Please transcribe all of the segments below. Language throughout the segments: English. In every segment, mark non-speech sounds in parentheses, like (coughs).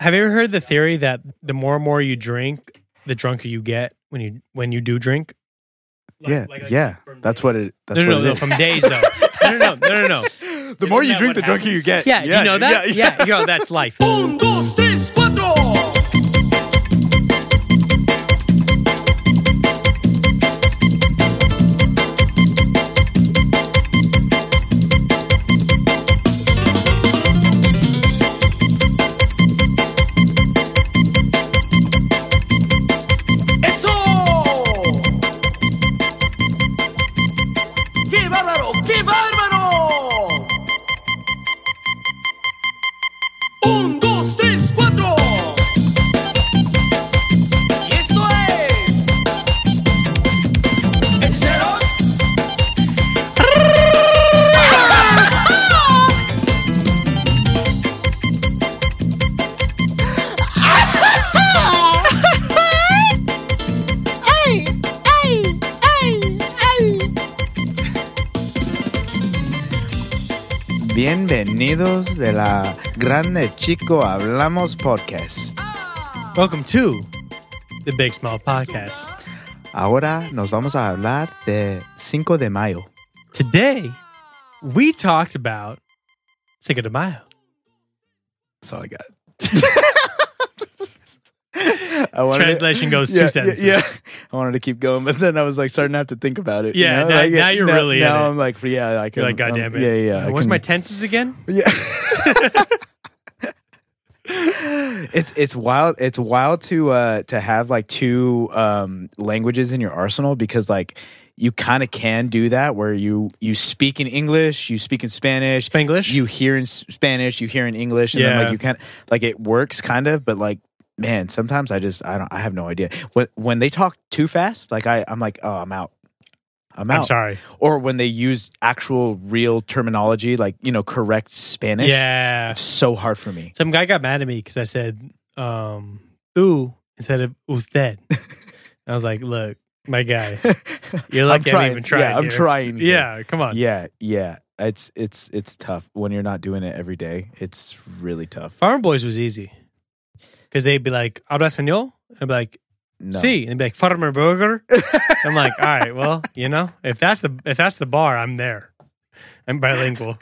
Have you ever heard the theory that the more and more you drink, the drunker you get when you when you do drink? yeah, yeah. That's what it. That's no, no, what no, it no, is. (laughs) from days though. No, no, no, no, no. no. the more Isn't that you drink, the what drunker you happens? get. Yeah, do you know that? Yeah, Yeah, you know that's life. (laughs) ¡Qué bárbaro! ¡Qué bárbaro! ¡Un, dos, tres, cuatro! Y esto es. ¿El Xerox? Bienvenidos de la Grande Chico Hablamos podcast. Welcome to the Big Smile Podcast. Ahora nos vamos a hablar de 5 de mayo. Today, we talked about Cinco de Mayo. That's all I got. (laughs) I wanted to- Translation goes two yeah, yeah, sentences. Yeah, I wanted to keep going, but then I was like starting to have to think about it. you Yeah, know? now- Like, now you're now, really in Now it. I'm like, yeah, I can. You're like, um, God damn it. Yeah, yeah. I Where's can- my tenses again? Yeah. it's it's wild it's wild to uh to have like two um languages in your arsenal because like you kind of can do that where you you speak in English, you speak in Spanish, Spanglish? you hear in S- Spanish, you hear in English and then Yeah. like you kind like it works kind of but like man, sometimes I just I don't I have no idea. When when they talk too fast, like I I'm like, "Oh, I'm out." I'm out I'm sorry. or when they use actual real terminology like you know correct spanish Yeah. it's so hard for me Some guy got mad at me because I said um tú instead of usted. (laughs) And I was like, look, my guy, (laughs) you're I'm like I'm trying. even trying. yeah i'm here. trying here. Yeah, come on. (laughs) yeah yeah it's it's it's tough when you're not doing it every day it's really tough Farmer Boys was easy because they'd be like, "Habla español," and I'd be like, no. "Sí," and they'd be like, "Farmer (laughs) Burger." I'm like, "All right, well, you know, if that's the if that's the bar, I'm there. I'm bilingual."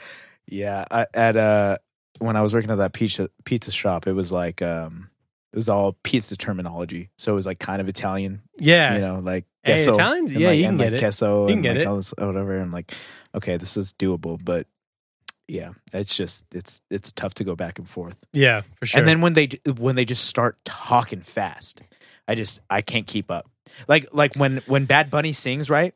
yeah I, at uh when i was working at that pizza pizza shop it was like um it was all pizza terminology so it was like kind of italian Yeah, you know like Hey, queso Italians, and, yeah, like, you can and, get like it. queso You can and get like it. all this whatever. I'm like, okay, this is doable, but yeah, it's just it's it's tough to go back and forth. yeah, for sure. And then when they when they just start talking fast, I just I can't keep up. Like like when when Bad Bunny sings, right?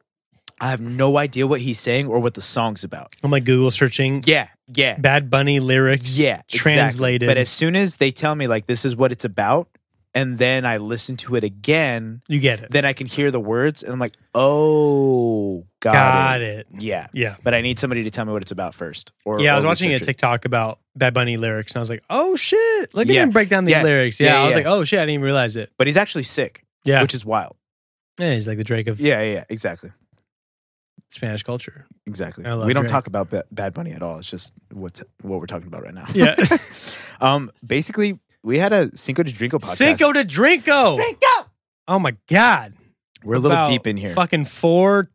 I have no idea what he's saying or what the song's about. I'm like Google searching Yeah, yeah, Bad Bunny lyrics, yeah, exactly. translated. But as soon as they tell me like this is what it's about, and then I listen to it again, you get it. then I can hear the words and I'm like, oh, got, Got it. it. Yeah. Yeah. But I need somebody to tell me what it's about first. Or yeah, I or was watching a research it. TikTok about Bad Bunny lyrics, and I was like, "Oh shit! Look at Yeah. him break down these Yeah. lyrics." Yeah, Yeah, I was yeah. like, "Oh shit! I didn't even realize it." But he's actually sick, Yeah, which is wild. yeah, he's like the Drake of Yeah, yeah, yeah, exactly, Spanish culture. exactly. I love We don't Drake. talk about Ba- Bad Bunny at all. It's just what's what we're talking about right now. Yeah. (laughs) um. Basically, we had a Cinco de Drinko podcast. Cinco de Drinko. Oh my god. We're a little About deep in here. Fucking four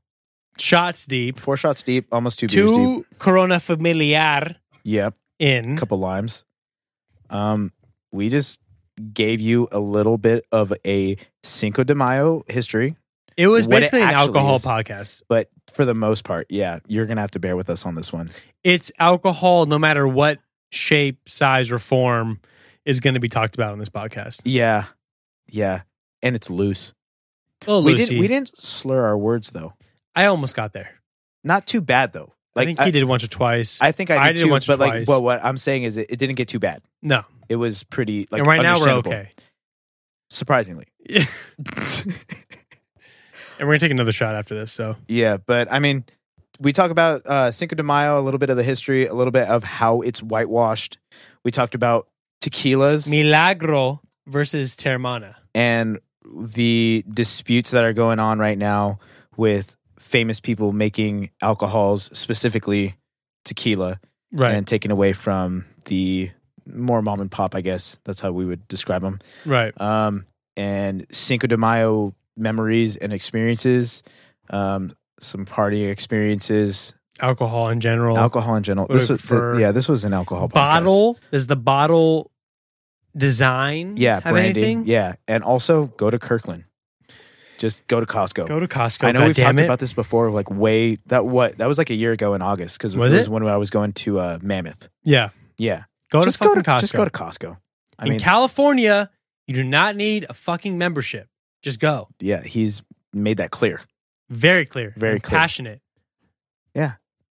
shots deep. Four shots deep, almost two, beers deep. Two Mm-hmm. Corona Familiar Yep. in. couple limes. Um, we just gave you a little bit of a Cinco de Mayo history, It was what it basically an actually alcohol is. podcast. but for the most part, yeah, you're gonna have to bear with us on this one. It's alcohol, no matter what shape, size, or form, is going to be talked about on this podcast. Yeah, yeah, and it's loose. Oh, we Lucy, didn't we didn't slur our words though. I almost got there. Not too bad though. Like I think he did once or twice. I think I did, I did too, once or but like, twice. well, what I'm saying is, it, it didn't get too bad. no, It was pretty like and right now we're understandable, okay. surprisingly. and we're gonna take another shot after this. So (laughs) Yeah, but I mean, we talk about uh, Cinco de Mayo, a little bit of the history, a little bit of how it's whitewashed. We talked about tequilas Milagro versus Termana. and the disputes that are going on right now with famous people making alcohols, specifically tequila, Right. and taken away from the more mom and pop, I guess. That's how we would describe them. Right. Um, and Cinco de Mayo memories and experiences, um, some party experiences, Alcohol in general. alcohol in general. This was, for- yeah, this was an alcohol podcast. bottle. Does the bottle design yeah, have brandy, anything? yeah, and also go to Kirkland. Just go to Costco. Go to Costco. I know we've goddammit. talked about this before. Like way that what that was like a year ago in August because it Was was it? when I was going to uh, Mammoth. Yeah. Yeah, Go just to fucking Costco. just go to Costco. I in mean, California, you do not need a fucking membership. Just go. yeah, he's made that clear. Very clear. Very and clear. passionate.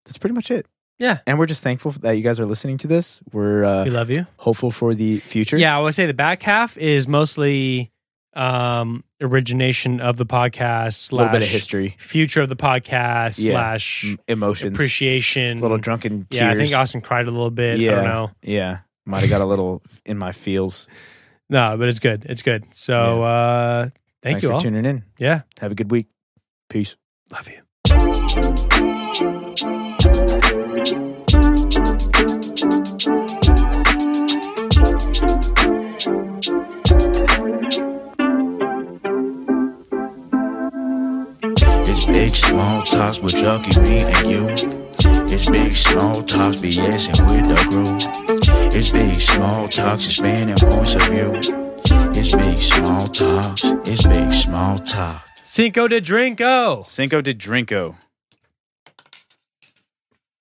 That's pretty much it. Yeah. and we're just thankful that you guys are listening to this. We're uh, we love you. hopeful for the future. Yeah, I would say the back half is mostly um origination of the podcast a little slash bit of history, future of the podcast Yeah. slash m- emotions, appreciation. little drunken tears. yeah, I think Austin cried a little bit. I Yeah. don't know. Yeah, might have got a little in my feels. No, but it's good. It's good. So uh (laughs) thank Thanks you for all. tuning in. Yeah. Have a good week. Peace. Love you. It's big small talks with Chucky, me and you. It's big small talks, BSing with the group. It's big small talks, expanding points of view. It's big small talks. It's big small talk. Cinco de Drinko. Cinco de Drinko.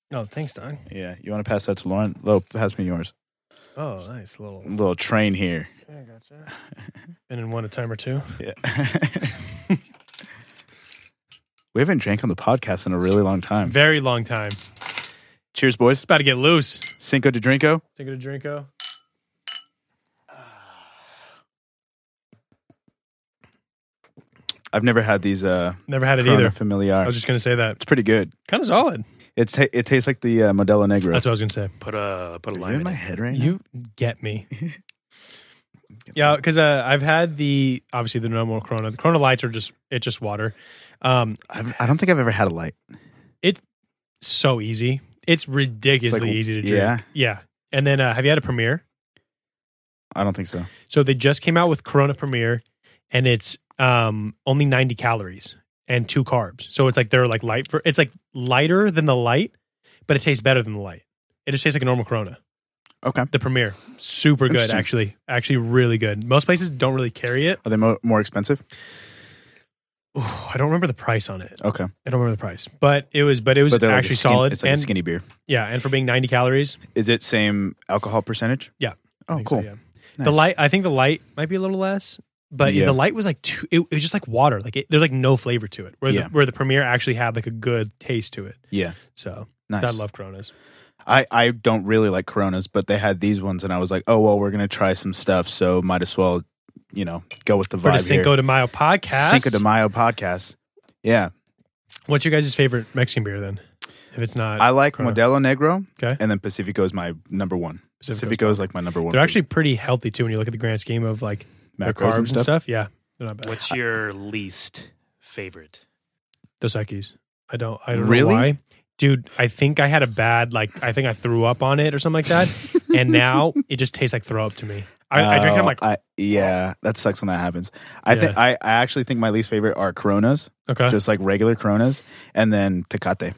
No, Oh, thanks, Don. Yeah, you want to pass that to Lauren? Lo, pass me yours. Oh, nice little. Little train here. I gotcha. Been in one a time or two. Yeah. (laughs) we haven't drank on the podcast in a really long time. Very long time. It's Cheers, boys. about to get loose. Cinco de Drinko. Cinco de Drinko. I've never had these uh, Never had it Corona either. Familiar. I was just gonna say that. it's pretty good. Kind of solid. It's ta- it tastes like the uh, Modelo Negro. That's what I was gonna say. Put a put Are a you lime in in my it. head right now? You get me. Yeah, because uh, I've had the obviously the normal Corona. The Corona lights are just it's just water. Um, I've, I don't think I've ever had a light. so easy. It's ridiculously easy to drink. Yeah, Yeah. And then uh, have you had a premiere? I don't think so. So they just came out with Corona Premier, and it's um only 90 calories and two carbs. So it's like they're like light for it's like lighter than the light, but it tastes better than the light. It just tastes like a normal Corona. Okay. The Premier, super good Interesting. actually, actually really good. Most places don't really carry it. Are they mo- more expensive? Ooh, I don't remember the price on it. Okay. I don't remember the price, but it was but it was But actually they're like a skin- solid It's like and a skinny beer. yeah, and for being 90 calories. Is it same alcohol percentage? Yeah. I Oh, think so, cool. yeah. The Nice. light, I think the light might be a little less, but Yeah. the light was like too, it, it was just like water. Like it, there's like no flavor to it. Where Yeah. the where the premiere actually had like a good taste to it. Yeah. So Nice. I love Coronas. I, I don't really like Coronas, but they had these ones, and I was like, oh well, we're gonna try some stuff, so might as well, you know, go with the For the vibe Cinco here. de Mayo podcast. Cinco de Mayo podcast. Yeah, What's your guys' favorite Mexican beer then? If it's not, I like Corona. Modelo Negro, Okay. and then Pacifico is my number one. Pacifico's Pacifico is like my number one. they're actually pretty healthy too when you look at the grand scheme of like their macros carbs and stuff. Yeah, they're not bad. What's your least favorite? Dos Equis. I don't. I don't Really? know why. Dude, I think I had a bad like. I think I threw up on it or something like that, and (laughs) now it just tastes like throw up to me. I, I drink it. I'm Oh, like, I- yeah, that sucks when that happens. I think Yeah. I, I actually think my least favorite are Coronas, okay, just like regular Coronas, and then Tecate.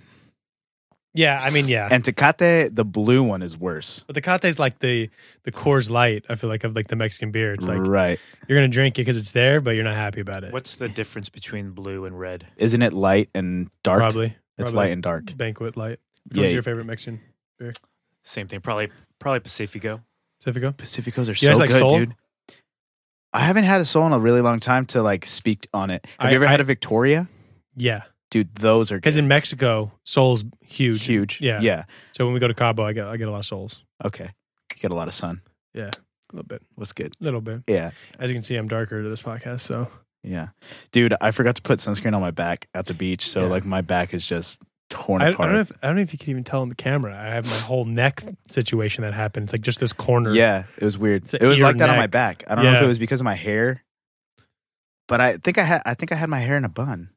yeah. I mean, yeah. And Tecate, the blue one, is worse. But the Tecate's like the the Coors Light. I feel like of like the Mexican beer. It's like right? you're gonna drink it because it's there, but you're not happy about it. What's the difference between blue and red? Isn't it light and dark? Probably It's probably light and dark. banquet light. Which Yeah, one's your favorite Mexican Same thing. Probably probably Pacifico. Pacifico? Pacificos are You guys so like good, Sol? dude. I haven't had a soul in a really long time to like speak on it. Have I- you ever I- had a Victoria? Yeah, Dude, those are because good. in Mexico, soul's huge. huge. Yeah. Yeah. So when we go to Cabo, I get I get a lot of souls. Okay. You get a lot of sun. A little bit, What's good? little bit. Yeah. As you can see, I'm darker to this podcast. So Yeah. Dude, I forgot to put sunscreen on my back at the beach. So Yeah. like my back is just torn I, I apart. don't know if I don't know if you can even tell on the camera. I have my whole neck situation that happened. It's like just this corner. yeah. It was weird. It's a It was ear like that on my neck. back. I don't know if Yeah. it was because of my hair. But I think I had I think I had my hair in a bun.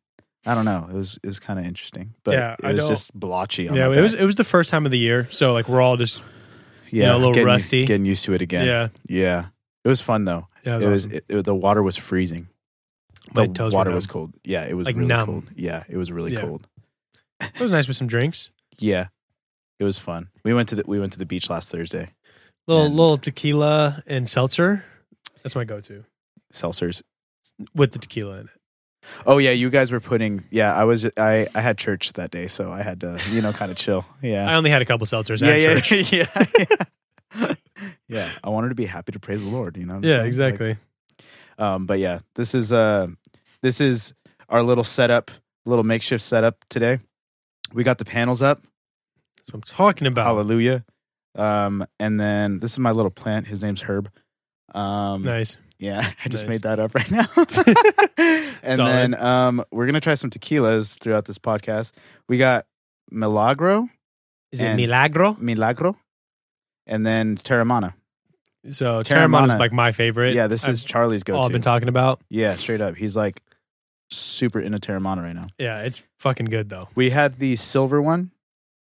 I don't know. It was it was kind of interesting. But Yeah, it I was don't- just blotchy on yeah. my It back. was it was the first time of the year, so like we're all just a yeah, little getting, rusty. Getting used to it again. Yeah. yeah. It was fun though. yeah it was it, it- the water was freezing. My The toes were water was numb. cold. Yeah, it was Like really numb. cold. Yeah, it was really Yeah. cold. awesome. It was nice with some drinks. Yeah, it was fun. We went to the we went to the beach last Thursday. Little And- little tequila and seltzer. That's my go-to Seltzers. with the tequila in it. Oh yeah, you guys were putting. Yeah, I was. I I had church that day, so I had to you know kind of chill. I Yeah. only had a couple seltzers. Yeah, at church. yeah, yeah, (laughs) (laughs) yeah. Yeah, I wanted to be happy to praise the Lord. You know. what I'm Yeah, saying? exactly. Like, um, but yeah, this is uh, this is our little setup, little makeshift setup today. We got the panels up. That's what I'm talking about. Hallelujah. Um, and then this is my little plant. His name's Herb. Um, Nice. yeah, (laughs) I just Nice. made that up (laughs) right now. and Solid. then um, we're gonna try some tequilas throughout this podcast. We got Milagro, Is And- it Milagro? Milagro, and then Terramana. So Terramana. Terramana is like my favorite. Yeah, this I've is Charlie's all I've go-to. been talking about. yeah, straight up. He's like super into Terramana right now. Yeah, it's fucking good though. We had the silver one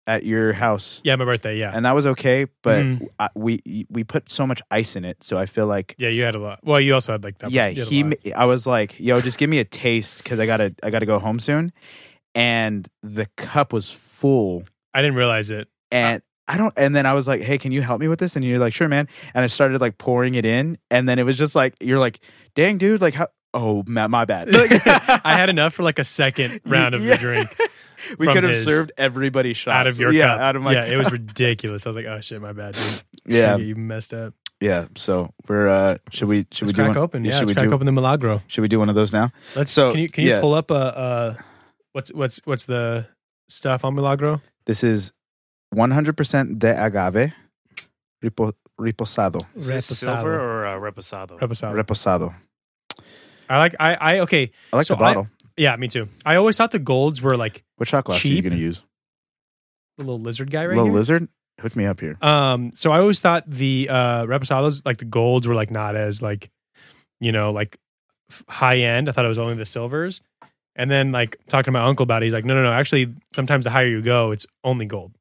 at your house. Yeah, my birthday. Yeah, And that was okay, Uh, but Mhm. I, we we put so much ice in it, so I feel like yeah, you had a lot. Well, you also had like that. yeah you had a he lot. ma- i was like yo just give me a taste because i gotta i gotta go home soon and the cup was full I didn't realize (laughs) it. (laughs) and i don't and then i was like hey can you help me with this and you're like sure man and i started like pouring it in and then it was just like you're like dang dude like how oh my, my bad (laughs) (laughs) I had enough for like a second round of Yeah. the (laughs) drink we from could have his- served everybody shots out of your yeah, cup. out of my yeah, it was cup. ridiculous. I was like, oh shit, my bad. Dude. yeah you messed up. yeah so we're uh should we should Let's we do crack one, open. Yeah, should let's we crack do open the Milagro. should we do one of those now Let's. So, can you can you yeah. pull up a uh, what's what's what's the stuff on Milagro? this is 100% de agave ripo, reposado Is this silver or uh, reposado? Reposado. reposado I like. I I okay. I like So the bottle. Yeah, me too. I always thought the golds were like what shot glass are you cheap going to use? the little lizard guy right Little here. lizard? Hook me up here. Um, so I always thought the uh reposados, like the golds, were like not as like, you know, like f- high end. I thought it was only the silvers. And then like talking to my uncle about it, he's like, no, no, no. Actually, sometimes the higher you go, it's only gold.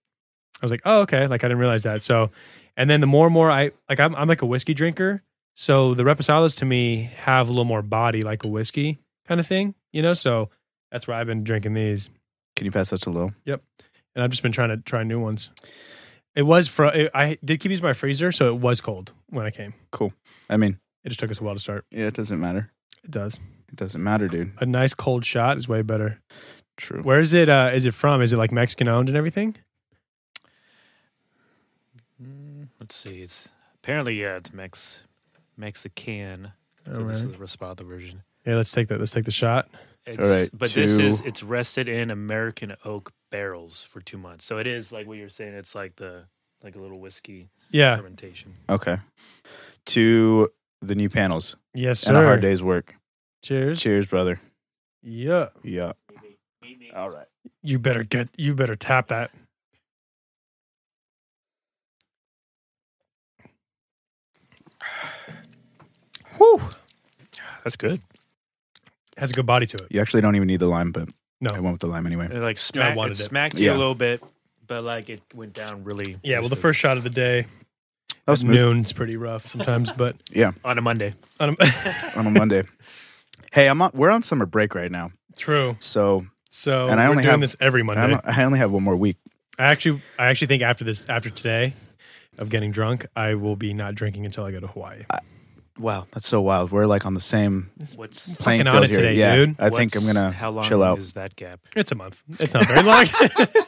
I was like, oh, okay. Like I didn't realize that. So, and then the more and more I like, I'm I'm like a whiskey drinker. So the reposados to me have a little more body, like a whiskey kind of thing, you know. So that's where I've been drinking these Can you pass that to Lil? and I've just been trying to try new ones. It was fro. It, I did keep these in my freezer, so it was cold when I came. I mean, It just took us a while to start. yeah, it doesn't matter. It does. It doesn't matter, dude. A nice cold shot is way better. True. Where is it? Uh, is it from? Is it like Mexican owned and everything? Mm, let's see. It's apparently yeah, it's Mex Mexican. So All this right. is the Raspado version. Yeah, let's take that. Let's take the shot. It's, right, But this is two- it's rested in American oak barrels for two months. So it is like what you're saying. It's like the like a little whiskey Yeah. fermentation. Okay. To the new panels Yes, and a sir. hard day's work. Cheers. Cheers, brother. Yeah. Yeah. All right. You better get. You better tap that. Whew. That's good. Has a good body to it. You actually don't even need the lime, but No. Uh, I went with the lime anyway. It like Yeah, I smack, it wanted it. smacked you Yeah. a little bit, but like it went down really. Yeah. Well, the smooth. first shot of the day. That was At smooth noon's pretty rough sometimes, (laughs) but on a Monday. on a- (laughs) on a Monday. Hey, I'm on, we're on summer break right now, true. so So And I we're only doing have- this every I, Monday. don't, I only have one more week. I actually, I actually think after this, after today, of getting drunk, I will be not drinking until I go to Hawaii. Wow, that's so wild. We're like on the same What's playing on field it here. today, yeah, dude. I think I'm what's- gonna How long chill out. is that gap? It's a month. It's not very (laughs) long,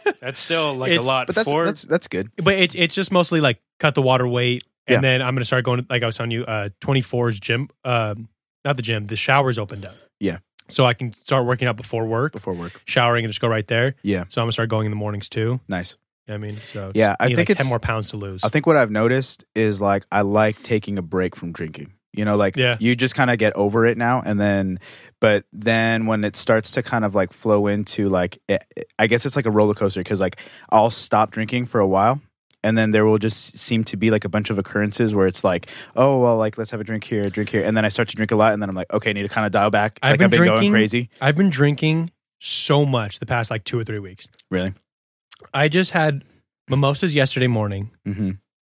(laughs) That's still like a It's- lot. But that's for, that's that's good. but it's it's just mostly like cut the water weight, and Yeah. then I'm gonna start going. Like I was telling you, uh, 24's gym, um, not the gym, the showers opened up. Yeah. So I can start working out before work, Before work, showering, and just go right there. Yeah. So I'm gonna start going in the mornings too. nice. I mean, so Yeah, just I need, think like it's- ten more pounds to lose. I think what I've noticed is like I like taking a break from drinking. You know, like Yeah. you just kind of get over it now, and then, but then when it starts to kind of like flow into like, it, it- I guess it's like a roller coaster because like I'll stop drinking for a while, and then there will just seem to be like a bunch of occurrences where it's like, oh well, like let's have a drink here, a drink here, and then I start to drink a lot, and then I'm like, okay, I need to kind of dial back. I've like been I've been going drinking- crazy. I've been drinking so much the past like two or three weeks. Really? I just had mimosas yesterday morning, Mm-hmm.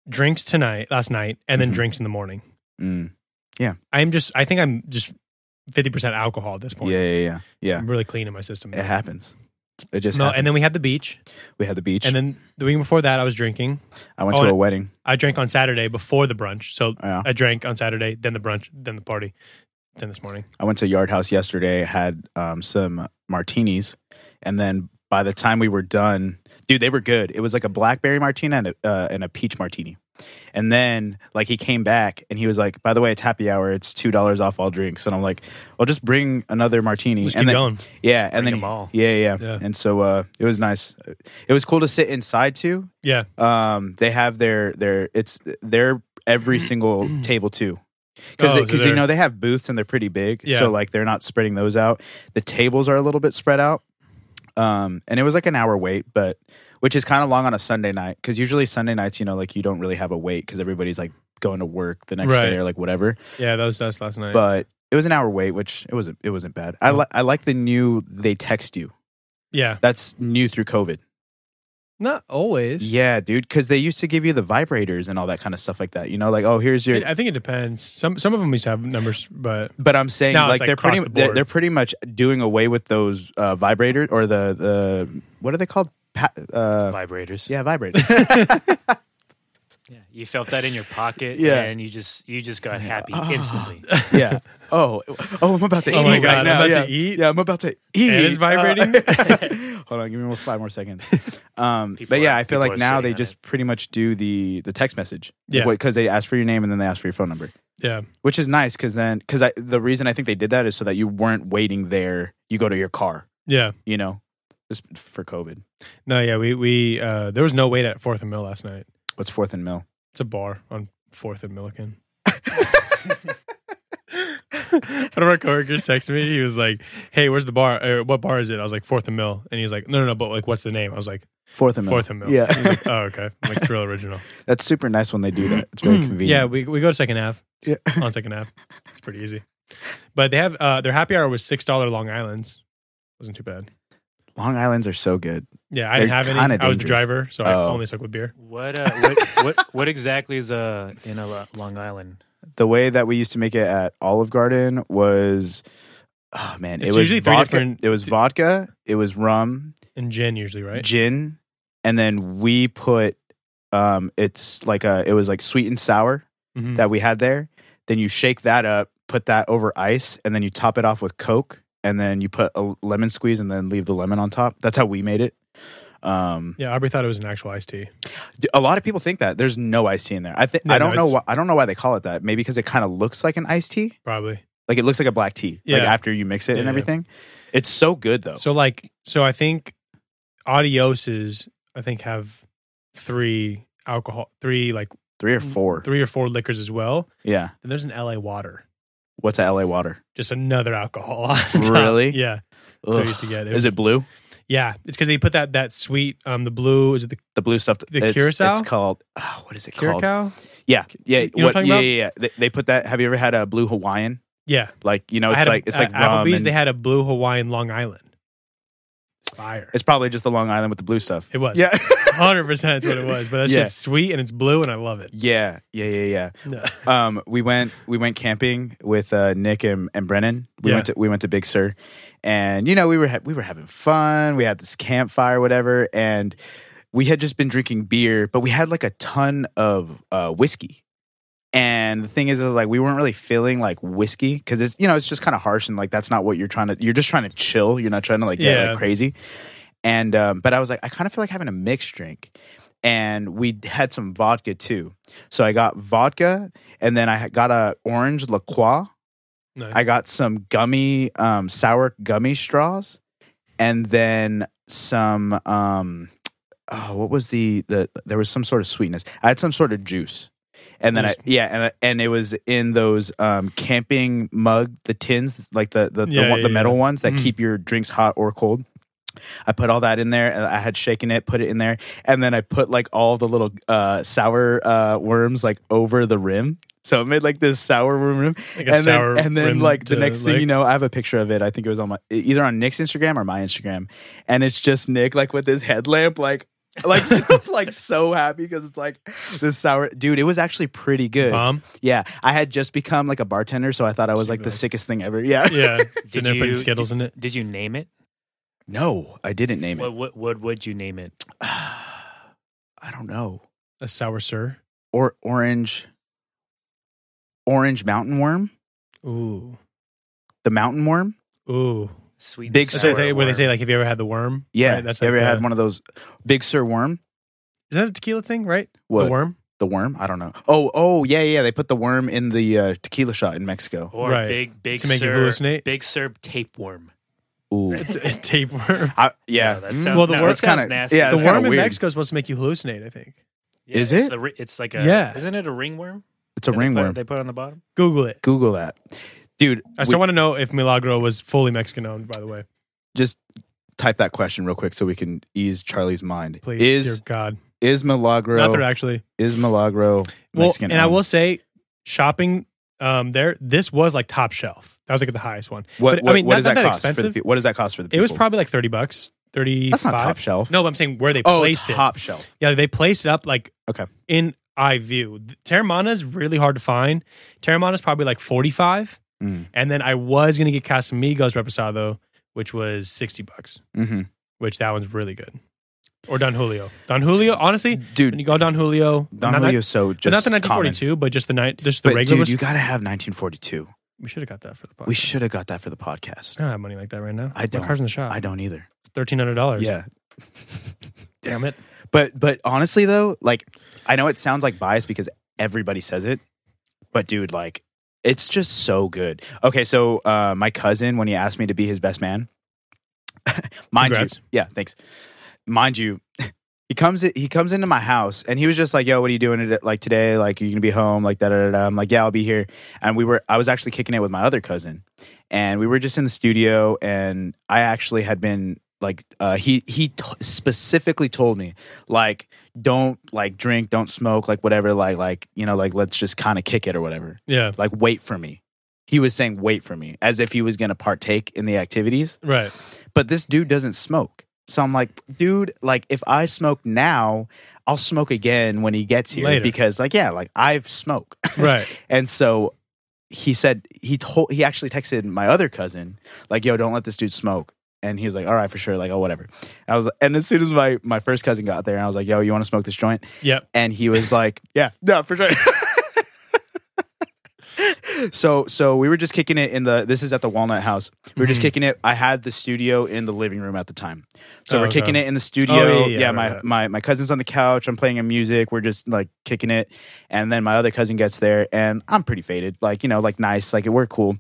drinks tonight, last night, and then Mhm. drinks in the morning. Mm. I'm just, I think I'm just 50% alcohol at this Yeah, point. yeah, yeah, yeah. I'm really clean in my system. It happens. It just No, happens. and then we had the beach. we had the beach. And then the week before that, I was drinking. I went oh, to a and- wedding. I drank on Saturday before the brunch. So Yeah. I drank on Saturday, then the brunch, then the party, then this morning. I went to Yard House yesterday, had um, some martinis, and then by the time we were done, dude, they were good. It was like a blackberry martini and a, uh, and a peach martini. And then, like, he came back and he was like, "By the way, it's happy hour. It's two dollars off all drinks." And I'm like, "Well, just bring another martini." Just and keep then, going. yeah, and Bring then them all. Yeah, yeah, Yeah. And so uh, it was nice. It was cool to sit inside too. Yeah. Um, they have their their it's their every single (clears throat) table too. Because Mm. Oh, so you they're- know they have booths and they're pretty big, Yeah. so like they're not spreading those out. The tables are a little bit spread out, um, and it was like an hour wait, but which is kind of long on a Sunday night because usually Sunday nights, you know, like you don't really have a wait because everybody's like going to work the next Right. day or like whatever. Yeah, that was us last night. But it was an hour wait, which it wasn't it wasn't bad. I li- I like the new they text you. yeah. That's new through COVID. Not always. Yeah, dude, because they used to give you the vibrators and all that kind of stuff like that. You know, like oh, here's your. It- uh, I think it depends. Some some of them used to have numbers, but but I'm saying Now it's, like, like, they're pretty across the they're, board. they're pretty much doing away with those uh, vibrators or the the what are they called? Pa- uh, Vibrators. yeah, (laughs) vibrators. Yeah, you felt that in your pocket, Yeah. and you just you just got happy Ah. instantly. yeah. Oh, oh, I'm about to. Oh eat my right God, I'm now. about yeah. to eat? Yeah, I'm about to eat. it's vibrating? (laughs) Uh, (laughs) hold on, give me more, five more seconds. Um, People but yeah, are- I feel people like are now sitting they on just pretty much do the the text message. Yeah. because they ask for your name and then they ask for your phone number. yeah. which is nice because then because the reason I think they did that is so that you weren't waiting there. You go to your car, Yeah. you know, just for COVID. No, yeah, we we uh there was no wait at 4th and Mill last night. What's fourth and mill? It's a bar on 4th and Milliken. (laughs) One of our coworkers texted me. He was like, "Hey, where's the bar? Or, what bar is it?" I was like, Fourth and Mill," and he was like, "No, no, no, but like, what's the name?" I was like, Fourth and mill. Fourth and Mill." He was (laughs) Yeah, (laughs) like, "Oh, okay." I'm like, it's real original. that's super nice when they do that. It's very convenient. Mm. Yeah, we we go to second half Yeah. on second half. It's pretty easy. But they have uh their happy hour was six dollar Long Island's. Wasn't too bad. Long Island's are so good. Yeah, I didn't They're have any. kinda I was the dangerous. driver, so I Oh. only stuck with beer. What uh, what, what what exactly is uh in a lo- Long Island? The way that we used to make it at Olive Garden was, oh man, it It's was usually three vodka. different- It was vodka. It was rum, And gin usually, right? gin, and then we put um, it's like a it was like sweet and sour. Mhm. that we had there. Then you shake that up, put that over ice, and then you top it off with Coke, and then you put a lemon squeeze, and then leave the lemon on top. That's how we made it. Um, yeah, Aubrey thought it was an actual iced tea. d- a lot of people think that there's no iced tea in there. I think No, I don't no, know. Why, it's- I don't know why they call it that. Maybe because it kind of looks like an iced tea. Probably. Like it looks like a black tea. Like Yeah. after you mix it Yeah, and yeah. everything, it's so good though. So like, so I think Adioses, I think have three alcohol, three like three Mm, or four. three or four liquors as well. Yeah. Then there's an LA Water, What's a LA water? just another alcohol. on (laughs) top. Really? Yeah. So we used to Ugh. get- it Is was- it blue? Yeah, it's because they put that that sweet um the blue is it the The blue stuff. The it's, Curacao? It's called. ah, what is it called? curacao? Yeah. Yeah. You know what I'm talking yeah, about? yeah. Yeah. They, they put that. Have you ever had a blue Hawaiian? Yeah, Like you know, I Oh, it's had a- uh, like it's at like rum. Applebee's. and- they had a blue Hawaiian Long Island. Fire. it's probably just the Long Island with the blue stuff. It was. Yeah, (laughs) hundred percent. That's what it was. But that's Yeah. just sweet and it's blue and I love it. yeah, yeah, yeah, No. yeah. Um, we went we went camping with uh, Nick and, and Brennan. We Yeah. went to we went to Big Sur, and you know we were ha- we were having fun. We had this campfire, whatever, and we had just been drinking beer, but we had like a ton of uh, whiskey. And the thing is, is like we weren't really feeling like whiskey because it's you know it's just kind of harsh and like that's not what you're trying to. You're just trying to chill. You're not trying to like get Yeah. like crazy. And um, but I was like, I kind of feel like having a mixed drink. And we had some vodka too, so I got vodka, and then I got a orange La Croix. Nice. I got some gummy, um, sour gummy straws, and then some. Um, oh, what was the the? There was some sort of sweetness. I had some sort of juice, and then I yeah, and I- and it was in those um, camping mug, the tins, like the the the, Yeah, one, yeah, the metal yeah. ones that Mm. keep your drinks hot or cold. I put all that in there, and I had shaken it, put it in there, and then I put like all the little uh, sour uh, worms like over the rim. So it made like this sour worm rim, like and then, and then rim like the to next thing you lick. know, I have a picture of it. I e, think it was on my either on Nick's Instagram or my Instagram, and it's just Nick like with his headlamp, like like (laughs) so, like so happy because it's like this sour dude. It was actually pretty good. Bomb. Yeah, I had just become like a bartender, so I thought I was like the Stupid. sickest thing (laughs) ever. Yeah. (laughs) Yeah. Sitting Did there putting you- Skittles in it. Did you name it? No, I didn't name What it. what what would you name it? (sighs) I don't know. A sour sir. Or orange, orange mountain worm, Ooh. the mountain worm. Ooh. Sweet and Big sour So they, where they worm. say like, have you ever had the worm? Right, Yeah, that's that's ever like had the- one of those Big Sir worm? Is that a tequila thing? Right. What The worm. The worm? I don't know. Oh, oh yeah, yeah. They put the worm in the uh, tequila shot in Mexico. or Right. big big To make you sir, hallucinate? Big sir tapeworm. Ooh, a (laughs) tapeworm. I, yeah. No, that Mm. sounds, Well, the no, worm that sounds kinda- nasty. yeah, The it's kinda worm in weird. Mexico is supposed to make you hallucinate. I think. Yeah, Is it's it? the ri- it's like a Yeah. Isn't it a ringworm? It's a that they put- ringworm. they put on the bottom. Google it. Google that, dude. I we- still want to know if Milagro was fully Mexican owned. By the way, just type that question real quick so we can ease Charlie's mind. please. dear is God, is not that it Milagro actually. is Milagro Well, Mexican? and I owned? will say, shopping um there, this was like top shelf. That was like the highest one. what, but, what, I mean, what not does that that, that cost for expensive. the pe- what does that cost for the people? It was probably like thirty bucks, thirty. that's not top shelf. No, but I'm saying where they oh, placed it. top shelf. Yeah, they placed it up like Okay. in eye view. Terramana's really hard to find. Terramana's probably like forty five, Mm. and then I was gonna get Casamigos Reposado, which was sixty bucks, hmm which that one's really good. Or Don Julio. Don Julio, honestly, when Dude, you go Don Julio, Don not, Julio's so not, just not the common. 1942, but just the night, just the But regular. dude, was- you gotta have 1942. we should have got that for the podcast. We should have got that for the podcast. I don't have money like that right now. I My don't. car's in the shop. I don't either. Thirteen hundred dollars. Yeah. (laughs) Damn it. But but honestly though, like I know it sounds like bias because everybody says it, but dude, like it's just so good. Okay, so uh, my cousin when he asked me to be his best man, (laughs) mind Congrats. you, yeah, thanks. Mind you, (laughs) he comes he comes into my house and he was just like, "Yo, what are you doing today? like today? Like you gonna be home? Like da da da." da." I'm like, "Yeah, I'll be here." And we were I was actually kicking it with my other cousin, and we were just in the studio, and I actually had been like uh, he he t- specifically told me like don't like drink, don't smoke, like whatever, like like you know, like let's just kind of kick it or whatever. Yeah. Like wait for me. He was saying wait for me as if he was going to partake in the activities, (laughs) Right. but this dude doesn't smoke. So I'm like, dude, like if I smoke now, I'll smoke again when he gets here Later. because like yeah, like I've smoked. Right. And so he said he told he actually texted my other cousin like, "Yo, don't let this dude smoke." And he was like, "All right, for sure." Like, "Oh, whatever." I was, and as soon as my my first cousin got there, I was like, "Yo, you want to smoke this joint?" Yep. And he was like, (laughs) "Yeah, no, for sure." so so we were just kicking it in the. This is at the Walnut House. We were just Mhm. kicking it. I had the studio in the living room at the time, so Oh, we're okay. kicking it in the studio. yeah, yeah, my right, right. my my cousin's on the couch. I'm playing him music. We're just like kicking it, and then my other cousin gets there, and I'm pretty faded. Like you know, like nice. Like it we're cool.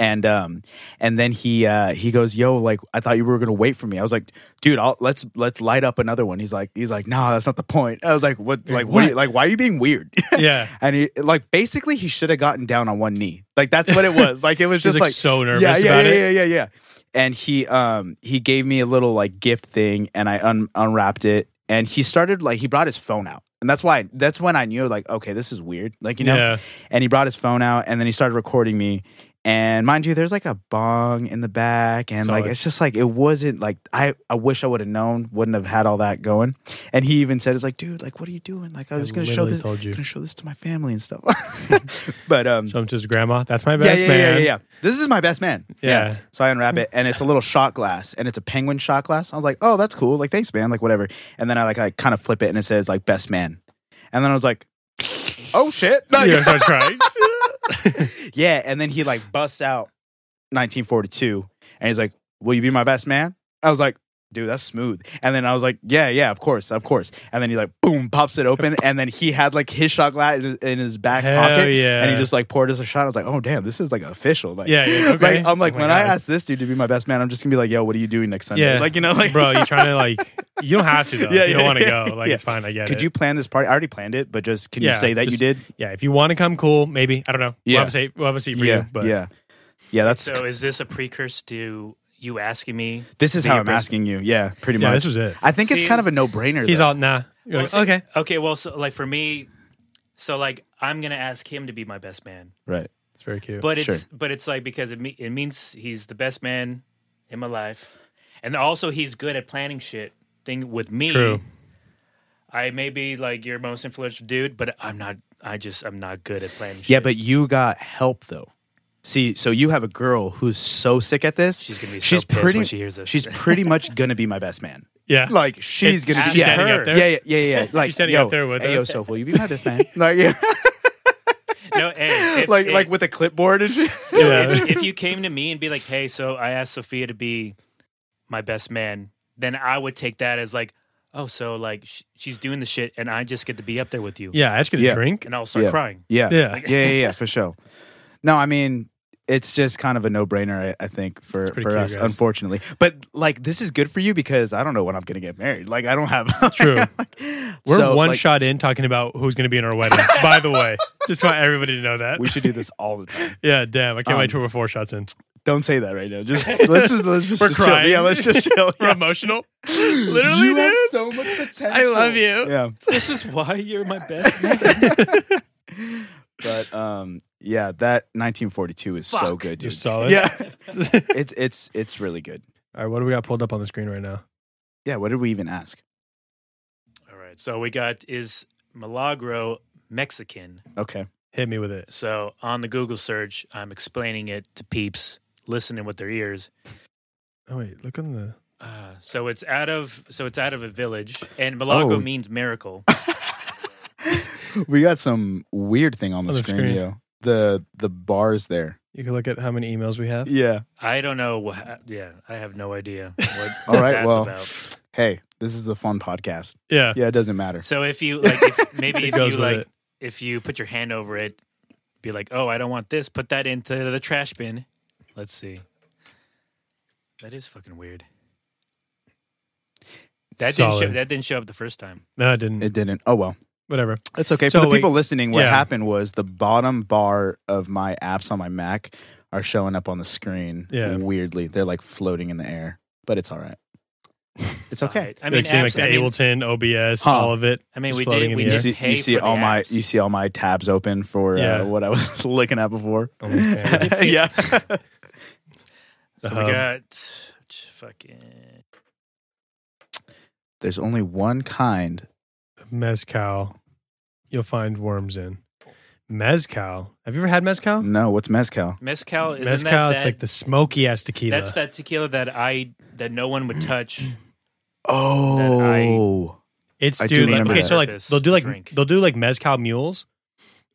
And um and then he uh he goes, "Yo, like I thought you were gonna wait for me." I was like, "Dude, I'll let's let's light up another one." He's like, he's like, "No, that's not the point." I was like, "What? Like what? are you- like why are you being weird?" (laughs) Yeah. and he like basically he should have gotten down on one knee. Like that's what it was. Like it was Just just like, like so nervous yeah, yeah, about yeah, it. yeah, yeah, yeah. And he um he gave me a little like gift thing, and I un- unwrapped it, and he started like he brought his phone out, and that's why that's when I knew like okay, this is weird, like you know. Yeah. And he brought his phone out, and then he started recording me. And mind you, there's like a bong in the back, and like Solid. it's just like it wasn't like I I wish I would have known, wouldn't have had all that going. And he even said, "It's like, dude, like what are you doing? Like I was just gonna show literally this, (laughs) told you. gonna show this to my family and stuff." (laughs) but um, So I'm just grandma. That's my best yeah, yeah, man. (laughs) Yeah, yeah, yeah. This is my best man. Yeah. So I unwrap it, and it's a little shot glass, and it's a penguin shot glass. I was like, oh, that's cool. Like, thanks, man. Like, whatever. And then I like, I kind of flip it, and it says like best man. And then I was like, oh shit. (laughs) Like, Yeah, so I tried. yeah. And then he like busts out 1942, and he's like, will you be my best man? I was like. Dude, that's smooth. And then I was like, yeah, yeah, of course, of course. And then he like, boom, pops it open. And then he had like his shot glass in his, in his back Hell pocket. yeah. And he just like poured us a shot. I was like, oh, damn, this is like official. Like, yeah, yeah. like, Okay. I'm like, Oh my when I God. ask this dude to be my best man, I'm just gonna be like, yo, what are you doing next Sunday? Yeah. Like, you know, like, bro, you're trying to like, you don't have to though. (laughs) Yeah, Yeah, you don't yeah, want to yeah, go. Like, yeah. it's fine. I get (laughs) could it. you plan this party? I already planned it, but just can Yeah, you say that just- you did? Yeah, if you want to come, cool. Maybe I don't know. We'll Yeah. have a seat. We'll have a seat for yeah, you. But yeah, yeah. That's So is this a precursor to you asking me? this is be how your I'm best- asking you. Yeah, pretty yeah, much. this was it. I think it's See, kind of a no brainer. He's all nah. You're Well, like, so- okay. Okay, well, so like for me, so like I'm gonna ask him to be my best man, right. It's very cute. but Sure. it's but it's like because it me- it means he's the best man in my life, and also he's good at planning shit thing with me. True. I may be like your most influential dude, but I'm not. I just I'm not good at playing. Yeah, shit. but you got help though. See, so you have a girl who's so sick at this. she's gonna be. she's so pissed pretty. when she hears this. She's pretty much gonna be my best man. Yeah. Like she's gonna ask be yeah, standing up her. there. yeah, yeah, yeah, (laughs) yeah. Like standing yo, up there with hey, yo, us. Soph, will you be my (laughs) best man? Like, yeah, (laughs) no, hey, if, like, if- like with a clipboard and shit. no, Yeah. (laughs) if, if you came to me and be like, "Hey, so I asked Sophia to be my best man," then I would take that as like, "Oh, so like sh- she's doing the shit, and I just get to be up there with you." Yeah, I just get a Yeah. drink. and I'll start Yeah. crying. Yeah. yeah, (laughs) Yeah. Like- yeah, yeah, for sure. No, I mean, it's just kind of a no-brainer, I, I think, for for pretty cute, us, guys. unfortunately. But like, this is good for you because I don't know when I'm gonna get married. Like, I don't (laughs) have True. We're So, one (laughs) like, shot in talking about who's going to be in our (laughs) wedding. by the way, just want everybody to know that. We should do this all (laughs) the time. yeah, damn. I can't wait Um, till we're four shots in. Don't say that right now. (laughs) Just let's just let's just We're chill. crying. Yeah, let's (laughs) just chill. We're Yeah. emotional. Literally, You have dude. so much potential. I love you. Yeah, this is why you're my (laughs) best man. (laughs) but um, yeah, that 1942 is so Fuck. good, dude. Just solid. (laughs) yeah, All it's it's it's really good. right, what do we got pulled up on the screen right now? Yeah, what did we even ask? All right, so we got is Milagro Mexican. Okay, Hit me with it. So on the Google search, I'm explaining it to peeps listening with their ears. Oh wait, look on the. Uh, so it's out of so it's out of a village, and Milagro Oh. means miracle. we got some weird thing on the, On the screen, screen. yo. The the bars there. You can look at how many emails we have. Yeah. I don't know. What, yeah, I have no idea what All right, that's well. about. Hey, this is a fun podcast. Yeah, Yeah, it doesn't matter. So if you like, if, maybe it if goes you with like, it. if you put your hand over it, be like, oh, I don't want this. Put that into the trash bin. Let's see. That is fucking weird. That didn't Solid. show, that didn't show up the first time. No, I didn't. It didn't. Oh well, Whatever. it's okay. So, For the wait, people listening, what yeah. happened was the bottom bar of my apps on my Mac are showing up on the screen. Yeah. Weirdly, they're like floating in the air, but it's all right. It's All okay. right. I mean, like, seeing, like apps- the I mean, Ableton, OBS, Huh. all of it. I mean, just we floating did. in We the You air. did see, pay you see for the all my apps. you see all my tabs open for Yeah. uh, what I was (laughs) looking at (laughs) before. (laughs) OnlyFans. yeah. So Um, we got fucking. (laughs) There's only one kind. mezcal. You'll find worms in mezcal. Have you ever had Oh. mezcal? No, what's mezcal? Mezcal is mezcal. that, it's that- like the smoky ass tequila. that's that tequila that I that no one would touch. Oh, It's I do dude. Like, remember okay, that. so like Purpose they'll do to like drink. they'll do like mezcal mules.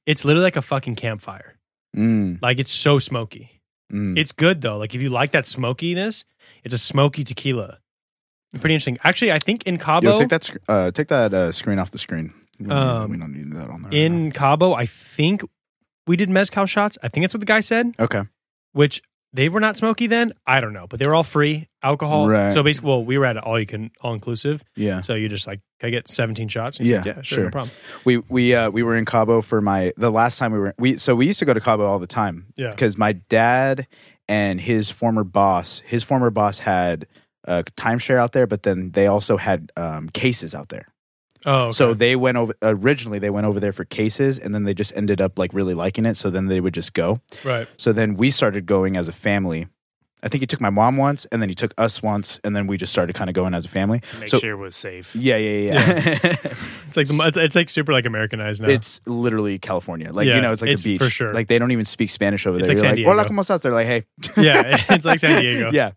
It's literally like a fucking campfire. mm, Like it's so smoky. mm. It's good though. Like if you like that smokiness, it's a smoky tequila. Pretty interesting. Actually, I think in Cabo, Yo, take that sc- uh, take that uh, screen off the screen. We don't, Um, need, we don't need that on there. right in Cabo, I think we did mezcal shots. I think that's what the guy said. now. okay, which they were not smoky then. I don't know, but they were all free alcohol. Right. So basically, well, we were at all you can, all inclusive. yeah, So you just like, can I get 17 shots? Yeah, yeah, sure, sure. no problem. we we uh, we were in Cabo for my the last time we were we so we used to go to Cabo all the time. Yeah. because my dad and his former boss, his former boss had a timeshare out there, but then they also had um, cases out there. Oh, okay. So they went over originally. They went over there for cases, and then they just ended up like really liking it. So then they would just go. right, So then we started going as a family. I think he took my mom once, and then he took us once, and then we just started kind of going as a family. To make So- sure it was safe. Yeah, yeah, yeah. (laughs) it's like the, mo- it's, it's like super like Americanized now. it's literally California, like Yeah, you know, it's like it's the beach for sure. Like they don't even speak Spanish over It's there. like You're San like, "Hola, Diego." cómo estás?" They're like, "Hey, yeah, it's like (laughs) San Diego. (laughs) yeah."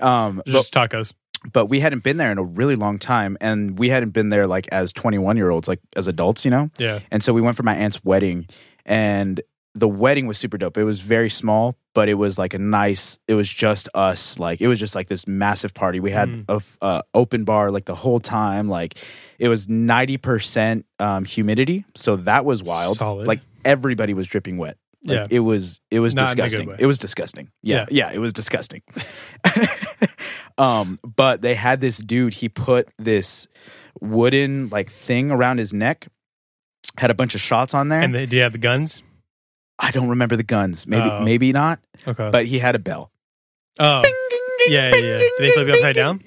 Um, but- just tacos. but we hadn't been there in a really long time, and we hadn't been there like as 21 year olds, like as adults, you know. Yeah, And so we went for my aunt's wedding, and the wedding was super dope. It was very small, but it was like a nice. It was just us. Like it was just like this massive party. We had Mm. a f- uh, open bar like the whole time. Like it was ninety percent um, humidity, so that was wild. Solid. Like everybody was dripping wet. Like, Yeah. it was it was Not in a good disgusting. way. It was disgusting. Yeah, yeah, it was disgusting. (laughs) um, but they had this dude. He put this wooden like thing around his neck. Had a bunch of shots on there. and they, do you have the guns? I don't remember the guns. Maybe Oh. maybe not. Okay. But he had a bell. oh, yeah, yeah. yeah. Did they flip you upside down?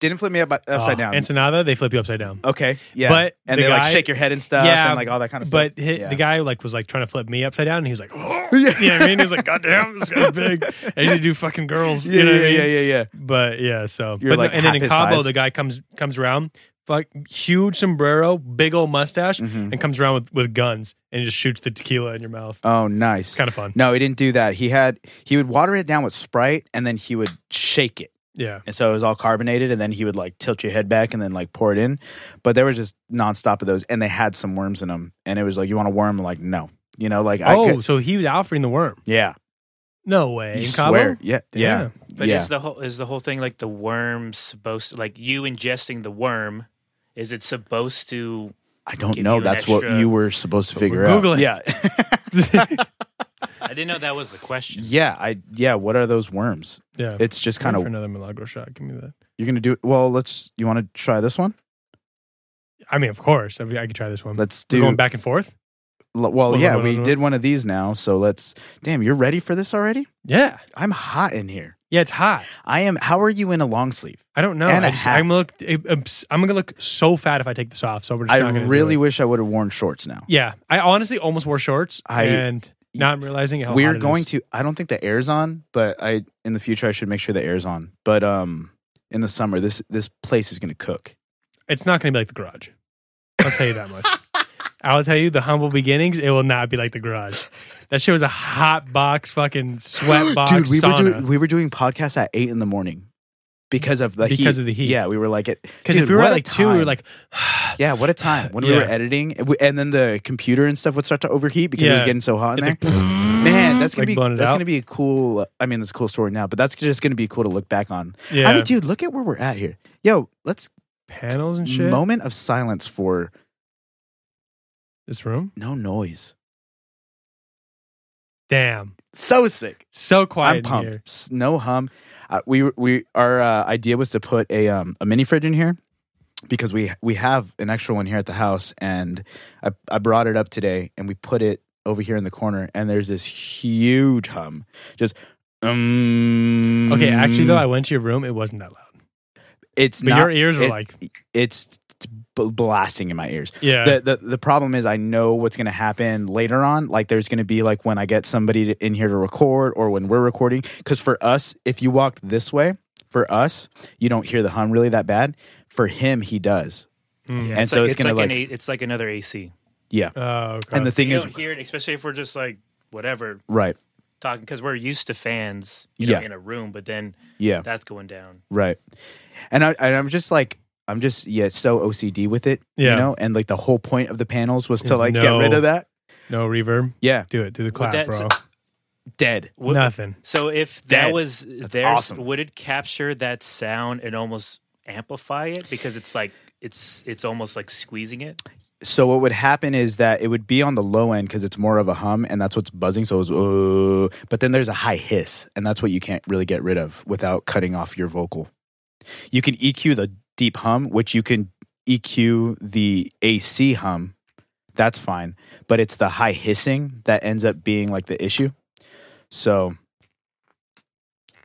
Didn't flip me up, upside Oh, down. Ensenada, they flip you upside down. okay. Yeah. But and the they guy- like shake your head and stuff Yeah, and like all that kind of But stuff. hi Yeah. the guy like was like trying to flip me upside down, and he was like, oh. Yeah. (laughs) you know what I mean? He was like, God damn, this guy's (laughs) big. I used to do fucking girls. Yeah, you know yeah, what I mean? yeah, yeah, yeah. But yeah, so You're but like no, and then half in his Cabo, size. the guy comes comes around, fuck, huge sombrero, big old mustache, Mhm. and comes around with, with guns and just shoots the tequila in your mouth. Oh, nice. It's kind of fun. No, he didn't do that. He had he would water it down with Sprite and then he would shake it. Yeah. And so it was all carbonated and then he would like tilt your head back and then like pour it in. But there was just nonstop of those and they had some worms in them. And it was like, You want a worm? I'm like, no. You know, like I oh, could, so he was offering the worm. yeah. No way. You In Cabo? swear. Yeah. Yeah. But yeah. is the whole is the whole thing like the worm supposed like you ingesting the worm? Is it supposed to? I don't give know. you an That's what extra- you were supposed to figure Google out. it. (laughs) Yeah. (laughs) I didn't know that was the question. yeah. I yeah, what are those worms? Yeah. It's just kind for of another Milagro shot. Give me that. you're gonna do well, let's you wanna try this one? I mean, of course. I, mean, I could try this one. Let's We're do going back and forth. L- well, Hold on, yeah, hold on, we hold on. did one of these now, so let's. Damn, you're ready for this already? Yeah. I'm hot in here. Yeah. It's hot. I am. How are you in a long sleeve? I don't know. And a I just, hat. I'm gonna look. I'm s- I'm gonna look so fat if I take this off. So we're just I not gonna do really it. wish I would have worn shorts now. Yeah, I honestly almost wore shorts, I- and now I'm realizing how hot We're it going is. to. I don't think the air's on, but I in the future I should make sure the air's on. But um, in the summer, this this place is going to cook. It's not going to be like the garage. I'll tell you that (laughs) much. I'll tell you the humble beginnings. It will not be like the garage. That shit was a hot box, fucking sweat box (gasps) Dude, we sauna. were doing we were doing podcasts at eight in the morning because of the heat. Because of the heat. Yeah, we were like it because dude, if we were what at a like two, we were time. like, (sighs) yeah, what a time when we were Yeah. editing, and we- and then the computer and stuff would start to overheat because it was Yeah. getting so hot in It's (laughs) there. Man, that's gonna Like be blowing it that's out. gonna be a cool. I mean, that's a cool story now, but that's just gonna be cool to look back on. yeah, I mean, dude, look at where we're at here. Yo, let's panels and Oh, shit. moment of silence for This room, no noise. damn, So sick. so quiet. I'm in pumped. here. S- No hum. Uh, we we our uh, idea was to put a um a mini fridge in here because we we have an extra one here at the house, and I I brought it up today, and we put it over here in the corner, and there's this huge hum, just um. Okay, actually though, I went to your room. It wasn't that loud, it's but not. your ears were it- like, it's b- blasting in my ears. yeah, The, the the problem is I know what's going to happen later on. Like there's going to be like when I get somebody to, in here to record or when we're recording. Because for us, if you walked this way, for us, you don't hear the hum really that bad. For him, he does. Mm. Yeah, And so it's gonna, like, like- an A, it's like another AC. Yeah. Oh, God. And the thing you is, don't hear it, especially if we're just like whatever right? talking because we're used to fans, you know, Yeah. in a room. But then Yeah, that's going down. right. And I and I'm just like I'm just yeah so OCD with it. Yeah. You know, and like the whole point of the panels was to Is like get rid no- of that. no reverb. Yeah, Do it. Do the clap, that- bro. so- dead. What- Nothing. So if that Dead. was That's there, awesome. would it capture that sound and almost amplify it because it's like it's it's almost like squeezing it? so what would happen is that it would be on the low end because it's more of a hum and that's what's buzzing so it was uh, but then there's a high hiss and that's what you can't really get rid of without cutting off your vocal you can eq the deep hum which you can eq the ac hum that's fine but it's the high hissing that ends up being like the issue so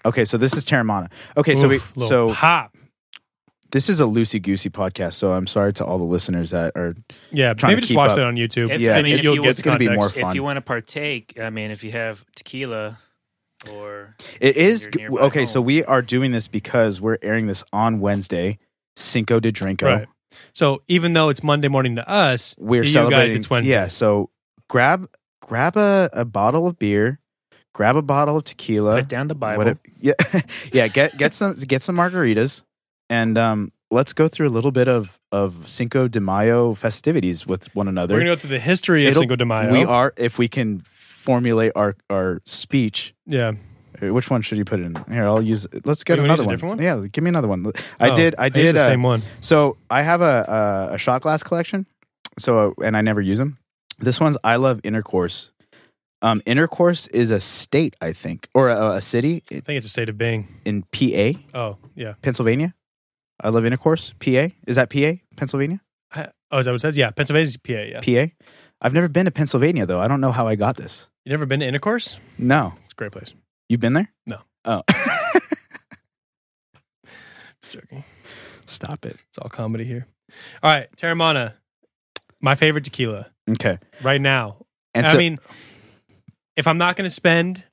okay so this is terramana okay so we Oof, little so pop. this is a loosey goosey podcast so i'm sorry to all the listeners that are Yeah, trying maybe to just keep watch up. that on YouTube. If- Yeah, I mean, it- if you'll you get it's gonna be context. more If fun. you want to partake, I mean, if you have tequila or It is your g- nearby okay. So home. we are doing this because we're airing this on Wednesday, Cinco de Drinko. Right. So even though it's Monday morning to us, We're to celebrating. you guys it's Wednesday. Yeah. So grab grab a, a bottle of beer, grab a bottle of tequila. put down the Bible, what it- yeah, (laughs) yeah. Get get some get some margaritas, and um, let's go through a little bit of of Cinco de Mayo festivities with one another. We're gonna go through the history of It'll- Cinco de Mayo. We are if we can formulate our our speech Yeah. Uh, Which one should you put in? Here, I'll use. Let's get you wanna another use a one. different one? Yeah, give me another one. I Oh, did. I used did. the uh, same one. so I have a, a a shot glass collection. So uh, and I never use them. This one's I love intercourse. Um, intercourse is a state, I think, or a, a city in, I think it's a state of being. in PA, Oh yeah. Pennsylvania. I love intercourse. PA is that PA, Pennsylvania? I- oh, is that what it says? Yeah, Pennsylvania's PA. Yeah. PA. I've never been to Pennsylvania though. I don't know how I got this. You never been to intercourse? No, It's a great place. you been there? No. Oh, (laughs) Joking. stop it. It's all comedy here. All right, Terramana, my favorite tequila Okay. right now. And I so, mean, if I'm not gonna spend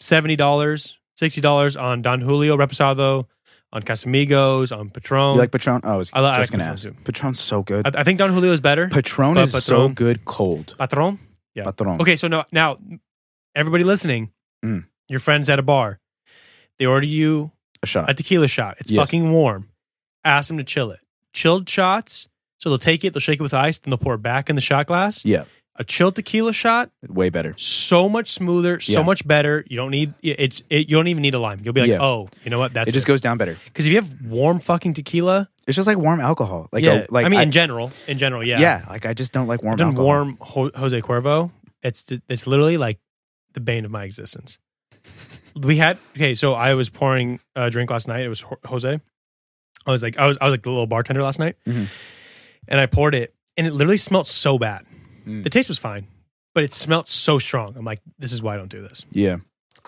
seventy dollars, sixty dollars on Don Julio Reposado, on Casamigos, on Patron. You like Patron? Oh, I was I li- I just like gonna ask. Patron too. Patron's so good. I, I think Don Julio is better. Patron but is so Patron- good cold. Patron. Yeah. Patron. Okay, so now, now everybody listening, Mm. your friends at a bar, they order you A shot. a tequila shot. It's Yes. fucking warm. Ask them to chill it. Chilled shots. So they'll take it, they'll shake it with ice, then they'll pour it back in the shot glass. Yeah. A chilled tequila shot, Way better. so much smoother, so Yeah. much better. You don't need it's it, you don't even need a lime. You'll be like, Yeah. oh, you know what? That's it just goes down better. because if you have warm fucking tequila, It's just like warm alcohol. Like yeah, a, like I mean in general, in general, yeah, yeah. Like I just don't like warm I've done alcohol. warm Ho- Jose Cuervo. It's it's literally like the bane of my existence. (laughs) We had okay, so I was pouring a drink last night. It was Ho- Jose. I was like, I was I was like the little bartender last night, Mhm. and I poured it, and it literally smelled so bad. Mm. The taste was fine, but it smelled so strong. I'm like, this is why I don't do this. Yeah.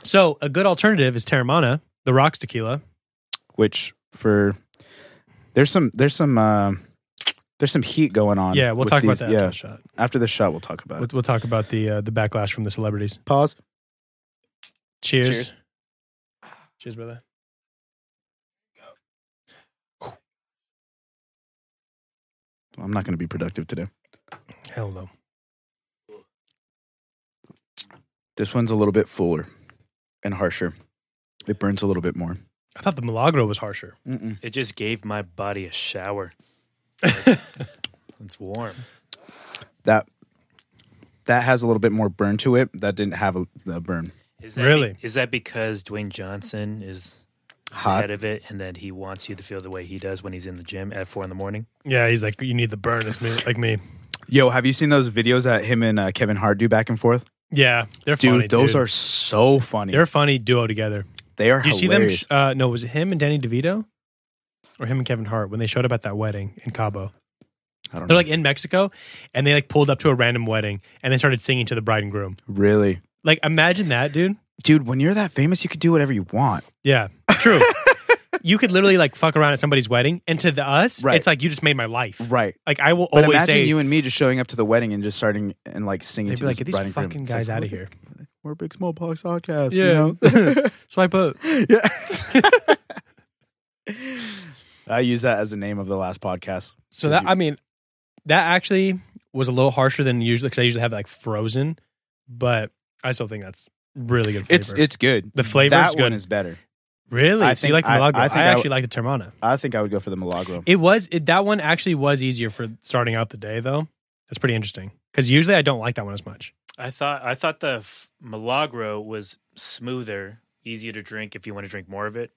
So a good alternative is Terramana, the rocks tequila. Which for there's some there's some uh, there's some heat going on. Yeah, we'll with talk about these- that Yeah. after the shot. After the shot, we'll talk about We'll, it. we'll talk about the uh, the backlash from the celebrities. Pause. Cheers. Cheers, Cheers. brother. I'm not going to be productive today. Hell no. This one's a little bit fuller and harsher. It burns a little bit more. I thought the Milagro was harsher. Mm-mm. It just gave my body (laughs) a shower. It's warm. That that has a little bit more burn to it. That didn't have a, a burn. Is that Really? Be, is that because Dwayne Johnson is Hot. ahead of it, and then he wants you to feel the way he does when he's in the gym at four in the morning? yeah, he's like, you need the burn. It's me, like me. Yo, have you seen those videos that him and uh, Kevin Hart do back and forth? Yeah, they're Dude, funny. those are so funny. they're a funny duo together. they are Do you hilarious. see them? Uh, no, was it him and Danny DeVito, or him and Kevin Hart when they showed up at that wedding in Cabo? I don't know. They're like in Mexico, and they like pulled up to a random wedding and they started singing to the bride and groom. really, Like, imagine that, dude. dude. When you're that famous, you could do whatever you want. Yeah, true. (laughs) you could literally like fuck around at somebody's wedding, and to the us, Right. it's like you just made my life. Right. Like I will But always imagine say, you and me just showing up to the wedding and just starting and like singing. they'd to be like, this "Get these bride and groom." fucking It's like, guys out of "We're here." the- (laughs) We're a big small box podcast. Yeah. You know? Swipe up. yeah. (laughs) (laughs) I use that as the name of the last podcast. So 'Cause that you- I mean, that actually was a little harsher than usually because I usually have like frozen, but I still think that's really good. Flavor. It's it's good. The flavor's that good. one is better. really. I so think you like the I- Milagro? I, I think I actually like the Termana. I think I would go for the Milagro. It was it, that one actually was easier for starting out the day though. That's pretty interesting because usually I don't like that one as much. I thought I thought the f- Milagro was smoother, easier to drink if you want to drink more of it.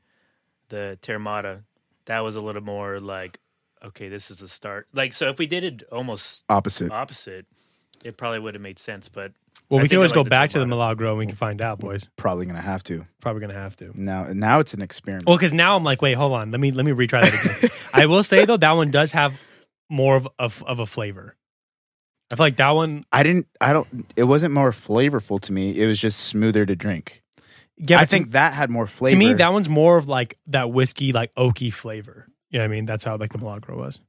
The Terramata, that was a little more like, okay, this is the start. Like, so if we did it almost Opposite. opposite, it probably would have made sense. But Well, I we can think I always like go the back to the Termana. Milagro and we can find out, boys. Probably gonna have to. Probably gonna have to. Now now it's an experiment. Well, because now I'm like, wait, hold on, let me let me retry that again. I will say though, that one does have more of of, of a flavor. I feel like that one. (laughs) I didn't I don't it wasn't more flavorful to me. It was just smoother to drink. Yeah, I but to- think that had more flavor. To me, that one's more of like that whiskey, like oaky flavor. You know what I mean? That's how like the Milagro was.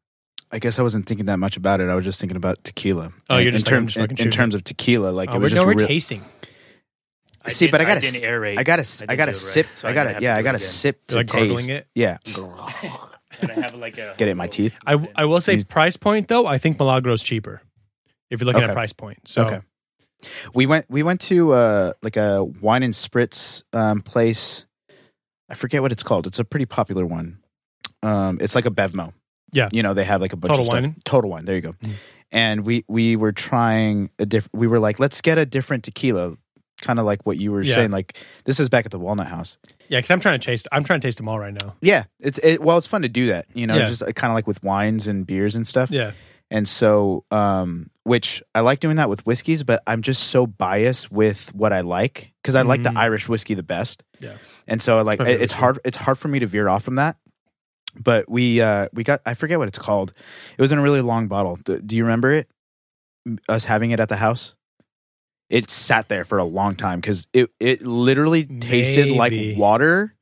I guess I wasn't thinking that much about it. I was just thinking about tequila. Oh, you're in, just like, in I'm terms just fucking in, in shooting terms of tequila, like Oh, it we're, was just no, we're real- tasting. I See, but I didn't- gotta s- didn't aerate. I gotta s- I I didn't gotta do it right, sip. so I I'm gonna gotta have yeah, to I do it gotta again. sip to You're, like, gargling taste. it? Yeah, And I have like a (laughs) get it in my teeth. I, w- I will say You- price point though. I think Milagro's cheaper if you're looking at Okay. price point. So Okay. We went we went to uh like a wine and spritz um place. I forget what it's called. It's a pretty popular one. Um it's like a Bevmo. Yeah. You know, they have like a bunch Total of stuff. Wine? Total wine. There you go. Mm. And we we were trying a different we were like, let's get a different tequila. Kind of like what you were Yeah. saying, like this is back at the Walnut House. yeah, because I'm trying to taste. I'm trying to taste them all right now. Yeah, it's it, well, it's fun to do that, you know, Yeah. just kind of like with wines and beers and stuff. Yeah, And so, um, which I like doing that with whiskeys, but I'm just so biased with what I like because I like the Mm. Irish whiskey the best. Yeah. And so, like, Totally it- it's agree. hard. It's hard for me to veer off from that. But we uh, we got I forget what it's called. It was in a really long bottle. Do, do you remember it? M- Us having it at the house. It sat there for a long time because it it literally Maybe. tasted like water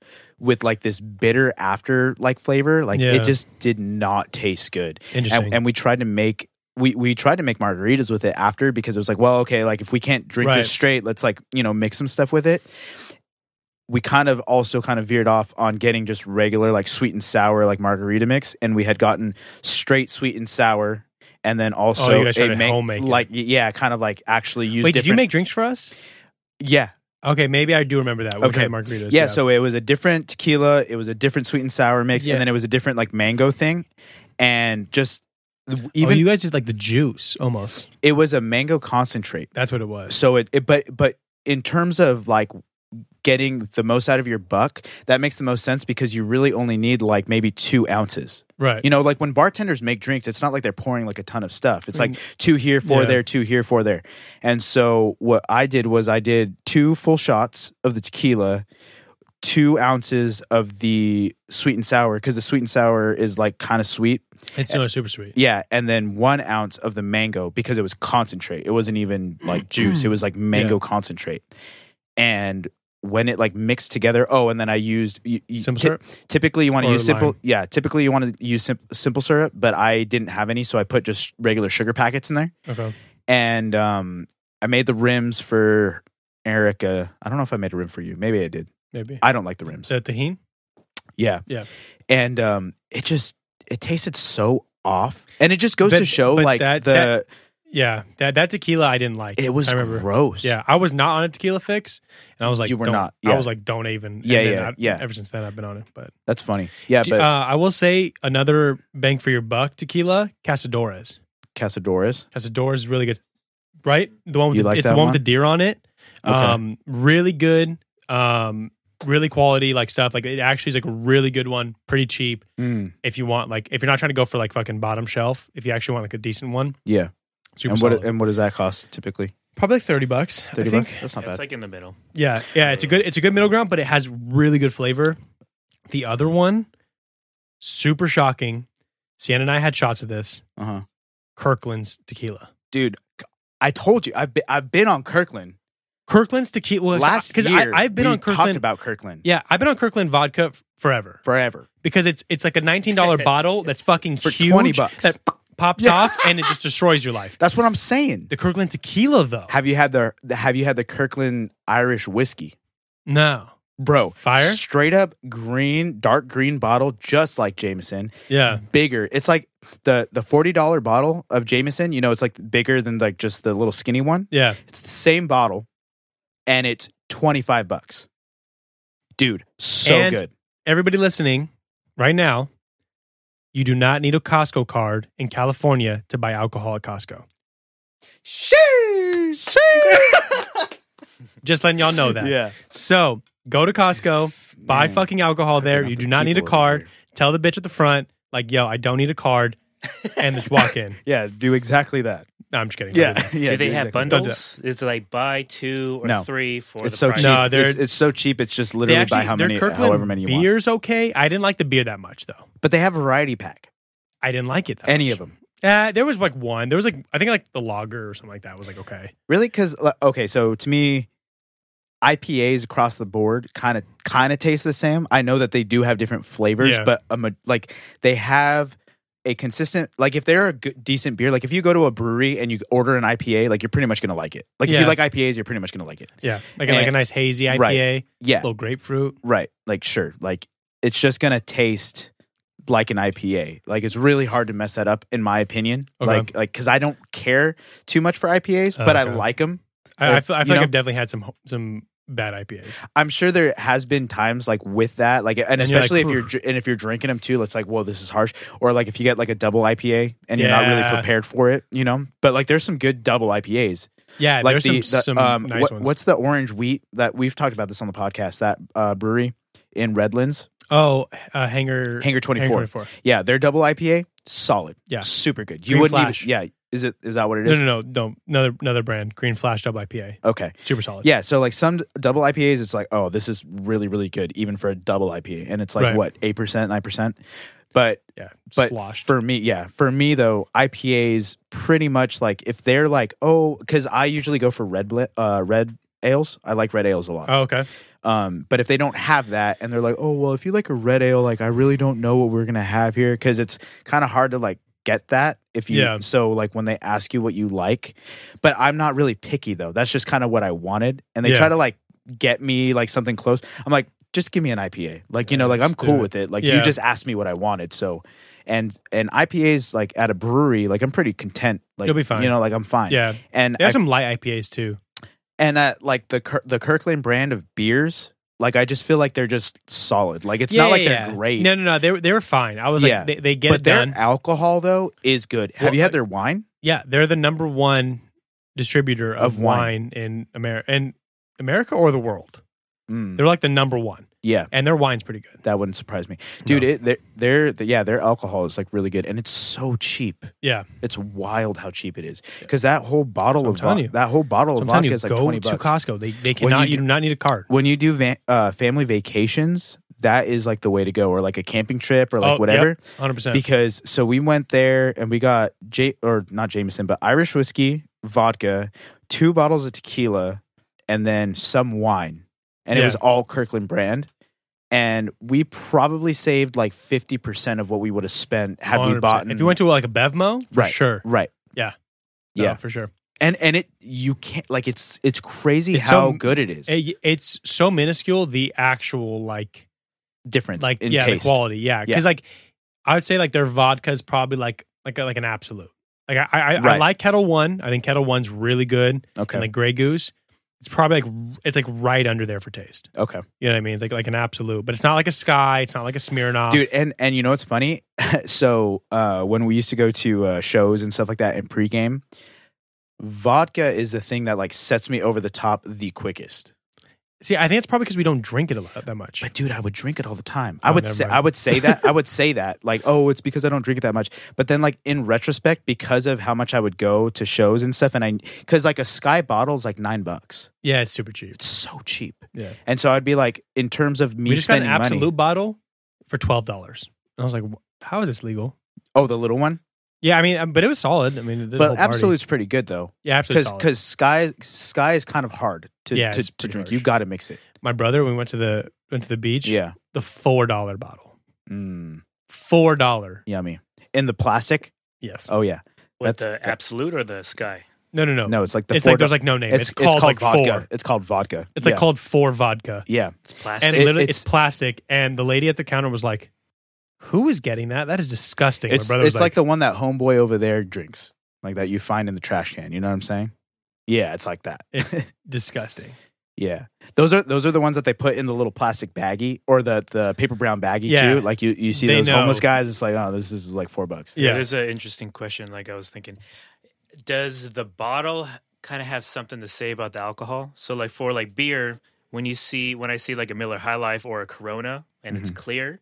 with like this bitter after like flavor. Like Yeah. it just did not taste good (laughs) interesting. and, and we tried to make we, we tried to make margaritas with it after because it was like well okay like if we can't drink Right. this straight let's like you know mix some stuff with it we kind of also kind of veered off on getting just regular like sweet and sour like margarita mix, and we had gotten straight sweet and sour, and then also Oh, you guys tried a to homemake it. like yeah, kind of like actually use. Wait, did you different- make drinks for us? Yeah, Okay, maybe I do remember that. We Okay. tried margaritas. yeah, so it was a different tequila, it was a different sweet and sour mix, Yeah. and then it was a different like mango thing, and just even even Oh, you guys did like the juice almost. it was a mango concentrate. That's what it was. So it, it but but in terms of like getting the most out of your buck, that makes the most sense because you really only need like maybe two ounces. Right. You know, like when bartenders make drinks, it's not like they're pouring like a ton of stuff. It's like two here, four Yeah. there, two here, four there. And so what I did was I did two full shots of the tequila, two ounces of the sweet and sour because the sweet and sour is like kind of sweet. it's no super sweet. Yeah, and then one ounce of the mango because it was concentrate. It wasn't even (clears throat) like juice. It was like mango concentrate. And when it like mixed together, oh, and then I used you, you- Simple ty- syrup? Typically, you want to Or use simple. lime? Yeah, typically you want to use sim- simple syrup, but I didn't have any, so I put just regular sugar packets in there. Okay. And um, I made the rims for Erica. I don't know if I made a rim for you. Maybe I did. Maybe. I don't like the rims. Is that tahini? Yeah, Yeah. And um, it just it tasted so off, and it just goes But- to show but like that- the. that- Yeah. That that tequila I didn't like. It was I remember. gross. Yeah, I was not on a tequila fix, and I was like, You were don't- not, I yeah. was like, don't even. and Yeah, then yeah, I- yeah. Ever since then, I've been on it. But, that's funny. Yeah, uh, but I will say another bang for your buck tequila, Casadores. Casadores. Casadores is really good, right? The one with You the, like it's that the one, one? with the deer on it. Okay. Um, really good. Um, really quality like stuff. Like it actually is like a really good one, pretty cheap. Mm, If you want like if you're not trying to go for like fucking bottom shelf, if you actually want like a decent one, yeah. super and what solid. and what does that cost typically? Probably like thirty bucks. I Thirty think. bucks. That's not It's bad. like in the middle. Yeah, yeah, it's a good it's a good middle ground, but it has really good flavor. The other one, super shocking. Sienna and I had shots of this uh huh. Kirkland's tequila. Dude, I told you I've been, I've been on Kirkland Kirkland's tequila last because year. uh, I've been we on talked Kirkland. about Kirkland yeah, I've been on Kirkland vodka f- forever forever. because it's it's like a nineteen (laughs) dollar bottle that's fucking For huge, 20 bucks. that pops (laughs) Yeah. off and it just destroys your life. That's what I'm saying. The Kirkland tequila though, Have you had the Have you had the Kirkland Irish whiskey? no, Bro, Fire? straight up green, dark green bottle, just like Jameson. yeah, bigger. It's like the the forty dollar bottle of Jameson. You know, it's like bigger than like just the little skinny one. yeah, It's the same bottle, and it's twenty five bucks. Dude, so And- good. everybody listening right now, you do not need a Costco card in California to buy alcohol at Costco. (laughs) Sheesh. Just letting y'all know that. Yeah. So go to Costco, buy Man, fucking alcohol there. forgot You do the not need a people over card. here. Tell the bitch at the front, like, yo, I don't need a card, and just walk (laughs) in. Yeah. Do exactly that. No, I'm just kidding. Yeah. Don't do yeah do they have exactly that. Don't do bundles? It's like buy two or No. three for It's the so price. cheap. No, they're- it's, it's so cheap. It's just that. They literally actually, by how their many, Kirkland however many you want. beer's okay. I didn't like the beer that much though. But they have variety pack. I didn't like it. That Any much. of them. Uh, there was like one. There was like I think like the lager or something like that was like okay. Really? Because okay, so to me, IPAs across the board kind of kind of taste the same. I know that they do have different flavors, Yeah. but um, like they have a consistent like if they're a good, decent beer, like if you go to a brewery and you order an IPA, like you're pretty much gonna like it. Like if Yeah. you like IPAs, you're pretty much gonna like it. Yeah, like And- like a nice hazy IPA, Eh. Right. Yeah, little grapefruit. right. Like sure, like it's just gonna taste like an IPA. Like it's really hard to mess that up, in my opinion. Okay. Like like because I don't care too much for IPAs, but I Okay. like them. I, I Or, feel, I you feel like know? I've definitely had some some bad IPAs. I'm sure there has been times like with that, like, and, And you're especially like, if you're dr- and if you're drinking them too, it's like, whoa, this is harsh. Or like if you get like a double IPA and you're not really Yeah. prepared for it, you know. But like, there's some good double IPAs. Yeah, like there's the, some, the, some um, nice what- ones. what's the orange wheat that we've talked about this on the podcast? That uh, brewery in Redlands, oh, uh, hanger Hanger Twenty Four. 24. Yeah, their double IPA, solid. Yeah. super good. You Green wouldn't. Flash. Even, yeah, is it is that what it No, is? no, no, no. Another another brand, Green Flash Double IPA, Okay. super solid. Yeah, so like some double IPAs, it's like, oh, this is really, really good, even for a double IPA, and it's like Right. what eight percent, nine percent. But yeah, but sloshed. for me, yeah, for me though, IPAs pretty much like if they're like, oh, because I usually go for red bl- uh, red ales. I like red ales a lot. oh, okay. Um, but if they don't have that, and they're like, oh, well, if you like a red ale, like I really don't know what we're gonna have here because it's kind of hard to like get that if you Yeah. so like when they ask you what you like but i'm not really picky though that's just kind of what i wanted and they Yeah. try to like get me like something close. I'm like, just give me an IPA. Like, you know, like I'm Let's do cool it. with it. Like Yeah. you just asked me what I wanted. So and and IPAs like at a brewery, like I'm pretty content. Like You'll be fine. You know, like I'm fine. Yeah. And They have I- some light IPAs too. and uh, like the Kir- the Kirkland brand of beers, like I just feel like they're just solid. Like it's not like they're great. No, no, no. They were, they were fine. I was like, Yeah. they, they get but it their done. alcohol though is good. Have Well, you I- had their wine? Yeah, they're the number one distributor of, Of wine. wine. in America, in America or the world. Mm, They're like the number one, yeah, and their wine's pretty good. that wouldn't surprise me, dude. No. It, they're, they're the, yeah, their alcohol is like really good, and it's so cheap. Yeah. it's wild how cheep it is because that whole bottle I'm of telling vo- you. that whole bottle So of I'm telling vodka you, is like go twenty to bucks. Costco. They they cannot. You do- do not need a card. when you do va- uh, family vacations, that is like the way to go, or like a camping trip, or Oh, like whatever. yep, Hundred percent. because so we went there and we got J or not Jameson, but Irish whiskey, vodka, two bottles of tequila, and then some wine, and Yeah. it was all Kirkland brand. And we probably saved like fifty percent of what we would have spent had we bought. If you went to like a Bevmo, for Right. sure. right, Yeah. No, yeah, for sure. and and it you can't like it's it's crazy It's how so- good it is. It- it's so minuscule. The actual like Difference like in yeah taste. the quality yeah Yeah. because like I would say like their vodka is probably like like like an absolute. Like I I, I Right. like Kettle One. I think Kettle One's really good. Okay, and like Grey Goose. It's probably like r- it's like right under there for taste. okay. You know what I mean? It's like like an absolute, but it's not like a Sky. It's not like a Smirnoff. dude and and you know what's funny (laughs) so uh when we used to go to uh shows and stuff like that in pregame vodka is the thing that like sets me over the top the quickest See, I think it's probably because we don't drink it a lot that much. but dude i would drink it all the time i Oh, would never say mind. i would say that i would say that like oh it's because i don't drink it that much but then like in retrospect because of how much i would go to shows and stuff and i because like a sky bottle is like nine bucks Yeah, it's super cheap. it's so cheap Yeah. and so i'd be like in terms of me we just got an spending absolute money bottle for twelve dollars. I was like, "Wh- how is this legal? oh the little one Yeah, I mean, um, but it was solid. I mean, it did the whole but party. absolute's pretty good though yeah, absolutely. Solid. because because sky sky is kind of hard to Yeah, to, it's to pretty drink. harsh. You got to mix it. my brother, when we went to the went to the beach. Yeah, the four dollar bottle, mm, four dollar. yummy. In the plastic. Yes. Oh yeah. With That's- the absolute or the sky? No, no, no. No, it's like the it's four. like there's like no name. It's, it's, called, like vodka. four. It's called vodka. It's like yeah. called four vodka. Yeah, It's plastic. and It- literally it's, it's- plastic. And the lady at the counter was like, "Who is getting that? That is disgusting." it's My brother it's was like, the one that homeboy over there drinks, like that you find in the trash can. You know what I'm saying? Yeah, it's like that. It's- disgusting. yeah, those are those are the ones that they put in the little plastic baggie or the the paper brown baggie Yeah. too. Like you you see They those homeless know. guys. It's like oh, this is like four bucks. Yeah. Yeah, There's an interesting question. Like I was thinking, does the bottle kind of have something to say about the alcohol? So like for like beer, when you see when I see like a Miller High Life or a Corona and it's clear,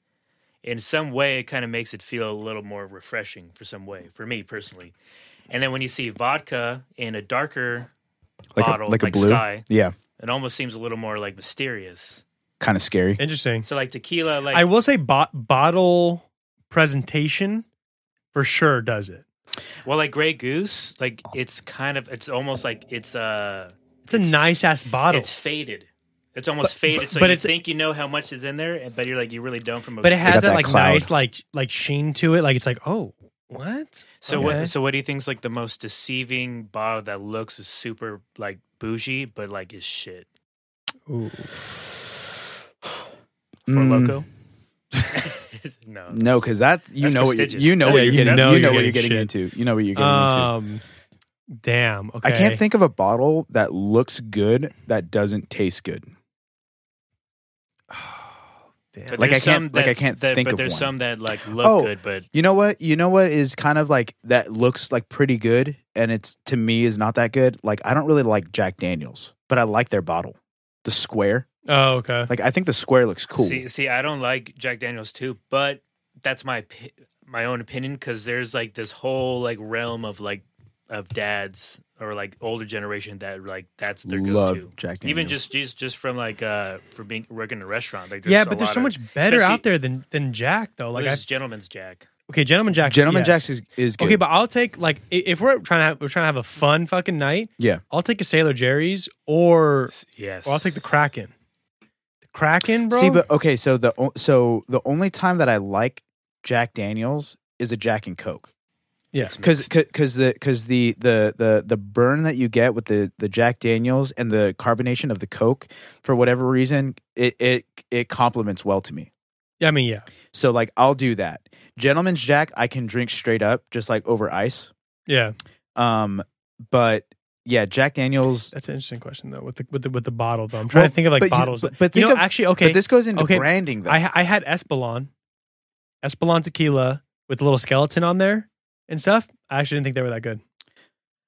in some way it kind of makes it feel a little more refreshing for some way for me personally. And then when you see vodka in a darker Like bottle, a like a blue. sky, Yeah, it almost seems a little more like mysterious. kind of scary. interesting. So like tequila, like I will say, bo- bottle presentation for sure does it. well, like Grey Goose, like it's kind of it's almost like it's uh It's a nice ass bottle, It's faded. It's almost faded. So but you it's- think you know how much is in there, but you're like you really don't. From a, but it has got that, that like cloud. nice like like sheen to it. Like it's like oh what? so Okay. what? So what do you think's like the most deceiving bottle that looks is super like bougie, but like is shit Ooh. for Mm. (laughs) loco? (laughs) no, No, because that you That's know what you, prestigious. you know That's what you're you getting know you you're know what you're getting getting shit. into you know what you're getting into. Um, damn. Okay, I can't think of a bottle that looks good that doesn't taste good. Damn. But Like, there's I can't- some like, I that's- can't that, think But of there's one. some that like look Oh. good, but You know what? You know what is kind of like that looks like pretty good and it's to me is not that good. Like I don't really like Jack Daniels, but I like their bottle. The square. Oh, okay. Like I think the square looks cool. See, see, I don't like Jack Daniels too, but that's my opi- my own opinion because there's like this whole like realm of like of dads or like older generation that like that's their Love go-to. Jack Even Daniels. just just just from like uh for being working in a restaurant. Like, yeah, a but there's lot so of- much better especially- out there than than Jack though. Like, Like I, this gentleman's Jack. okay, Gentleman Jack. Gentleman yes. Jack's is, is good. Okay, but I'll take like i- if we're trying to have, we're trying to have a fun fucking night. Yeah. I'll take a Sailor Jerry's or, S- Yes, or I'll take the Kraken. The Kraken, bro. See, but okay, so the o- so the only time that I like Jack Daniels is a Jack and Coke. Yeah. It's because mixed. because the because the, the the the burn that you get with the the Jack Daniels and the carbonation of the Coke for whatever reason it it it complements well to me. Yeah, I mean, yeah, So like I'll do that. Gentleman's Jack I can drink straight up just like over ice. yeah. Um, but yeah, Jack Daniels. That's an interesting question though. With the with the with the bottle though, I'm trying Well, to think of like but you- bottles. but- But, but you know, think of- actually, okay, But this goes into okay. branding though. I I had Espolon, Espolon tequila with a little skeleton on there and stuff. I actually didn't think they were that good.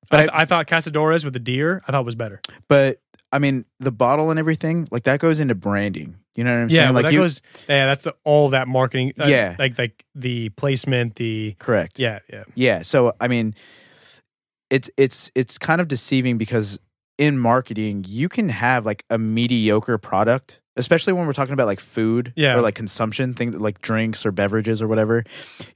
But But I, I- th- I thought Casadores with the deer, I thought was better. but I mean the bottle and everything like that goes into branding. You know what I'm yeah, saying? well, Like that you goes. Yeah, that's the, all that marketing. uh, Yeah. like like the placement, the correct. yeah, yeah, Yeah. So I mean, it's it's it's kind of deceiving because in marketing you can have like a mediocre product, especially when we're talking about like food Yeah. or like consumption things like drinks or beverages or whatever.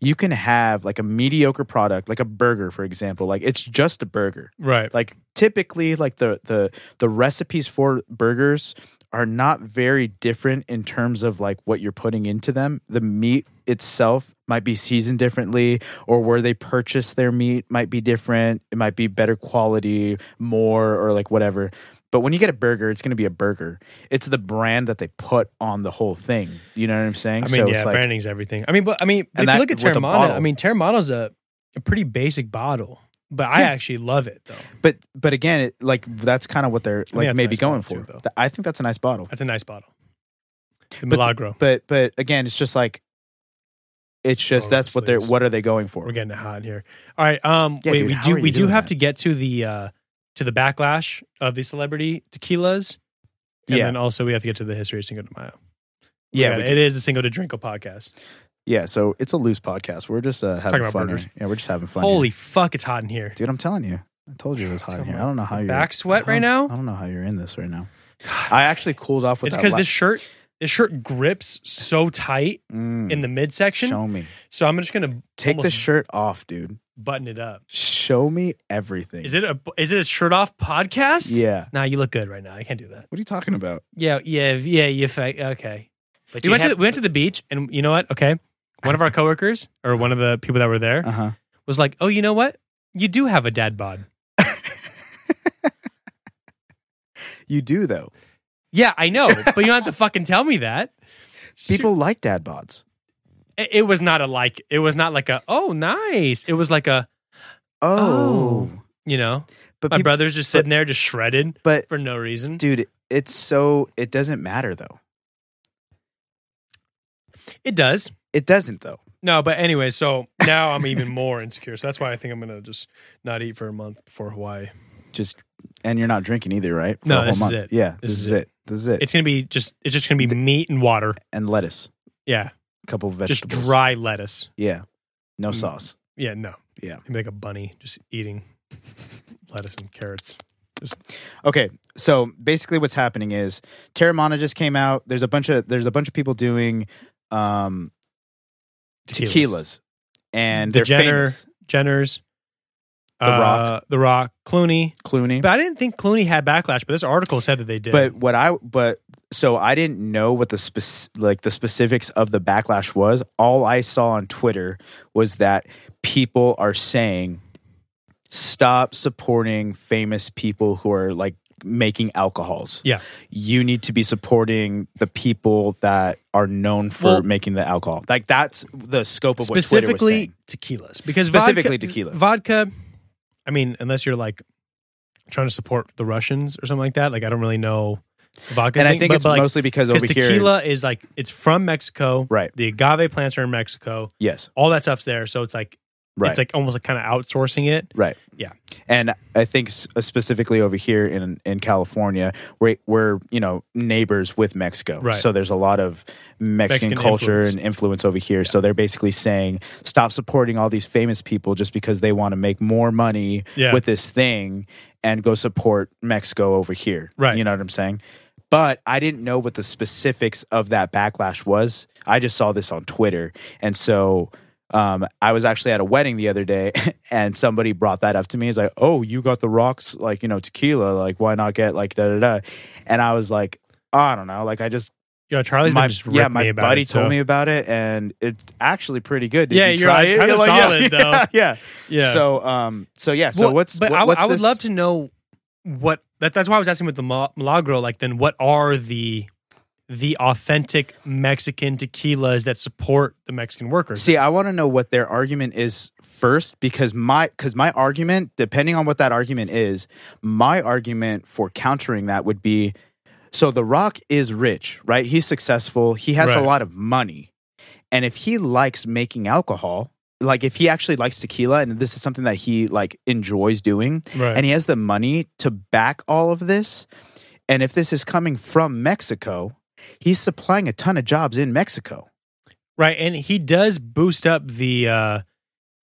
You can have like a mediocre product, like a burger, for example. Like it's just a burger. right. Like typically, like the the the recipes for burgers are not very different in terms of like what you're putting into them. The meat itself might be seasoned differently, or where they purchase their meat might be different. It might be better quality, more, or like whatever. But when you get a burger, it's going to be a burger. It's the brand that they put on the whole thing. You know what I'm saying? I mean, yeah, it's like, branding's everything. I mean, but I mean, if And that- you look at with a Terramana, bottle. I mean, Terramana's a, a pretty basic bottle, but I Yeah. actually love it though. but but again, it, like that's kind of what they're like that's a maybe nice going bottle for. too, though. Th- I think that's a nice bottle. That's a nice bottle. The But- Milagro. but but again, it's just like it's just Roll up that's the what they're sleeves. what are they going for? We're getting it hot in here. All right. Um. Yeah, wait, dude, we how do are we you do doing have that? to get to the uh to the backlash of the celebrity tequilas, and yeah, then also we have to get to the history of Cinco de Mayo. We yeah, got we it. do. it is the Cinco de Drinko podcast. yeah. So it's a loose podcast. We're just uh, having Talking about fun. burgers. Here. Yeah, we're just having fun. here. Holy fuck! It's hot in here. dude, I'm telling you, I told you it was hot in here. I don't know how you Back sweat right now. I don't know how you're in this right now. I actually cooled off with It's that because la- this shirt this shirt grips so tight Mm, in the midsection. show me. So I'm just gonna Take the almost shirt off, dude. button it up. Show me everything. Is it a is it a shirt off podcast? Yeah. Nah, you look good right now. I can't do that. What are you talking about? Yeah, yeah, yeah. You fa- okay? But We you went to have- the, we went to the beach, and you know what? Okay, one of our coworkers or one of the people that were there Uh huh. was like, "Oh, you know what? You do have a dad bod." You do though. Yeah, I (laughs) know, but you don't have to fucking tell me that. People like dad bods. It, it was not a like. It was not like a oh nice. It was like a Oh, Oh. you know but my peop- brother's just sitting there just shredded but for no reason. dude, it's so it doesn't matter though. It does. It doesn't though. No, but anyway, so now I'm even more insecure. So that's why I think I'm gonna just not eat for a month before Hawaii. Just and you're not drinking either, right? For No, a whole this is month. it. Yeah, This this, is is it. This is it. It's gonna be just. It's just gonna be meat and water. and lettuce, Yeah, a couple of just vegetables. dry lettuce. Yeah, no Mm. sauce. Yeah, no. Yeah. He'd be like a bunny just (laughs) eating lettuce and carrots. Okay, so basically, what's happening is Terramana just came out. There's a bunch of there's a bunch of people doing um, tequilas, and The they're Jenner- famous. Jenner's. Uh, The Rock. The Rock. Clooney. Clooney. But I didn't think Clooney had backlash, but this article said that they did. But what I but so I didn't know what the spec- like the specifics of the backlash was. All I saw on Twitter was that people are saying stop supporting famous people who are like making alcohols. Yeah. You need to be supporting the people that are known for Well- making the alcohol. Like that's the scope of what Twitter was specifically saying. tequilas. Because Specifically vodka, tequila. Vodka, I mean, unless you're like trying to support the Russians or something like that, like I don't really know the vodka. And I thing, think but- it's but, like, mostly because because over here tequila is like it's from Mexico. Right. The agave plants are in Mexico. Yes. All that stuff's there. So it's like Right. it's like almost like kind of outsourcing it. Right. Yeah. And I think s- uh, specifically over here in in California, we're, we're you know neighbors with Mexico, Right. so there's a lot of Mexican, Mexican culture influence. and influence over here. So they're basically saying stop supporting all these famous people just because they want to make more money Yeah. with this thing and go support Mexico over here. Right. You know what I'm saying? But I didn't know what the specifics of that backlash was. I just saw this on Twitter, and so um, I was actually at a wedding the other day, (laughs) and somebody brought that up to me. He's like, "Oh, you got the rocks, like you know, tequila. Like, why not get like da da da?" And I was like, "I don't know. Like, I just Yeah, Charlie's my, Oh, been just yeah, ripping my me about buddy it, told so- me about it, and it's actually pretty good. Did Yeah, you you're try right. It's it? (laughs) kinda You're like, yeah, solid, yeah, though. Yeah, Yeah. So, um, so yeah. So Well, what's But what- I, w- what's I would this- love to know what that, that's why I was asking with the Ma- Milagro. Like, then what are the the authentic Mexican tequilas that support the Mexican workers? See, I want to know what their argument is first because my because my argument, depending on what that argument is, my argument for countering that would be so the Rock is rich, right? He's successful, he has a Right. lot of money. And if he likes making alcohol, like if he actually likes tequila and this is something that he like enjoys doing, right. and he has the money to back all of this. And if this is coming from Mexico, he's supplying a ton of jobs in Mexico. right, and he does boost up the uh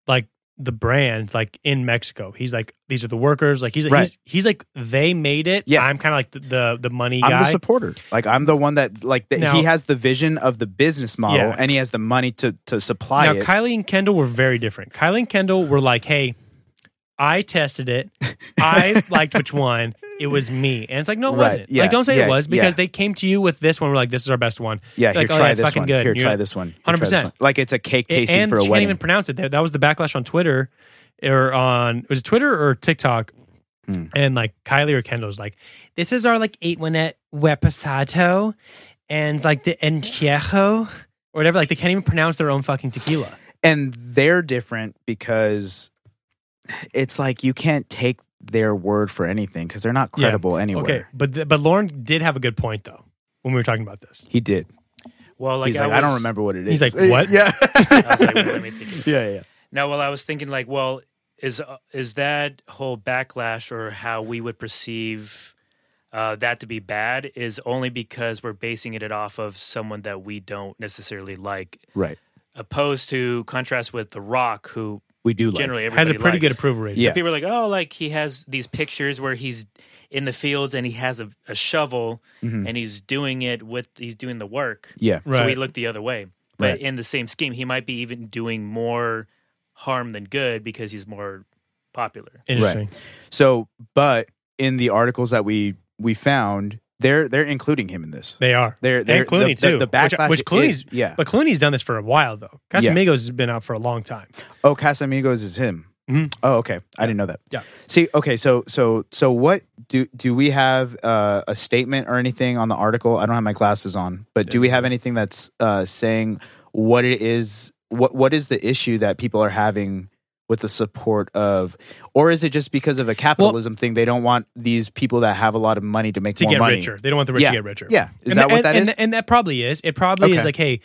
like the brand like in Mexico. He's like these are the workers. Like he's Right. he's, he's like they made it. Yeah. I'm kind of like the, the the money I'm the guy. supporter. Like I'm the one that like that Now- he has the vision of the business model Yeah. and he has the money to to supply now it. Kylie and Kendall were very different. Kylie and Kendall were like, hey. I tested it. (laughs) I liked which one. It was me. And it's like, no, it Right, wasn't. yeah, Like, don't say yeah, it was because yeah. they came to you with this one. We're like, this is our best one. yeah, here like, oh, try yeah, it's this fucking one. good. Here You- try this one. Here, try this 100%. one. Like it's a cake A- tasting and for a she can't wedding. even pronounce it. That that was the backlash on Twitter or on was it Twitter or TikTok. Hmm. And like Kylie or Kendall was like, this is our like eight one at Wepasato and like the Enchejo or whatever. Like they can't even pronounce their own fucking tequila. and they're different because it's like you can't take their word for anything because they're not Yeah. credible anywhere. Okay, but th- but Lauren did have a good point though when we were talking about this. He did. Well, like, he's I, like, was, I don't remember what it is. He's like, what? (laughs) Yeah. (laughs) I was like, wait, let (laughs) me think. (laughs) yeah, yeah. No, well, I was thinking like, well, is uh, is that whole backlash or how we would perceive uh, that to be bad is only because we're basing it off of someone that we don't necessarily like, Right. opposed to contrast with The Rock, who We do like. generally Has everybody a pretty likes. good approval rating. Yeah. People are like, oh, like he has these pictures where he's in the fields and he has a, a shovel Mhm. and he's doing it with he's doing the work. Yeah. Right. So we look the other way. But Right. in the same scheme, he might be even doing more harm than good because he's more popular. Interesting. So, but in the articles that we we found, they're they're including him in this. They are. They're they're and Clooney the, the- too. The, backlash, which, which Clooney's is- yeah. But Clooney's done this for a while though. Yeah. Casamigos has been out for a long time. Oh, Casamigos is him. Mhm. Oh, okay. I didn't know that. Yeah. See, okay. So, so, so, what do do we have uh, a statement or anything on the article? I don't have my glasses on, but do we have anything that's uh, saying what it is? What what is the issue that people are having with the support of, or is it just because of a capitalism thing? They don't want these people that have a lot of money to make To more get money. richer. They don't want the rich Yeah. to get richer. Yeah. and Is the- that and, what that is? and, and that probably is. It probably Okay. is like, hey,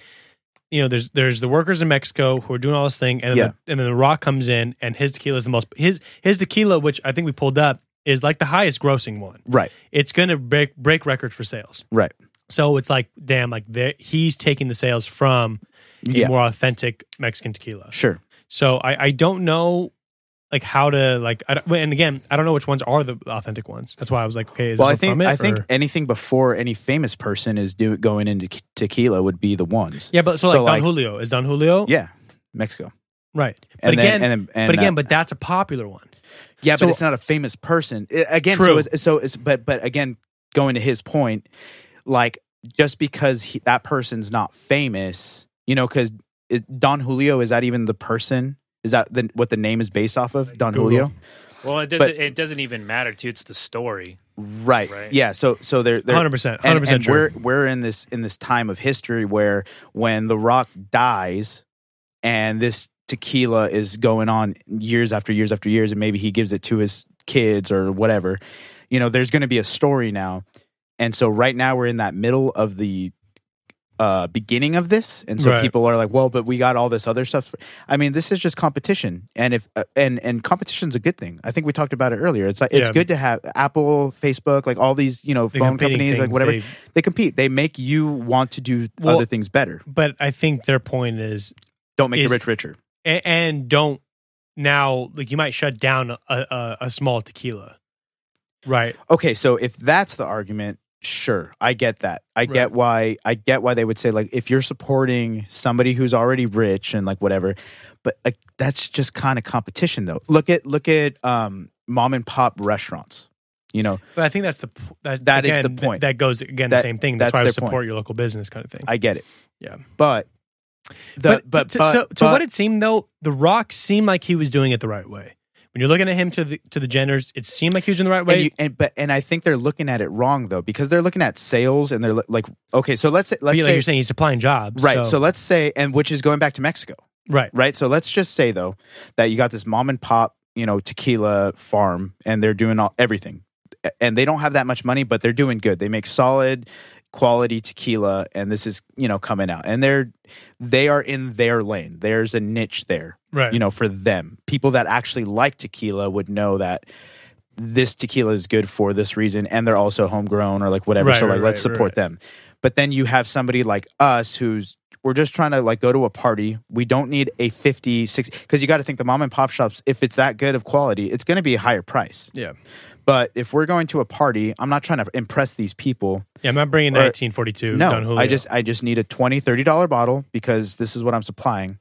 you know, there's there's the workers in Mexico who are doing all this thing, and Yeah. then the, and then the Rock comes in, and his tequila is the most his his tequila, which I think we pulled up, is like the highest grossing one. right. It's gonna break break records for sales. Right. So it's like, damn, like there- he's taking the sales from a Yeah. more authentic Mexican tequila. Sure. So I, I don't know like how to like I don't, and again I don't know which ones are the authentic ones. That's why I was like, okay, is well, I this one think from it, I think or- anything before any famous person is do, going into ke- tequila would be the ones. yeah, but so, so, like Don like- Julio is Don Julio, Yeah, Mexico. right. But And again, then, and, then- and, but again, uh, but that's a popular one. yeah, so- but it's not a famous person. I- again, so True. it's, so it's but but again, going to his point, like just because he, that person's not famous, you know, because Don Julio is that even the person? Is that the, what the name is based off of? Don Google. Julio, Well, it doesn't it doesn't even matter too. It's the story. right? Right. Yeah. So so they're they're Hundred percent, and, hundred percent and we're true. we're in this in this time of history where when the rock dies and this tequila is going on years after years after years and maybe he gives it to his kids or whatever you know there's going to be a story now and so right now we're in that middle of the uh, beginning of this and so Right. people are like well but we got all this other stuff i mean this is just competition and if uh, and and competition's a good thing i think we talked about it earlier it's like it's Yeah. good to have apple facebook like all these you know The phone competing companies like things, whatever they- they compete. They make you want to do Well- other things better. but I think their point is Don't make Is- the rich richer. and, and don't now like you might shut down a, a, a small tequila, right? Okay, so if that's the argument, sure, I get that. I get why I get why they would say like if you're supporting somebody who's already rich and like whatever, but like that's just kind of competition though. Look at look at um mom and pop restaurants. You know, But I think that's the p- that, That is again, the th- point. that goes again That- the same thing. That's, that's why I their support point. your local business kind of thing. I get it. Yeah. But the but but, to, to, to but- what it seemed though, The Rock seemed like he was doing it the right way. When you're looking at him to the to the Jenners, it seemed like he was doing the right way. and, you, and but and I think they're looking at it wrong though because they're looking at sales and they're li- like okay so let's say But let's like say you're saying, he's supplying jobs, right so. So, let's say and which is going back to Mexico right, right so let's just say though that you got this mom and pop you know tequila farm and they're doing all everything and they don't have that much money but they're doing good they make solid quality tequila and this is you know coming out and they're they are in their lane there's a niche there right. you know, for them. People that actually like tequila would know that this tequila is good for this reason and they're also homegrown or like whatever. Right, so like right, let's right, support right. them. But then you have somebody like us who's we're just trying to like go to a party. We don't need a 50, 60 because you got to think the mom and pop shops, if it's that good of quality, it's going to be a higher price. yeah, But if we're going to a party, I'm not trying to impress these people. yeah. I'm not bringing Or- 1942. No, Don Julio. I just I just need a 20 30 dollar bottle because this is what I'm supplying.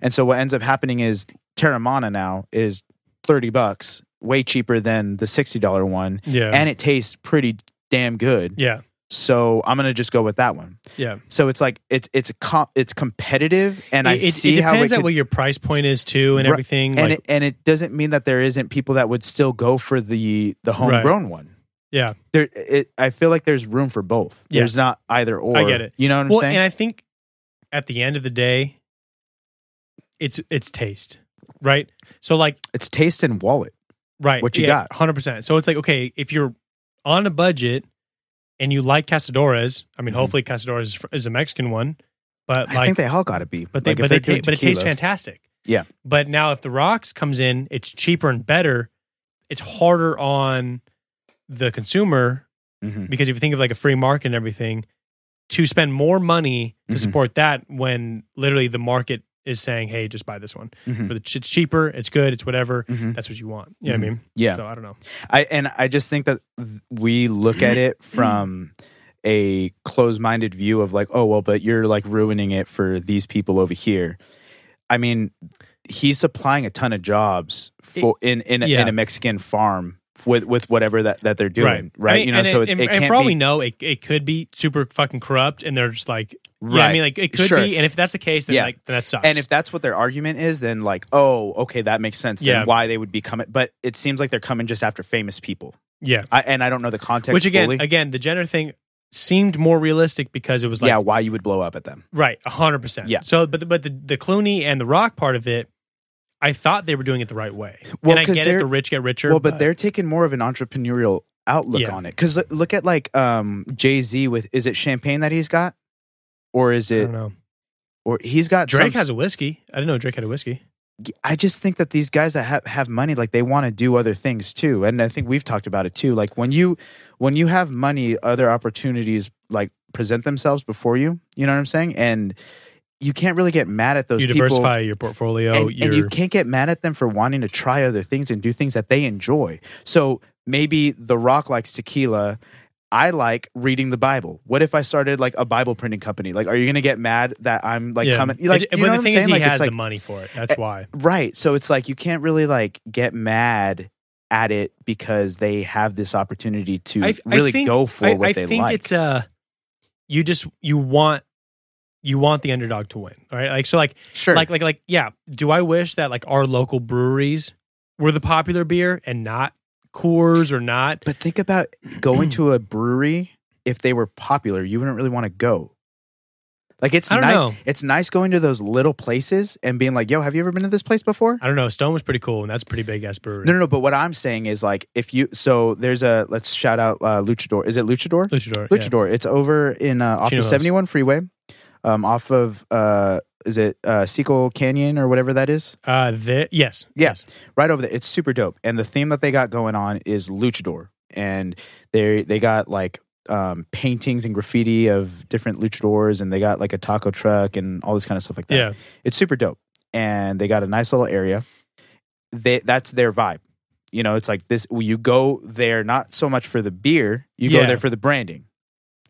And so what ends up happening is Terramana now is 30 bucks, way cheaper than the $60 one yeah, and it tastes pretty damn good. yeah, So I'm going to just go with that one. yeah. So it's like it's it's a com- it's competitive and I it, it- see it how it depends on could- what your price point is too, and Right. everything. and like, it, and it doesn't mean that there isn't people that would still go for the the homegrown one. Yeah. There it, I feel like there's room for both. Yeah. There's not either or. get it. You know what I'm well, saying? and I think at the end of the day, it's it's taste, right? So like, it's taste and wallet. right, what you got. hundred percent. So it's like, okay, if you're on a budget and you like Casadores, I mean, Mhm. hopefully Casadores is, fr- is a Mexican one, but I like, think they all got to be. but they Like, if but they they're doing ta- but it tastes tequila- fantastic. Yeah. But now if the rocks comes in, it's cheaper and better. It's harder on the consumer Mhm. because if you think of like a free market and everything to spend more money to Mhm. support that when literally the market is saying hey just buy this one Mhm. for the it's cheaper it's good it's whatever Mhm. that's what you want you know what i mean Yeah. so i don't know I and I just think that th- we look at it Mm-hmm. from a closed-minded view of like, oh well, but you're like ruining it for these people over here. I mean, he's supplying a ton of jobs for in in, a yeah. in a Mexican farm with with whatever that that they're doing, right? I mean, you know, and so it, and, it and can't for all we be know it, it could be super fucking corrupt and they're just like yeah Right. i mean like it could Sure. be and if that's the case then Yeah. like that sucks And if that's what their argument is, then like, oh, okay, that makes sense. Yeah. Then why they would be coming? But it seems like they're coming just after famous people. yeah I, and I don't know the context. which again fully. again the gender thing seemed more realistic because it was like yeah, why you would blow up at them? Right, a hundred percent. Yeah. So, but the, but the the Clooney and the Rock part of it, I thought they were doing it the right way. Well, and I 'cause get it, they're- the rich get richer. well, but, they're taking more of an entrepreneurial outlook Yeah. on it because look at like um, Jay Z with is it champagne that he's got, or is I it don't know. or he's got Drake some- has a whiskey. I didn't know Drake had a whiskey. I just think that these guys that have, have money, like they want to do other things too, and I think we've talked about it too. Like when you when you have money, other opportunities like present themselves before you. You know what I'm saying? And you can't really get mad at those you people. diversify your portfolio. and, your, and you can't get mad at them for wanting to try other things and do things that they enjoy. So maybe The Rock likes tequila. I like reading the Bible. What if I started like a Bible printing company? Like, are you going to get mad that I'm like yeah. coming? And- Like, you but know the what thing I'm is, saying? he like, has it's like eh, the money for it. That's why. right. So it's like you can't really like get mad at it because they have this opportunity to I really I think, go for I, what I they think like. it's uh you just you want you want the underdog to win, right? Like so, like sure. Like, like, like, yeah. Do I wish that like our local breweries were the popular beer and not Coors or not? but think about (clears throat) going to a brewery. If they were popular, you wouldn't really want to go. Like it's I don't nice. know. It's nice going to those little places and being like, "Yo, have you ever been to this place before?" I don't know. Stone was pretty cool, and that's a pretty big ass brewery. No, no, no. But what I'm saying is like, if you so there's a let's shout out uh, Luchador. Is it Luchador? Luchador. yeah. Luchador. It's over in uh, off Chino the Hills. 71 freeway, um, off of uh, is it uh, Sequel Canyon or whatever that is? Uh, the, yes. Yeah. Right over there. It's super dope. And the theme that they got going on is Luchador, and they they got like um, paintings and graffiti of different luchadors, and they got like a taco truck and all this kind of stuff like that. Yeah. It's super dope, and they got a nice little area. They that's their vibe. You know, it's like this. You go there not so much for the beer. You Yeah. go there for the branding.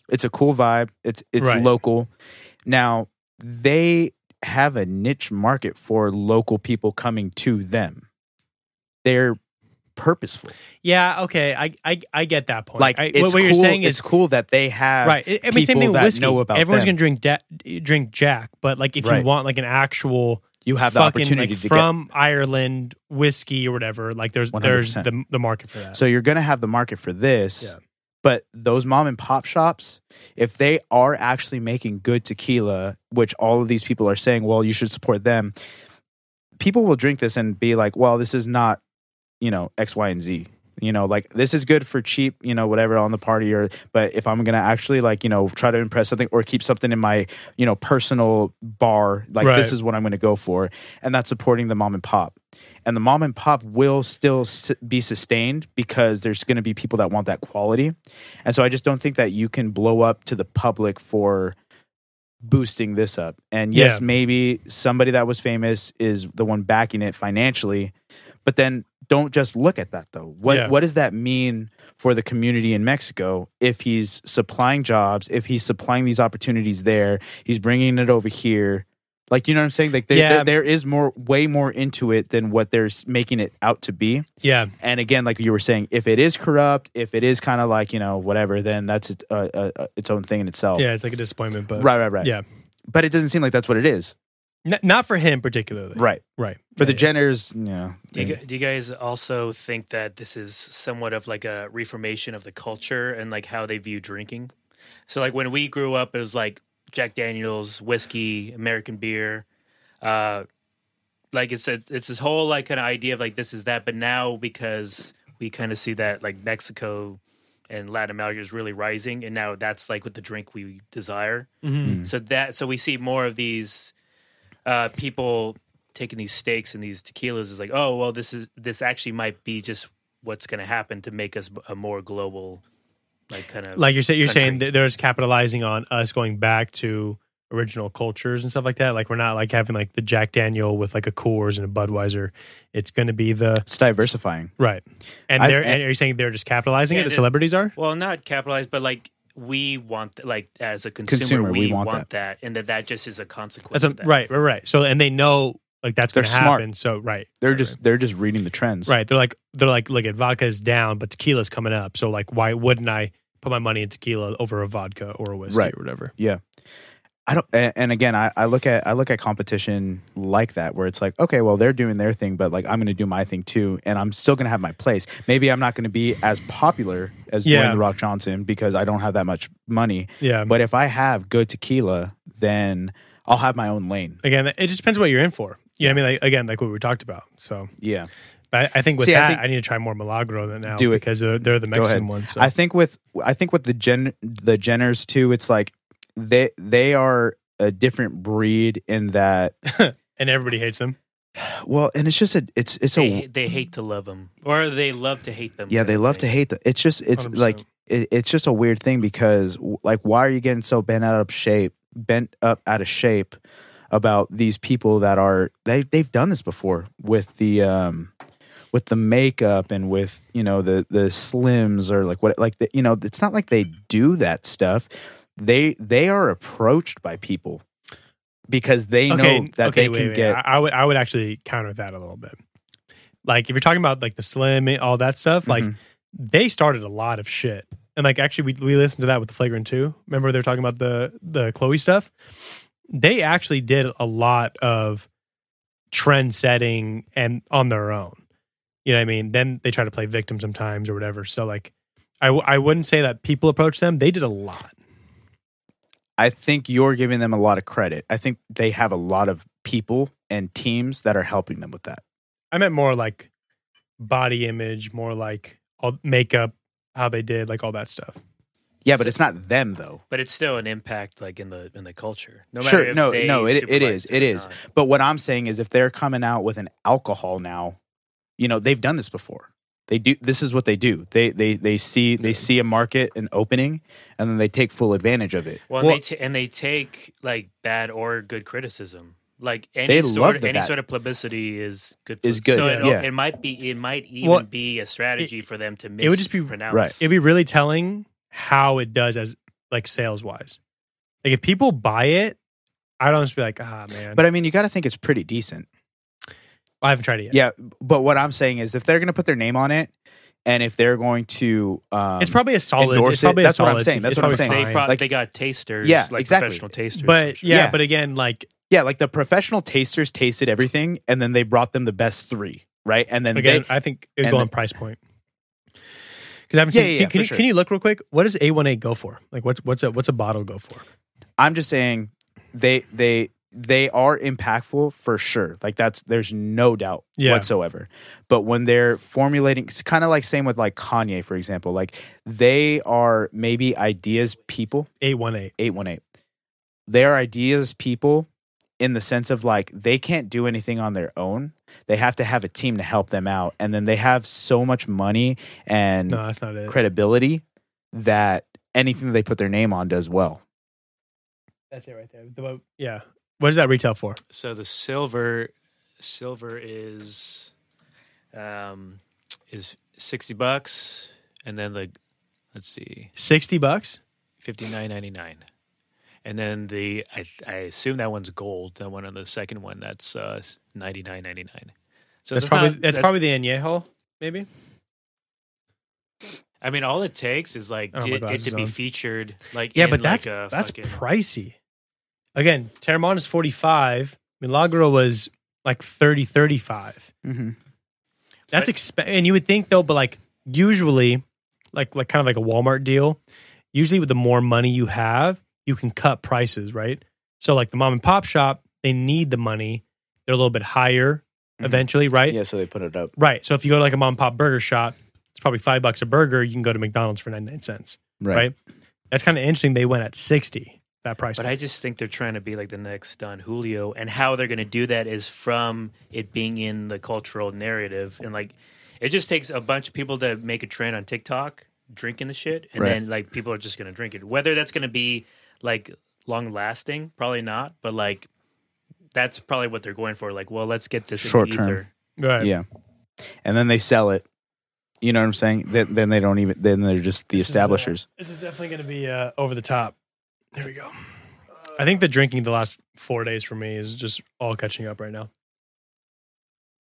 It's a cool vibe. It's it's Right. local. Now they have a niche market for local people coming to them. They're purposeful. Yeah. Okay. I I, I get that point. Like I, it's what, what cool, you're saying it's is cool that they have right. I I mean, same thing people with that whiskey. know about Everyone's them. gonna drink da- drink Jack, but like if Right. you want like an actual you have the fucking opportunity like to get from Ireland whiskey or whatever, like there's there's 100%. the the market for that. So you're going to have the market for this. Yeah. But those mom and pop shops, if they are actually making good tequila, which all of these people are saying, well, you should support them, people will drink this and be like, well, this is not, you know, X, Y, and Z. You know, like this is good for cheap, you know, whatever on the party or, but if I'm going to actually like, you know, try to impress something or keep something in my, you know, personal bar, like this Right. is what I'm going to go for. And that's supporting the mom and pop and the mom and pop will still s- be sustained because there's going to be people that want that quality and so i just don't think that you can blow up to the public for boosting this up and yes Yeah. maybe somebody that was famous is the one backing it financially but then don't just look at that though what Yeah. what does that mean for the community in mexico if he's supplying jobs if he's supplying these opportunities there he's bringing it over here like you know what I'm saying? Like there, Yeah. there, there is more, way more into it than what they're s- making it out to be. yeah. And again, like you were saying, if it is corrupt, if it is kind of like you know whatever, then that's it- uh, uh, uh, its own thing in itself. Yeah. It's like a disappointment, but Right, right, right. Yeah. But it doesn't seem like that's what it is. N- not for him particularly. Right. Right. For the Yeah, Jenners, you know, Do you, gu- do you guys also think that this is somewhat of like a reformation of the culture and like how they view drinking? So like when we grew up, it was like Jack Daniels, whiskey, American beer. Uh, like it's a, it's this whole like kind of idea of like this is that, but now because we kind of see that like Mexico and Latin America is really rising, and now that's like what the drink we desire. yeah. Mm. Mhm. So that so we see more of these uh, people taking these steaks and these tequilas is like, oh well, this is this actually might be just what's going to happen to make us a more global, like kind of Like you're saying, you're saying Country. that there's capitalizing on us going back to original cultures and stuff like that. Like we're not like having like the Jack Daniel with like a Coors and a Budweiser. It's going to be the it's diversifying. right. And I- they're I- and are you saying they're just capitalizing Yeah, it? The it- celebrities are. well, not capitalized, but like we want like as a consumer, Consumer, we, want, that. and that that just is a consequence. That's a, of that. right, right, right. So and they know like that's going to They're smart. happen. So right, They're right, just they're just reading the trends. right. right. They're like they're like look at vodka's down, but tequila's coming up. So like why wouldn't I put my money in tequila over a vodka or a whiskey Right. or whatever? I don't. a- And again, I, I look at I look at competition like that, where it's like, okay, well, they're doing their thing, but like I'm going to do my thing too, and I'm still going to have my place. Maybe I'm not going to be as popular as Yeah. Dwayne the Rock Johnson because I don't have that much money. Yeah. But if I have good tequila, then I'll have my own lane. again, it just depends what you're in for. You know what I mean? Like again, like what we talked about. So Yeah. but I, I think with See, I that, I, think- need to try more Milagro than now Do it. because they're, they're the ahead. Mexican ones. So. I think with I think with the Jen the Jenners too, it's like they they are a different breed in that. and everybody hates them. Well, and it's just a it's it's They, a ha- they hate to love them, or they love to hate them. Yeah, kind they of love to thing. hate them. It's just it's 100%. like it, it's just a weird thing because w- like why are you getting so bent out of shape, bent up out of shape about these people that are they they've done this before with the um with the makeup and with you know the the slims or like what like the, you know it's not like they do that stuff. They they are approached by people because they know that they wait, can wait. get I, I would I would actually counter that a little bit. Like if you're talking about like the slim, eh, all that stuff, like Mhm. they started a lot of shit. And like actually we we listened to that with the flagrant too. Remember they were talking about the the Chloe stuff? They actually did a lot of trend setting and on their own. You know what I mean? Then they try to play victim sometimes or whatever. So like I w- I wouldn't say that people approach them. They did a lot. I think you're giving them a lot of credit. I think they have a lot of people and teams that are helping them with that. I meant more like body image, more like all makeup, how they did, like all that stuff. Yeah, but it's not them though. but it's still an impact, like in the in the culture. No Sure, matter if no, they no, it- it supervised is, it or is. not. But what I'm saying is if they're coming out with an alcohol now, you know, they've done this before. They do this is what they do. They they they see they see a market an opening and then they take full advantage of it. Well, and Well- they t- and they take like bad or good criticism. Like any They sort, love that any that- sort of publicity is good. Is publi- good, So it, yeah. it might be. It might even Well, be a strategy for them to. it would just be- pronounce. Right. It'd be really telling how it does as like sales wise. Like if people buy it, I'd almost be like, ah man. But I mean, you got to think it's pretty decent. I haven't tried it yet. Yeah, but what I'm saying is, if they're going to put their name on it, and if they're going to, um, it's probably a solid. endorse It's probably it. a That's what I'm solid saying. team. That's It's what I'm probably saying. They fine. probably Like- they got tasters, Yeah, like exactly. professional tasters. but sure. yeah, Yeah. but again, like yeah, like the professional tasters tasted everything, and then they brought them the best three, right? And then again, they, I think it would and go the- on price point. Because I haven't Yeah, seen. yeah, can, yeah, can for you, sure. can you look real quick? What does A one A go for? Like what's what's a what's a bottle go for? I'm just saying, they they they are impactful for sure. Like that's there's no doubt Yeah. whatsoever. But when they're formulating, it's kind of like same with like Kanye, for example. Like they are maybe ideas people. A one A. 818. They are ideas people in the sense of like they can't do anything on their own. They have to have a team to help them out. And then they have so much money and No, that's not it. credibility that anything that they put their name on does well. That's it right there. The one- yeah. What does that retail for? So the silver, silver is, um, is sixty bucks, and then the, let's see, Sixty bucks. fifty nine ninety nine, and then the I I assume that one's gold. That one on the second one that's uh ninety nine ninety nine. So That's there's probably not- that's, probably the añejo. Maybe I mean, all it takes is like Oh, my it, it glasses to be on. featured. Like yeah, in, but like, that's a that's fucking- pricey. Again, Terramon is forty five. Milagro was like 30, 35. Mm-hmm. That's Right. exp- and you would think though, but like usually, like like kind of like a Walmart deal. Usually, with the more money you have, you can cut prices, right? So like the mom and pop shop, they need the money. They're a little bit higher Mm-hmm. Mhm. eventually, right? Yeah, so they put it up. Right. So if you go to like a mom and pop burger shop, it's probably five bucks a burger. You can go to McDonald's for ninety nine cents. Right. Right. That's kind of interesting. They went at sixty that price. But I just think they're trying to be like the next Don Julio, and how they're going to do that is from it being in the cultural narrative, and like it just takes a bunch of people to make a trend on TikTok drinking the shit, and Right. then like people are just going to drink it. Whether that's going to be like long lasting, probably not, but like that's probably what they're going for. Like, well, let's get this in the Short term. ether. right. Yeah. And then they sell it. You know what I'm saying? Then, then they don't even, then they're just the This is, uh, establishers. This is definitely going to be uh, over the top. There we go. I think the drinking the last four days for me is just all catching up right now.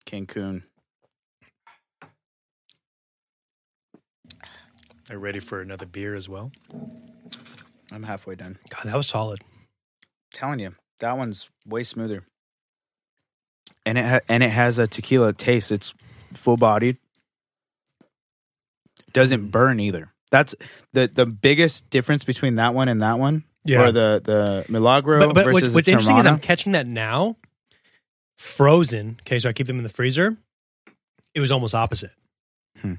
Cancun. They're ready for another beer as well. I'm halfway done. God, that was solid. telling you, that one's way smoother. And it ha- and it has a tequila taste. It's full bodied. Doesn't burn either. That's the the biggest difference between that one and that one. Yeah. Or the the Milagro but but what- versus what's, the interesting is I'm Teremana. catching that now. Frozen. Okay, so I keep them in the freezer. It was almost opposite. Hmm.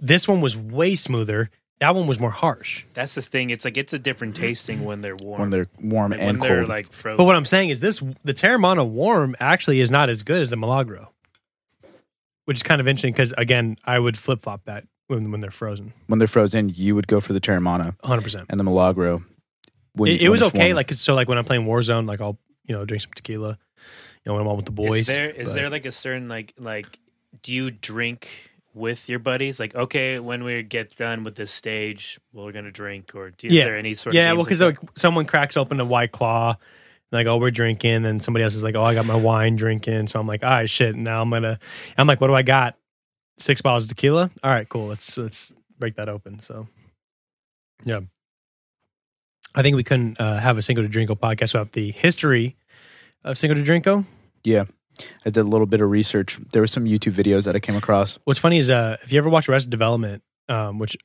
This one was way smoother. That one was more harsh. That's the thing. It's like it's a different tasting when they're warm. when they're warm Like, and when they're cold. like frozen. But what I'm saying is this: the Terramana warm actually is not as good as the Milagro, which is kind of interesting because again, I would flip flop that when when they're frozen, when they're frozen, you would go for the Terramana 100. percent and the Milagro. when- It, it when was it's okay, warm. like 'cause- so, like when I'm playing Warzone, like I'll you know drink some tequila, you know when I'm out with the boys. Is there is but- there like a certain like like do you drink with your buddies? Like okay, when we get done with this stage, we're gonna drink, or do, Yeah. is there any sort? yeah, of well, games because like like someone cracks open a white claw, and like oh we're drinking, and somebody else is like oh I got my wine drinking, so I'm like all right shit, now I'm gonna I'm like what do I got? Six bottles of tequila. All right, cool. Let's let's break that open. So yeah, I think we couldn't uh, have a Cinco de Drinko podcast without the history of Cinco de Drinko. I did a little bit of research. There were some YouTube videos that I came across. What's funny is uh, if you ever watch Arrested Development, um, which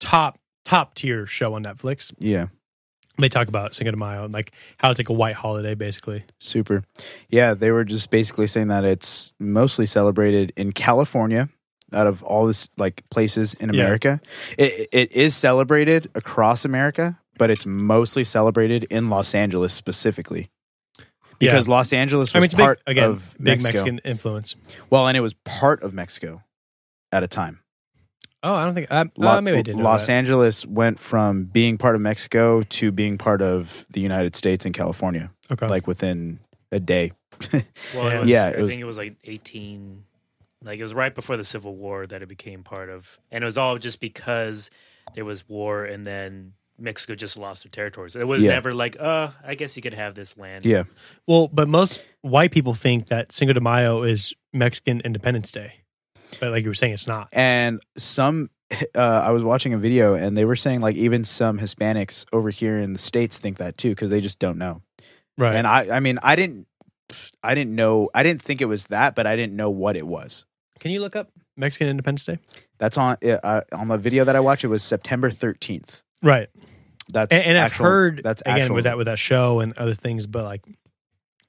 top top tier show on Netflix, Yeah. they talk about Cinco de Mayo and like how it's like a white holiday basically. Super. Yeah, they were just basically saying that it's mostly celebrated in California out of all this like places in Yeah. America. It it is celebrated across America, but it's mostly celebrated in Los Angeles specifically. Yeah. Because Los Angeles was I mean, it's big, part again, of big Mexico. Mexican influence. Well, and it was part of Mexico at a time. Oh, I don't think I, Lo- uh, maybe I did. know Los that. Angeles went from being part of Mexico to being part of the United States and California Okay. like within a day. (laughs) that? Well, it Yeah. was, Yeah, I it was- think it was like eighteen. Like it was right before the Civil War that it became part of, and it was all just because there was war, and then Mexico just lost their territories. It was Yeah. never like, uh, I guess you could have this land. Yeah. Well, but most white people think that Cinco de Mayo is Mexican Independence Day, but like you were saying, it's not. and some (laughs) uh, i was watching a video and they were saying like even some hispanics over here in the states think that too because they just don't know Right. and i i mean i didn't i didn't know i didn't think it was that but i didn't know what it was Can you look up Mexican Independence Day? that's on uh, uh, on the video that i watched it was september 13th Right. that's And, and actual- I've heard that's again actual, with that with that show and other things, but like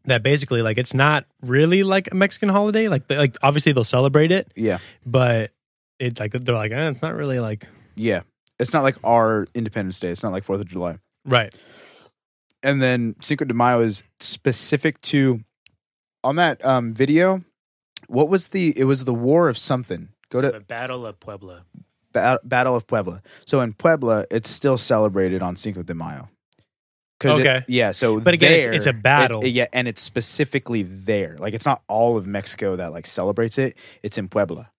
that basically like it's not really like a Mexican holiday. Like they, like obviously they'll celebrate it, yeah but it like they're like eh, it's not really like yeah it's not like our independence day it's not like fourth of july right. and then Cinco de Mayo is specific to on that um, video. What was the? It was the War of something. Go It's to the Battle of Puebla. ba- Battle of Puebla. So in Puebla, it's still celebrated on Cinco de Mayo. 'Cause it- Okay. yeah. So, But again, it's- there- it's a battle. it- yeah, and it's specifically there. Like it's not all of Mexico that like celebrates it. It's in Puebla.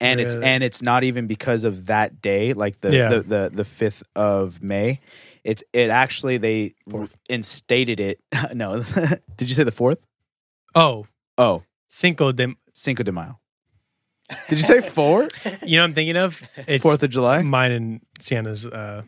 And it's Really? and it's not even because of that day, like the Yeah. the, the the fifth of May. It's it actually they instated it. (laughs) No, did you say the fourth? Oh, Oh, Cinco de Cinco de Mayo. Did you say four? you know what I'm thinking (laughs) of? It's Fourth of July mine and Sienna's uh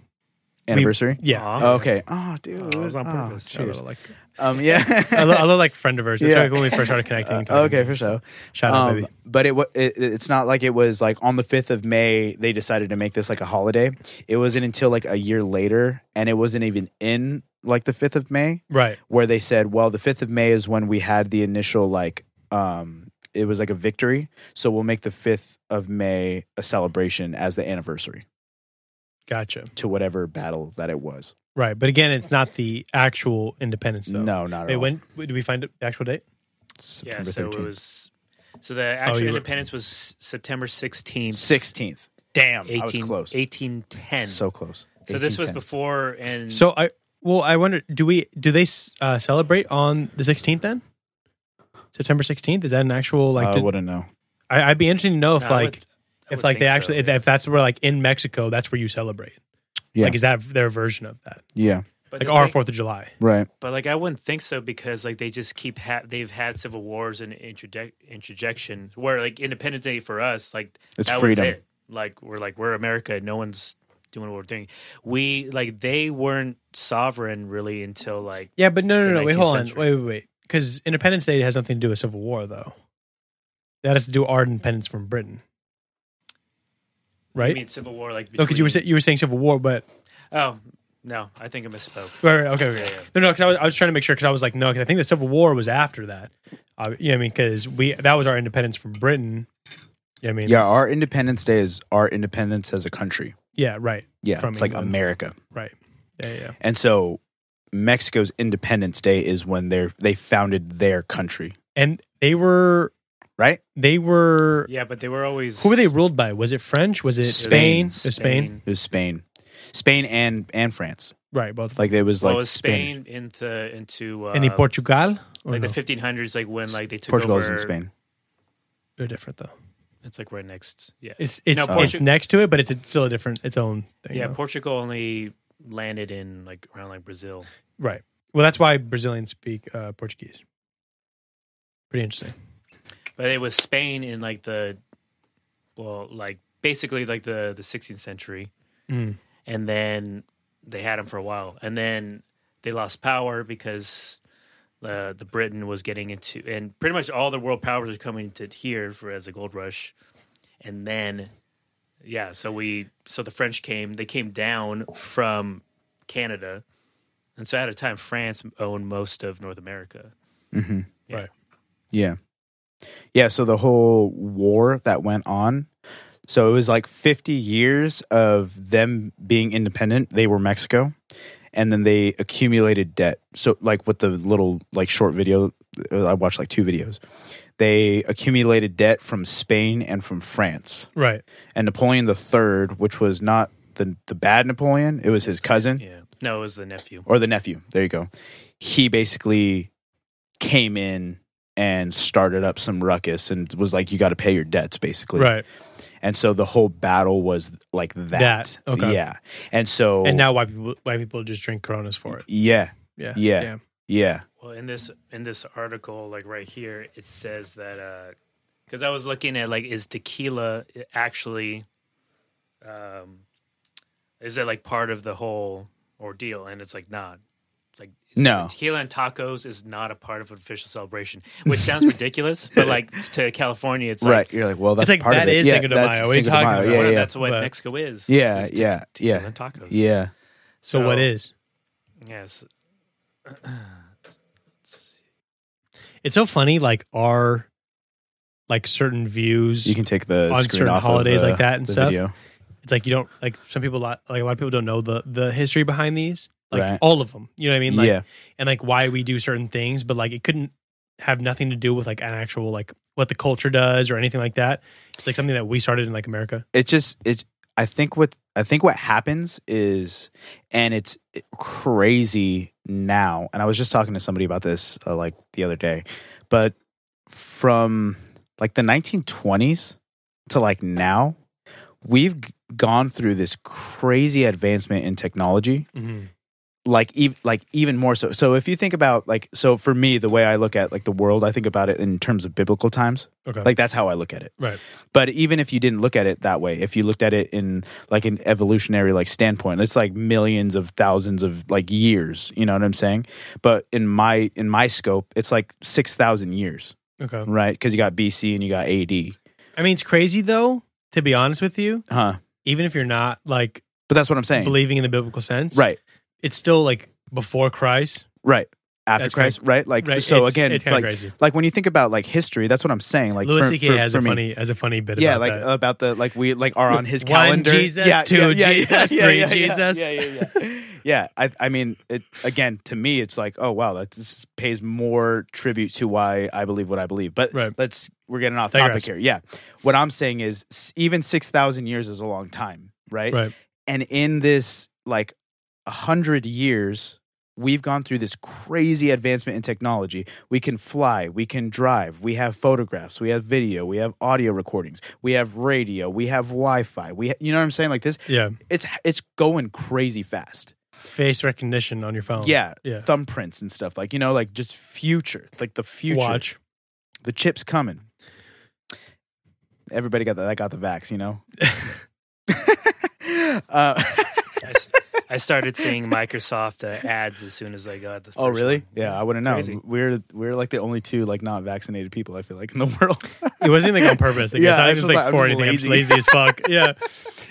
anniversary. yeah. Aw. Oh, okay. Oh, dude. Oh, it was on Oh, purpose. A cheers. little, (laughs) like, Um, (laughs) yeah. a little, a little like friend of ours. It's Yeah. like when we first started connecting. (laughs) and Uh, talking. okay, for sure. Shout out, Um, baby. But it, wa- it it's not like it was like on the fifth of May they decided to make this like a holiday. It wasn't until like a year later, and it wasn't even in like the fifth of May Right. where they said, "Well, the fifth of May is when we had the initial like um it was like a victory, so we'll make the fifth of May a celebration as the anniversary Gotcha. to whatever battle that it was." Right. But again, it's not the actual independence, though. no, not Wait, at all. when did we find the actual date? Yeah, September so it 13th. was. So the actual Oh, you were- independence was S- September 16th, 16th. Damn, I was 18, close. 1810. So, So close. this was 1810. before Mm. and So I, well, I wonder, do we, do they uh, celebrate on the 16th then? September 16th? Is that an actual, like, I did- wouldn't know. I, I'd be interested to know if, No, like, I would- I if would like they think so, actually if, yeah. if that's where like in Mexico that's where you celebrate Yeah. like is that their version of that Yeah, But like the our thing- Fourth of July right. But like I wouldn't think so because like they just keep ha- they've had civil wars and interject interjection where like Independence Day for us like It's that was freedom. it. Like we're like we're America. No one's doing what we're doing. We like they weren't sovereign really until like yeah but no no The no, wait 19th hold on century. wait wait wait because Independence Day has nothing to do with Civil War though that has to do with our independence from Britain I right mean civil war like no because you were say, between- you were saying Civil War but oh no I think I misspoke. right, right, okay, Yeah, okay. yeah. no no because I was, I was trying to make sure because I was like no because I think the Civil War was after that uh, you know what I mean because we that was our independence from Britain you know what I mean Yeah, our Independence Day is our independence as a country. yeah right Yeah, From it's like England. America, right yeah yeah, yeah and so Mexico's Independence Day is when they are they founded their country, and they were right? They were. Yeah, but they were always Who were they ruled by? Was it French? Was it Spain? Spain. It was Spain. It was Spain, Spain and and France. Right. Both. Like it was Well, like it was Spain into into uh, Any Portugal? Or like no? the 1500s like when like they took Portugal's over in Spain. They're different though. It's like right next. Yeah. It's it's, No, it's Portu- next to it, but it's, it's still a different its own thing. Yeah, though. Portugal only landed in like around like Brazil. right. Well, that's why Brazilians speak uh, Portuguese. Pretty interesting. But it was Spain in like the well, like basically like the the 16th century Mm. and then they had them for a while and then they lost power because uh, the Britain was getting into and pretty much all the world powers are coming to here for as a gold rush and then yeah, so we so the French came, they came down from Canada. And so at a time France owned most of North America. hmm Yeah. Right. Yeah. Yeah. So the whole war that went on. So it was like 50 years of them being independent. They were Mexico. And then they accumulated debt. So, like with the little, like short video, uh, I watched like two videos. They accumulated debt from Spain and from France. Right. And Napoleon III, which was not the, the bad Napoleon, it was his cousin Yeah. No, it was the nephew. or the nephew. There you go. He basically came in and started up some ruckus and was like, "You got to pay your debts," basically. right. And so the whole battle was like that. That, okay. Yeah. And so And now white people white people just drink Coronas for it. yeah, Yeah. Yeah. Damn. yeah, Well, in this in this article, like right here, it says that because I was looking at like is tequila actually, um, is it like part of the whole ordeal? And it's like not. It's Like it's- No. tequila and tacos is not a part of an official celebration, which (laughs) sounds ridiculous, but like to California, it's like right. You're like, well, that's like, part that of it. is yeah, Cinco de that's Mayo. What are you Cinco de talking Mayo. about? well, Yeah, yeah, that's what But- Mexico is. yeah, is te- yeah, tequila yeah, and tacos. yeah. So, what is? Yes. (clears throat) It's so funny. Like our like certain views. You can take the On screen certain off of holidays the- like that and the stuff. video. it's like you don't like some people lot- like a lot of people don't know the the history behind these. Like Right. all of them. You know what I mean? Like yeah, and like why we do certain things, but like it couldn't have nothing to do with like an actual like what the culture does or anything like that. It's like something that we started in like America. it's just it i think what i think what happens is and it's crazy now and i was just talking to somebody about this uh, like the other day but from like the 1920s to like now we've g- gone through this crazy advancement in technology Mm-hmm. like ev- like even more so so if you think about like so for me the way i look at like the world i think about it in terms of biblical times Okay. like that's how i look at it right. but even if you didn't look at it that way if you looked at it in like an evolutionary like standpoint it's like millions of thousands of like years you know what i'm saying but in my in my scope it's like 6000 years Okay. right because you got bc and you got ad I mean, it's crazy though. To be honest with you, huh even if you're not like but that's what i'm saying believing in the biblical sense, right It's still like before Christ. right after That's christ right like Right. so It's- again it's it's kinda like crazy. like when you think about like history that's what i'm saying like Louis for- C.K. for- has for a me. funny has a funny bit. yeah, about like that. about the like we like are on his One calendar. Jesus, two Jesus, three Jesus. Yeah, yeah, yeah. (laughs) yeah, I I mean, it, again, to me, it's like, oh wow, that this pays more tribute to why I believe what I believe. But Right. let's we're getting off Digress. topic here. Yeah, what I'm saying is, s- even six thousand years is a long time, right? right. And in this like a hundred years. We've gone through this crazy advancement in technology. We can fly, we can drive, we have photographs, we have video, we have audio recordings, we have radio, we have Wi-Fi. We, ha- you know what I'm saying? Like this, Yeah. it's it's going crazy fast. Face recognition on your phone. Yeah, Oh, Yeah. thumbprints and stuff like you know, like just future, like the future. Watch. The chips coming. Everybody got the, that got the vax, (laughs) you know. uh, I, s- I started seeing Microsoft uh, ads as soon as I got the. oh, first really? one. Yeah, I wouldn't know. Crazy. We're we're like the only two like not vaccinated people. I feel like in the (laughs) world. It wasn't like on purpose. I Yeah, guess I I was was just like, like, I'm for just anything. I'm just lazy. lazy as fuck. (laughs) Yeah.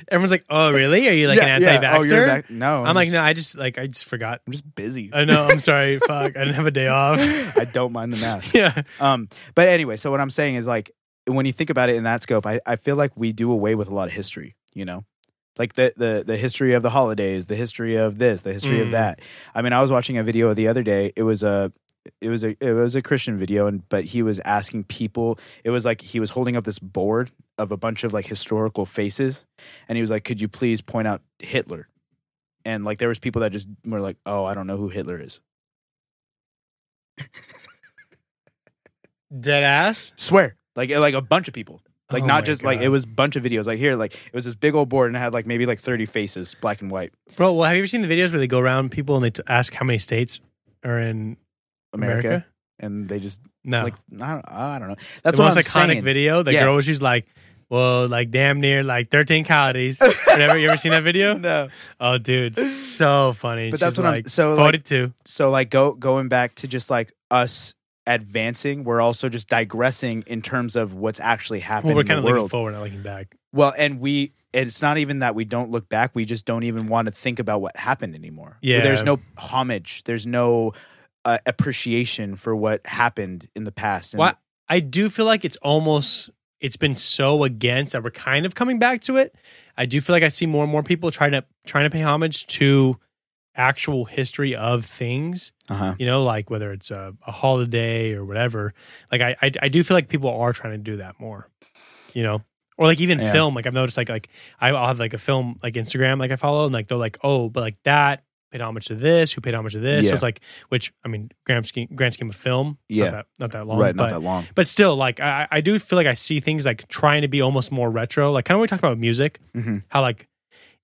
Everyone's like, "Oh, really? Are you like Yeah, an yeah. anti-vaxxer?" Oh, you're vac- no, I'm like, just- "No, I just like I just forgot." I'm (laughs) just busy. I know. I'm (laughs) sorry. fuck. I didn't have a day off. (laughs) I don't mind the mask. yeah. Um, but anyway, so what I'm saying is like when you think about it in that scope, I, I feel like we do away with a lot of history, you know? Like the the the history of the holidays, the history of this, the history of Mm. that. I mean, I was watching a video the other day. It was a it was a it was a Christian video and but he was asking people it was like he was holding up this board of a bunch of like historical faces and he was like, Could you please point out Hitler? And like there was people that just were like, Oh, I don't know who Hitler is. Dead ass. Swear. Like uh, like a bunch of people. Like Oh not my just like God. it was a bunch of videos. Like here, like it was this big old board and it had like maybe like thirty faces, black and white. Bro, well, have you ever seen the videos where they go around people and they t- ask how many states are in America, America? and they just No. like I don't, I don't know. That's the what most I'm iconic saying. video. The Yeah. girl was she's like, "Well, like damn near like 13 calories." (laughs) Whatever. You ever seen that video? No, Oh, dude, so funny. But that's She's what I'm- like, so, like- 42. so like go going back to just like us advancing, we're also just digressing in terms of what's actually happening well, we're in kind the of looking world. forward, not looking back. well, and we it's not even that we don't look back; we just don't even want to think about what happened anymore. Yeah. there's no homage. There's no. Uh, appreciation for what happened in the past. And Well, I do feel like it's almost it's been so against that we're kind of coming back to it. I do feel like I see more and more people trying to trying to pay homage to actual history of things. Uh-huh. You know, like whether it's a, a holiday or whatever. Like I, I I do feel like people are trying to do that more. You know. Or like even Yeah. film, like I've noticed, like like I- I'll have like a film like Instagram like I follow, and like they're like, oh, but like that paid homage to this, who paid homage to this. So Yeah. it's like, which I mean, grand scheme, grand scheme of film, it's Yeah. not that, not that long, right, but not that long. but still, like I, I do feel like I see things like trying to be almost more retro, like kind of what we talked about with music, Mhm. how like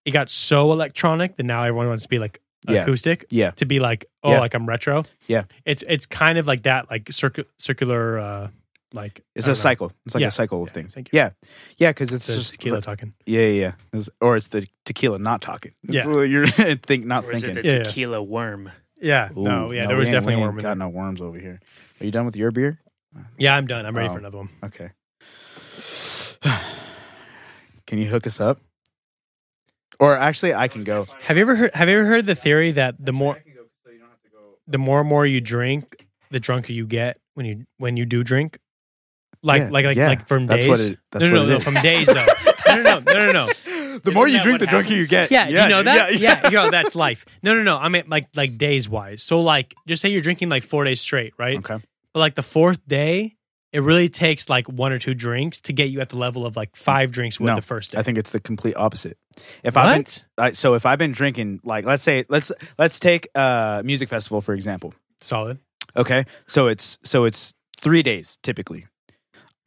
it got so electronic that now everyone wants to be like Yeah. acoustic, Yeah. to be like oh Yeah. like I'm retro, Yeah. It's it's kind of like that, like circu- circular, uh like It's I don't a know. cycle. It's like Yeah. a cycle of Yeah, things. thank you. Yeah, yeah, because it's It's a just tequila talking. Yeah, yeah, yeah. It was- or it's the tequila not talking. It's Yeah. what you're (laughs) think not Or is thinking. it the Yeah, yeah. tequila worm? Yeah, Ooh, no, yeah, there was we ain't- we definitely a ain't worm in Got there. no worms over here. Are you done with your beer? Yeah, I'm done. I'm ready Oh. for another one. Okay. (sighs) can you hook us up? Or actually, I can go. Have you ever heard? Have you ever heard the theory that the more the more and more you drink, the drunker you get when you when you do drink, like Yeah, like like yeah, like from that's days. what it- that's no, no, what no, it no, is. (laughs) from days though. No, no, no, no, no, no. The more you that drink, what the drunker you get. happens? Yeah, do you know that? yeah, Yeah, yo, that's life. No, no, no. I mean, like like days wise. So like, just say you're drinking like four days straight, right? Okay. But like the fourth day. It really takes like one or two drinks to get you at the level of like five drinks with No, the first day. I think it's the complete opposite. If what? I've been I, so if I've been drinking, like let's say let's let's take uh music festival for example. Solid. Okay, so it's so it's three days typically.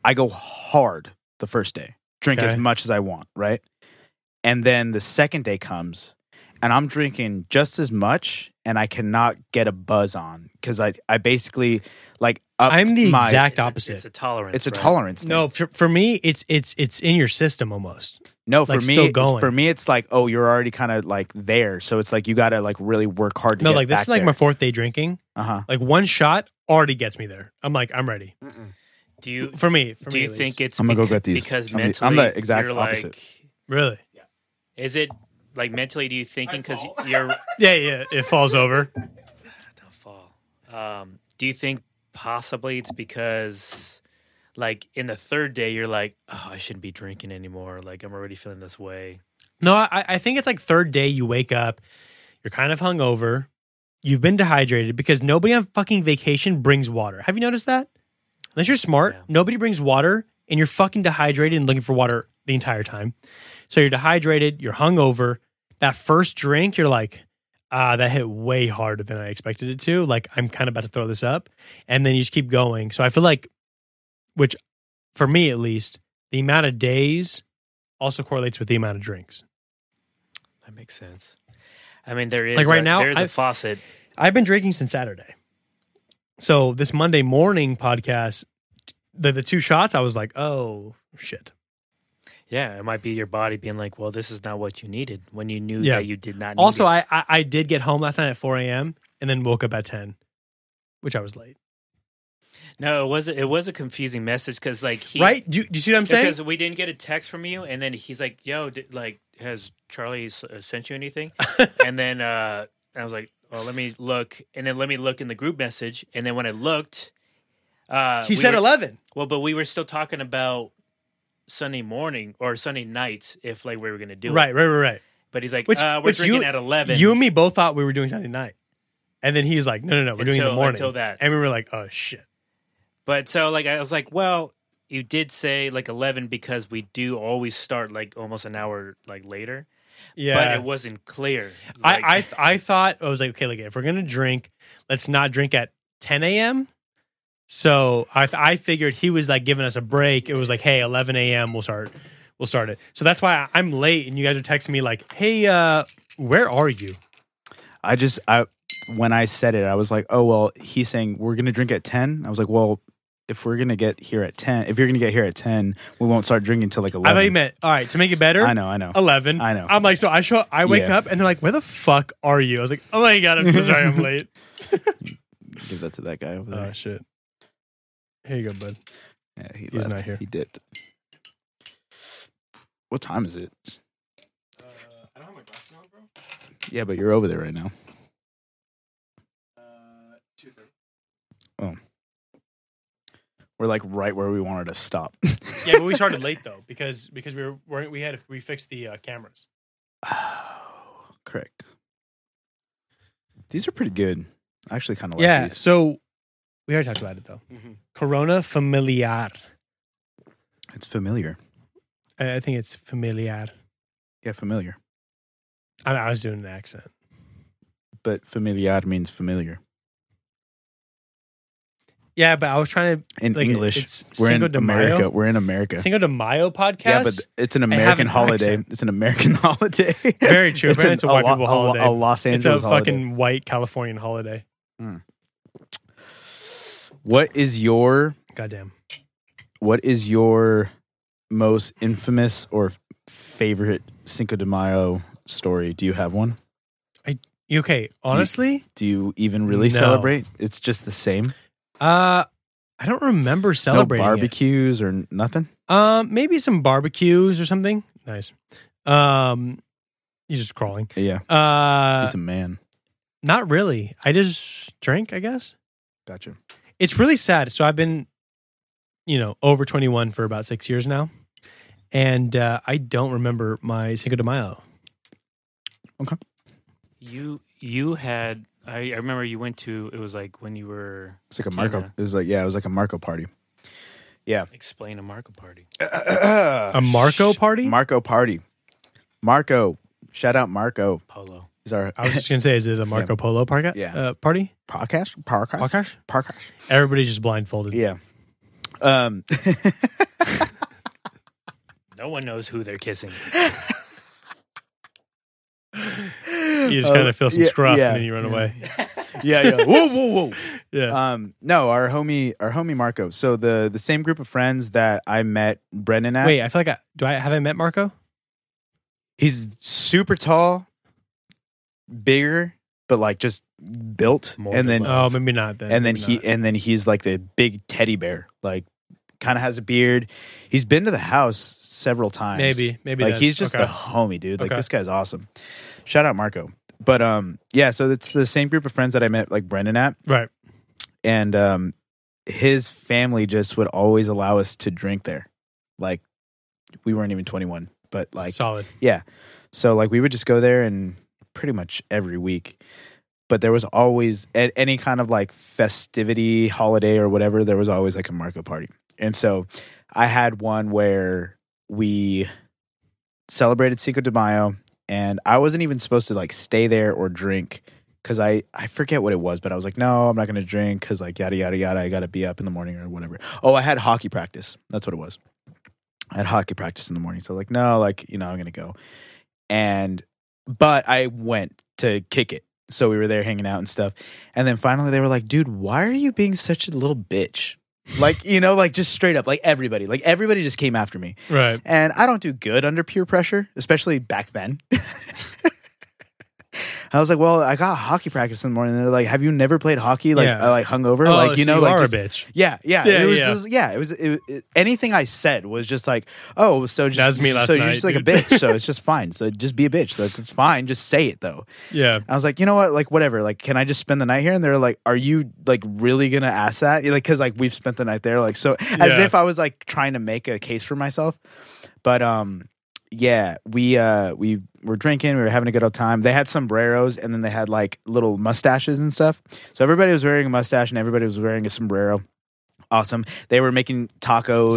I go hard the first day, drink as Okay. much as I want, right? And then the second day comes, and I'm drinking just as much, and I cannot get a buzz on because I I basically like up I'm the my, exact It's a- opposite. It's a tolerance. It's a right? tolerance. Thing. No, for, for me, it's it's it's in your system almost. no, for like, me, still it's- going. for me, it's like oh, you're already kind of like there, so it's like you got to like really work hard. To No, get like this back is like there. my fourth day drinking. uh huh. Like one shot already gets me there. I'm like, I'm ready. Do you For me, for do me, you at think least. it's I'm gonna go becau- get these. because I'm the- mentally I'm the exact you're opposite. Like, really? is it like mentally? Do you thinking because you're Yeah, yeah. It falls over. don't fall? Um, do you think possibly it's because like in the third day you're like, oh, I shouldn't be drinking anymore. Like I'm already feeling this way. No, I, I think it's like third day. You wake up, you're kind of hungover, you've been dehydrated because nobody on fucking vacation brings water. Have you noticed that? Unless you're smart, Yeah. nobody brings water, and you're fucking dehydrated and looking for water the entire time. So you're dehydrated, you're hungover. That first drink, you're like, ah, that hit way harder than I expected it to. Like I'm kind of about to throw this up, and then you just keep going. So I feel like, which for me at least, the amount of days also correlates with the amount of drinks. That makes sense. I mean, there is Like, right a- now, there's a I've- faucet. I've been drinking since Saturday. So this Monday morning podcast, the the two shots, I was like, oh shit. Yeah, it might be your body being like, well, this is not what you needed when you knew Yeah. that you did not. Need Also, it. I, I I did get home last night at 4 a.m. and then woke up at 10, which I was late. no, it was it was a confusing message because like he right? Do you, do you see what I'm saying? Because we didn't get a text from you, and then he's like, "Yo, did, like, has Charlie s- uh, sent (laughs) you anything?" and then uh, I was like, "Well, let me look," and then let me look in the group message, and then when I looked, uh, He we said were- 11. Well, but we were still talking about Sunday morning or Sunday night if like we were gonna do Right, it. right, right, But he's like, Which- uh, "We're which drinking you- at right. 11. You and me both thought we were doing Sunday night. And then he's like, no, no, no, we're doing it in the Until- morning. until that. And we were like, oh shit. But so like I was like, well, you did say like eleven because we do always start like almost an hour like later. Yeah. But it wasn't clear. Like- I, I th- I thought I was like, okay, like if we're gonna drink, let's not drink at 10 a.m. So I th- I figured he was like giving us a break. It was like, hey, 11 a.m. We'll start we'll start it. So that's why I- I'm late, and you guys are texting me like, hey, uh, where are you? I just I when I said it, I was like, oh well, he's saying we're gonna drink at ten. I was like, well, if we're gonna get here at ten, if you're gonna get here at ten, we won't start drinking till like eleven. I thought you meant Oh. all right to make it better. I know, I know. 11. I know. I'm like, so I show I wake Yeah. up and they're like, where the fuck are you? I was like, oh my god, I'm so sorry, (laughs) I'm late. Give that to that guy over Oh there. shit. Here you go, bud. yeah, he he's left. not here. He dipped. What time is it? Yeah, but you're over there right now. Oh, we're like right where we wanted to stop. yeah, but we started late though because because we were weren't- we had we fixed the uh, cameras. Oh, correct. These are pretty good. I actually kind of like yeah. these. So we already talked about it though. Corona familiar. It's familiar. I, I think it's familiar. Yeah, familiar. I, I was doing an accent. but familiar means familiar Yeah, but I was trying to in like, English. It's we're in Cinco de America. Mayo. We're in America. Cinco de Mayo podcast. yeah, but (laughs) it's an have American an holiday. accent. It's an American (laughs) holiday. (laughs) Very true. Apparently it's a white Lo- people Lo- holiday. A, Los it's Angeles a holiday. fucking white Californian holiday. What is your Goddamn. What is your most infamous or favorite Cinco de Mayo story? Do you have one? You Okay, honestly, Do you even really No. celebrate? It's just the same. uh, I don't remember celebrating. it. no barbecues or nothing. Um, maybe some barbecues or something. Nice. Um, you're just crawling. Yeah, Uh, he's a man. not really. I just drink, I guess. Gotcha. It's really sad. So I've been, you know, over 21 for about six years now, and uh, I don't remember my Cinco de Mayo. You you had I, I remember you went to it was like when you were It's like a Marco. Yeah. It was like yeah, it was like a Marco party. explain a Marco party. A a Marco party? Marco party. Marco. Shout out Marco. Polo. He's our I was just gonna say, (laughs) is it a Marco Polo parka- Yeah. uh, party? podcast. Podcast. Podcast? Podcast. Everybody's just blindfolded. Yeah. (laughs) Um No one knows who (laughs) they're kissing. You You just kind of feel some Oh, yeah, scruff yeah, and then you run yeah. away. (laughs) Yeah, yeah. Whoa, whoa, whoa. (laughs) Yeah. Um no, our homie our homie Marco. So the the same group of friends that I met Brendan at. Wait, I feel like I do. I have I met Marco? He's super tall, bigger, but like just built Morbid and then No. Oh, maybe not. Then and then Maybe he not. and then he's like the big teddy bear like kind of has a beard he's been to the house several times maybe maybe like then. he's just Okay. the homie dude like Okay. this guy's awesome shout out marco but um yeah so it's the same group of friends that i met like brendan at right. and um his family just would always allow us to drink there like we weren't even 21 but like solid. so like we would just go there and pretty much every week. But there was always at any kind of like festivity, holiday or whatever, there was always like a Marco party. And so I had one where we celebrated Cinco de Mayo and I wasn't even supposed to like stay there or drink cuz I I forget what it was, but I was like, "No, I'm not going to drink cuz like yada yada yada, I got to be up in the morning or whatever." Oh, I had hockey practice. That's what it was. I had hockey practice in the morning. So like, "No, like, you know, I'm going to go." and but I went to kick it. So we were there hanging out and stuff. And then finally they were like, dude, why are you being such a little bitch? Like, you know, like just straight up, like everybody, like everybody just came after me. Right. And I don't do good under peer pressure, especially back then. (laughs) I was like, well, I got hockey practice in the morning. And they're like, have you never played hockey? Like, Yeah. I like hungover? Oh, like, you so know, like are just- a bitch. yeah, yeah, Yeah, it was yeah. just- yeah. It was it, it- anything I said was just like, oh, so just That was me last so you're night, just like dude. a (laughs) bitch, so it's just fine. So just be a bitch. Like it's fine. Just say it though. Yeah. I was like, you know what? Like whatever. Like can I just spend the night here? And they're like, are you like really gonna ask that? You're Like because like we've spent the night there. Like so as Yeah. if I was like trying to make a case for myself. But um, yeah, we uh we were drinking. We were having a good old time. They had sombreros and then they had like little mustaches and stuff. So everybody was wearing a mustache and everybody was wearing a sombrero. Awesome. They were making tacos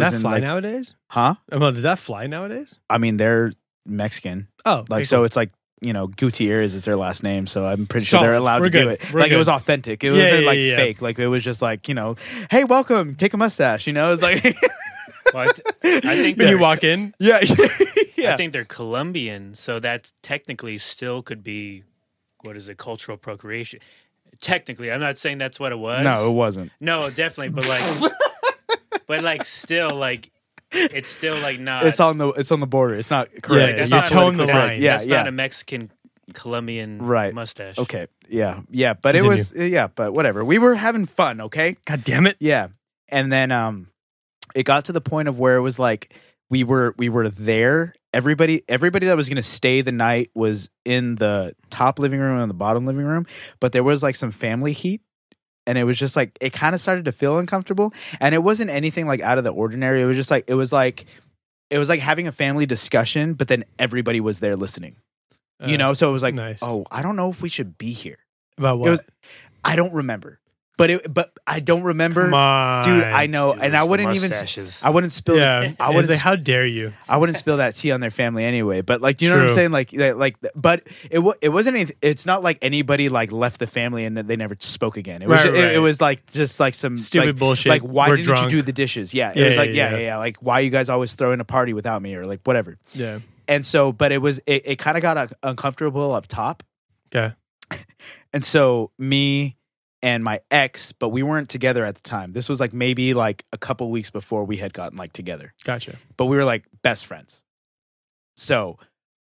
Does that and fly like, nowadays? Oh, huh? Well, does that fly nowadays? I mean, they're Mexican. Oh, okay, Like cool. so, it's like you know Gutierrez is their last name, so I'm pretty sure Solid. they're allowed We're to do good. it. We're like good. it was authentic. It Yeah, wasn't yeah, like yeah, yeah. fake. Like it was just like you know, hey, welcome, take a mustache. You know, it's like (laughs) Well, I, th- I think When they're- you walk in, yeah, yeah. I think they're Colombian, so that technically still could be what is it cultural procreation. Technically, I'm not saying that's what it was. (laughs) no, it wasn't. no, definitely, but like, (laughs) but like, still, like, it's still like not. It's on the it's on the border. It's not correct. Uh, yeah, it's you're not towing politically the correct. line. Yeah, that's yeah. not a Mexican Colombian Right. mustache. okay. Yeah, yeah. But Continue. it was yeah. But whatever. We were having fun. Okay. God damn it. Yeah. And then um it got to the point of where it was like we were we were there. Everybody everybody that was gonna stay the night was in the top living room and the bottom living room, but there was like some family heat. And it was just like it kind of started to feel uncomfortable. And it wasn't anything like out of the ordinary. It was just like it was like it was like having a family discussion, but then everybody was there listening. Uh, you know, so it was like, nice. oh, I don't know if we should be here. about what? was- I don't remember. But it, but I don't remember, Come on. dude. I know, It Oh, and I was the wouldn't even. mustaches. I wouldn't spill. Yeah, I was wouldn't. Um, like, how dare you? I wouldn't spill that tea on their family anyway. But like, you know what I'm True. saying? Like, that- like, but it wa- it wasn't. Anything, it's not like anybody like left the family and they never spoke again. It was Right, ju- it, right. it was like just like some Stupid like, bullshit. Like, why We're didn't drunk. you do the dishes? Yeah, it Yeah, was like yeah, yeah, yeah, yeah. yeah. Like, why you guys always throwing a party without me or like whatever. Yeah. And so, but it was it, it kind of got uh, uncomfortable up top. Okay. And so me and my ex, but we weren't together at the time. This was like maybe like a couple weeks before we had gotten like together. Gotcha. But we were like best friends. So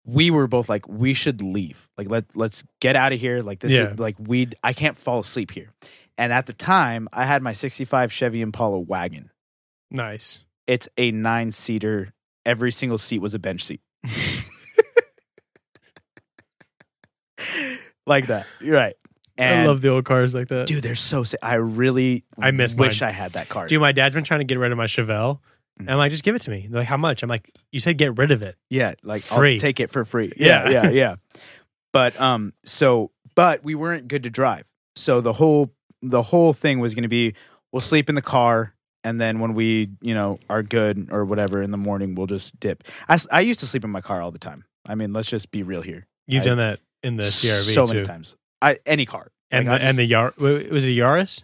we were both like we should leave. Like let let's get out of here. Like this Yeah. is like we I can't fall asleep here. And at the time, I had my 65 Chevy Impala wagon. Nice. It's a 9-seater. Every single seat was a bench seat. (laughs) like that. You're right. And I love the old cars like that. dude, they're so sick. I really, I miss Wish mine. I had that card. Dude, my dad's been trying to get rid of my Chevelle. And I'm like, just give it to me. They're like, how much? I'm like, you said get rid of it. yeah, like Free. I'll take it for free. Yeah. Yeah, yeah, yeah. but um, so but we weren't good to drive. So the whole the whole thing was going to be we'll sleep in the car, and then when we you know are good or whatever in the morning, we'll just dip. I s- I used to sleep in my car all the time. I mean, let's just be real here. You've I- done that in the CRV so too. many times. I any car And Like, the, I and the Yar wait, was it Yaris?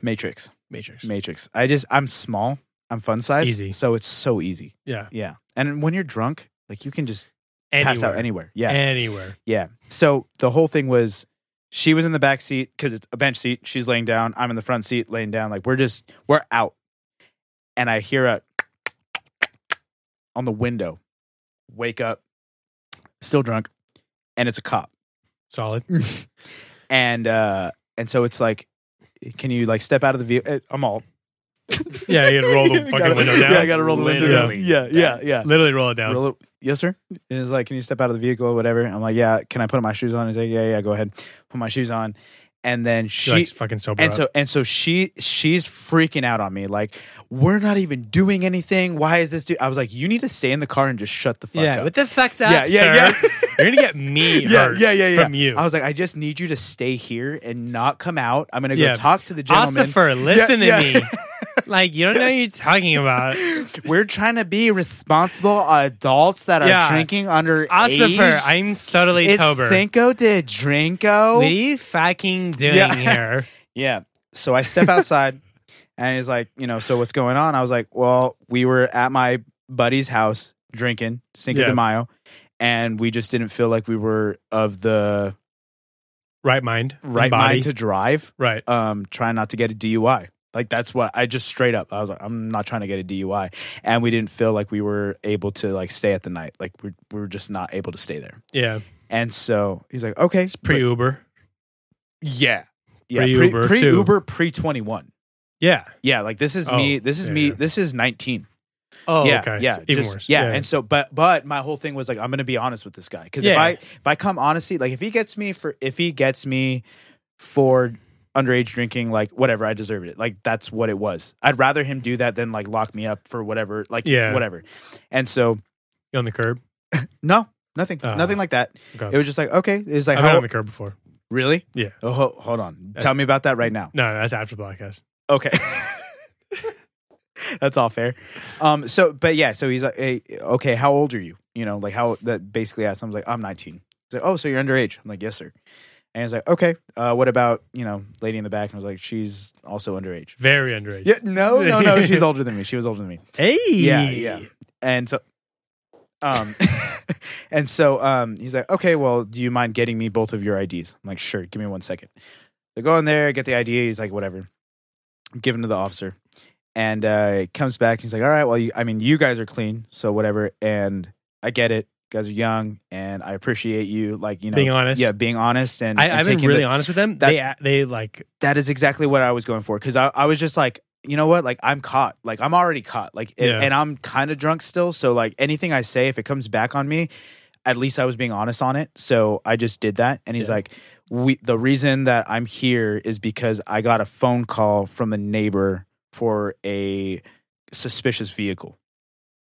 Matrix Matrix. Matrix. I just I'm small. I'm fun size. easy. So it's so easy. Yeah. Yeah. And when you're drunk, like you can just Anywhere. pass out anywhere. Yeah. Anywhere. yeah. So the whole thing was she was in the back seat because it's a bench seat. She's laying down. I'm in the front seat laying down. Like we're just, we're out. And I hear a (sniffs) on the window. Wake up, still drunk. And it's a cop. Solid. (laughs) And, uh, and so it's like, can you like step out of the vehicle? I'm all. Yeah, you gotta roll the (laughs) You fucking gotta- window down. Yeah, I gotta roll the window down. Literally. Yeah, yeah, yeah. Literally roll it down. Roll it- yes, sir. And it's like, can you step out of the vehicle or whatever? I'm like, yeah. Can I put my shoes on? He's like, yeah, yeah. Go ahead. Put my shoes on. And then she She, like, fucking sober and up. so and so she she's freaking out on me like we're not even doing anything. Why is this dude? I was like, you need to stay in the car and just shut the fuck yeah, up. what the fuck's up? Yeah, yeah, (laughs) sir? You're gonna get me (laughs) yeah, hurt yeah, yeah, yeah. from you. I was like, I just need you to stay here and not come out. I'm gonna go Yeah. talk to the gentleman. Ossifer, listen yeah. to me. (laughs) like you don't know what you're talking (laughs) about. We're trying to be responsible adults that are Yeah. drinking under Ossifer, age. I'm totally it's sober. Cinco de Drinko. What are you fucking doing (laughs) Yeah. here? Yeah. So I (laughs) step outside and he's like, you know, so what's going on? I was like, well, we were at my buddy's house drinking Cinco Yeah. de Mayo and we just didn't feel like we were of the Right mind, and right body. mind to drive, right. um, trying not to get a DUI. Like that's what I just straight up. I was like, I'm not trying to get a DUI, and we didn't feel like we were able to like stay at the night. Like we we were just not able to stay there. Yeah, And so he's like, okay, it's pre but- Uber. yeah, yeah, Pre-Uber, pre too. Uber, pre twenty one. Yeah. Yeah, like this is Oh, me. This is yeah, me. yeah. This is 19. Oh, yeah, okay. yeah, It's even just- worse. Yeah, and so, but, but my whole thing was like, I'm gonna be honest with this guy because if Yeah. I if I come honestly, like if he gets me for if he gets me for underage drinking, like whatever, I deserved it. Like that's what it was. I'd rather him do that than like lock me up for whatever, like Yeah. whatever. And so, You on the curb. no, nothing, Uh, nothing like that. Okay. It was just like, okay, it was like, I've been how, on the curb before. really? Yeah. Oh, ho- hold on. That's- Tell me about that right now. No, that's after the podcast. Okay. (laughs) That's all fair. Um so but yeah, so he's like, hey, okay, how old are you? You know, like how that basically asked. I was like, I'm 19. He's like, "Oh, so you're underage." I'm like, "Yes, sir." And he's like, "Okay, uh what about, you know, lady in the back?" And I was like, "She's also underage." Very underage. Yeah, no, no, no, (laughs) she's older than me. She was older than me. Hey. Yeah, yeah. And so um (laughs) and so um he's like, "Okay, well, do you mind getting me both of your IDs?" I'm like, "Sure, give me one second. They go in there, get the ID. He's like, "Whatever." Give him to the officer. And uh he comes back, he's like, "All right, well, you, I mean, you guys are clean, so whatever." And I get it. You guys are young and I appreciate you like, you know, Being honest. Yeah, being honest and, I, and I've been taking really the- honest with them. that- they a- they like that is exactly what I was going for because I, I was just like, you know what? Like, I'm caught. Like, I'm already caught. Like, and, Yeah. and I'm kind of drunk still. So, like, anything I say, if it comes back on me, at least I was being honest on it. So I just did that. And he's Yeah. like, we, the reason that I'm here is because I got a phone call from a neighbor for a suspicious vehicle.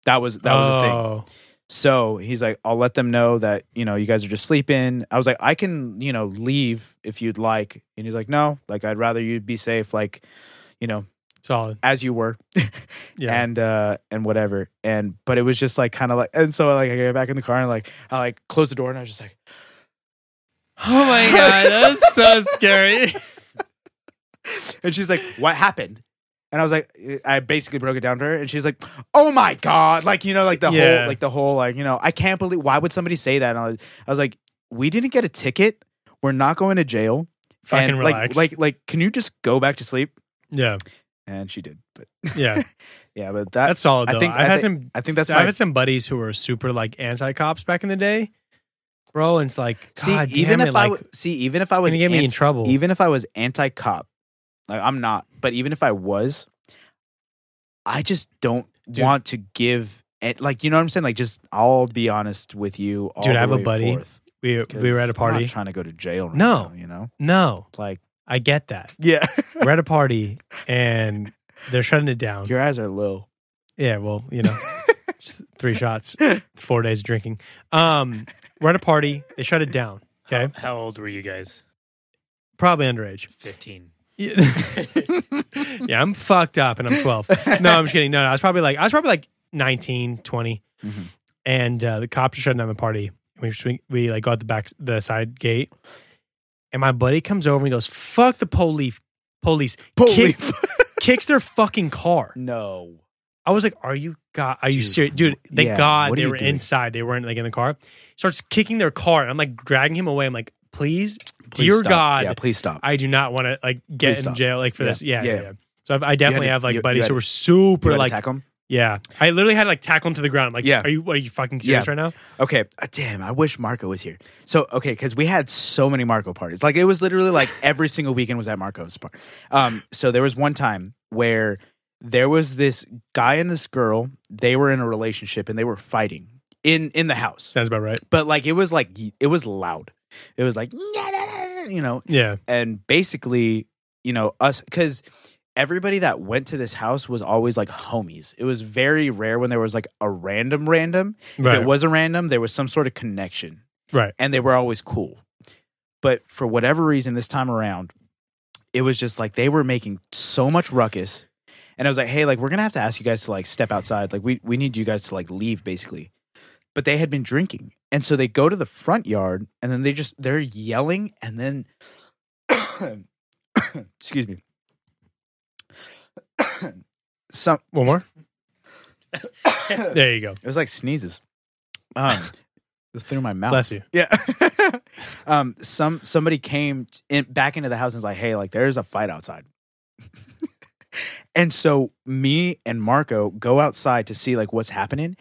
That was, that was a thing. oh, So he's like, I'll let them know that, you know, you guys are just sleeping. I was like, I can, you know, leave if you'd like. And he's like, no, like, I'd rather you be safe, like, you know, Solid. as you were (laughs) Yeah. (laughs) and uh and whatever and but it was just like kind of like and so like i get back in the car and like i like close the door and i was just like (sniffs) Oh my god, that's (laughs) so scary. and she's like what happened and i was like i basically broke it down to her and she's like oh my god like you know like the Yeah. whole like the whole like you know i can't believe why would somebody say that and i was, I was like we didn't get a ticket we're not going to jail Fucking and like relax. like like can you just go back to sleep yeah. and she did but Yeah. yeah but that That's solid I though. think- I've I had think- some i think that's I've my had some buddies who were super like anti cops back in the day. Bro, and it's like see God even damn if it, i like, w- see even if i was gonna get me in anti- trouble. even if I was anti cop, like I'm not, but even if I was, I just don't Dude. want to give it. Like you know what I'm saying? Like just I'll be honest with you. All Dude, the I have a way buddy forth, we we were at a 'cause I'm not party. trying to go to jail. Right No. now, you know, No, like I get that. (laughs) yeah, We're at a party and they're shutting it down. your eyes are low. Yeah, well, you know, it's three shots, four days of drinking. Um, we're at a party. They shut it down. Okay, How old were you guys? probably underage. 15. Yeah, Yeah, I'm fucked up, and I'm 12. (laughs) No, I'm just kidding. No, no, I was probably like I was probably like 19, 20, Mhm. and uh, the cops are shutting down the party. And we swing, we like go out the back the side gate, and my buddy comes over and he goes, "Fuck the police, police, Kick, Holy- kicks their fucking car." no, I was like, "Are you god? Are you Dude, serious, dude? Thank yeah, God what are they you were doing? inside. They weren't like in the car." Starts kicking their car, and I'm like dragging him away. I'm like, "Please, Please dear stop. God, yeah, please stop. I do not want to like get Please in stop. jail like for Yeah. this." Yeah, Yeah. yeah. yeah. So I've, I definitely to- have like you- you buddies had- who were You super wanna like, attack him. yeah. I literally had to, like tackle him to the ground. Like, Yeah. are you are you fucking serious Yeah. right now? Okay, uh, damn. I wish Marco was here. So okay, because we had so many Marco parties. Like it was literally like every single weekend was at Marco's part. Um, so there was one time where there was this guy and this girl. They were in a relationship and they were fighting in in the house. Sounds about right. But like it was like y- it was loud. It was like you know, Yeah, and basically, you know, us because everybody that went to this house was always like homies. It was very rare when there was like a random random. If right, it wasn't random, there was some sort of connection. right. And they were always cool. But for whatever reason, this time around, it was just like they were making so much ruckus. And I was like, hey, like, we're gonna have to ask you guys to like step outside. Like, we we need you guys to like leave, basically. But they had been drinking. And so they go to the front yard and then they just they're yelling and then (coughs) excuse me. (coughs) some One (coughs) more. There you go. it was like sneezes. (laughs) Um, it was through my mouth. Bless you. Yeah. (laughs) um, some somebody came t- in, back into the house and was like, "Hey, like there's a fight outside." (laughs) and so me and Marco go outside to see like what's happening,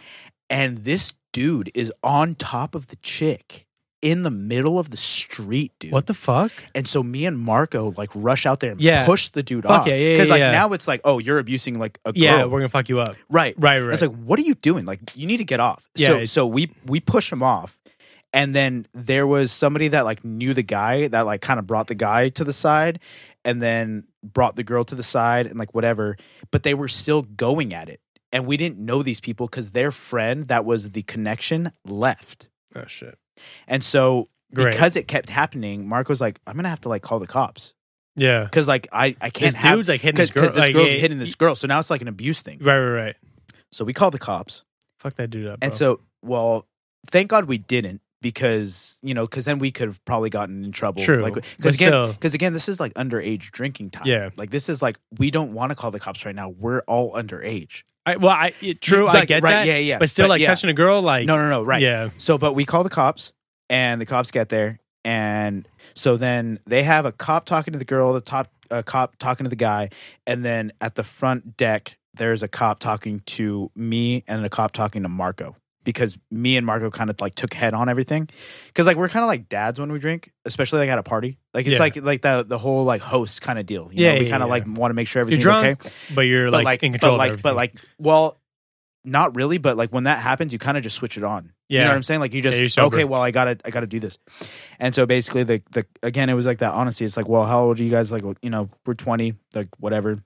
and this dude is on top of the chick in the middle of the street, dude. What the fuck? And so me and Marco like rush out there and Yeah. push the dude Fuck off yeah, yeah, yeah, like yeah. now it's like, oh, you're abusing like a girl, Yeah, we're gonna fuck you up. right? Right, right. It's like, what are you doing? Like, you need to get off. Yeah, so, it's- so we we push him off, and then there was somebody that like knew the guy that like kind of brought the guy to the side, and then brought the girl to the side, and like whatever. But they were still going at it, and we didn't know these people because their friend that was the connection left, oh shit. and so Great. because it kept happening, Mark was like, I'm gonna have to like call the cops yeah, because like I I this can't have dude's like hitting because this girl. this like, girl's yeah, hitting this girl, so now it's like an abuse thing. Right, right, right. So we call the cops. Fuck that dude up. And bro. so, well, thank God we didn't because you know because then we could have probably gotten in trouble. True. Like But because again, still- because again, this is like underage drinking time. Yeah. Like this is like we don't want to call the cops right now. We're all underage. I, well, I it, true. I Like, get right, that. yeah, yeah. But still, But like yeah. touching a girl, like no, no, no. Right. Yeah, So, but we call the cops, and the cops get there, and so then they have a cop talking to the girl, the top a cop talking to the guy, and then at the front deck there's a cop talking to me and a cop talking to Marco because me and Marco kind of like took head on everything because like we're kind of like dads when we drink, especially like at a party. Like it's Yeah. like like the the whole like host kind of deal. You Yeah, know, we yeah, kind of yeah. like want to make sure you're everything's okay drunk, but you're but like, like, in control. but of like, everything. but like, well, not really. But like when that happens, you kind of just switch it on. you know Yeah. what I'm saying. Like you you're just sober. okay. Well, I gotta, I gotta do this. And so basically, the the again, it was like that honesty. It's like, well, how old are you guys? Like, well, you know, we're 20, like whatever.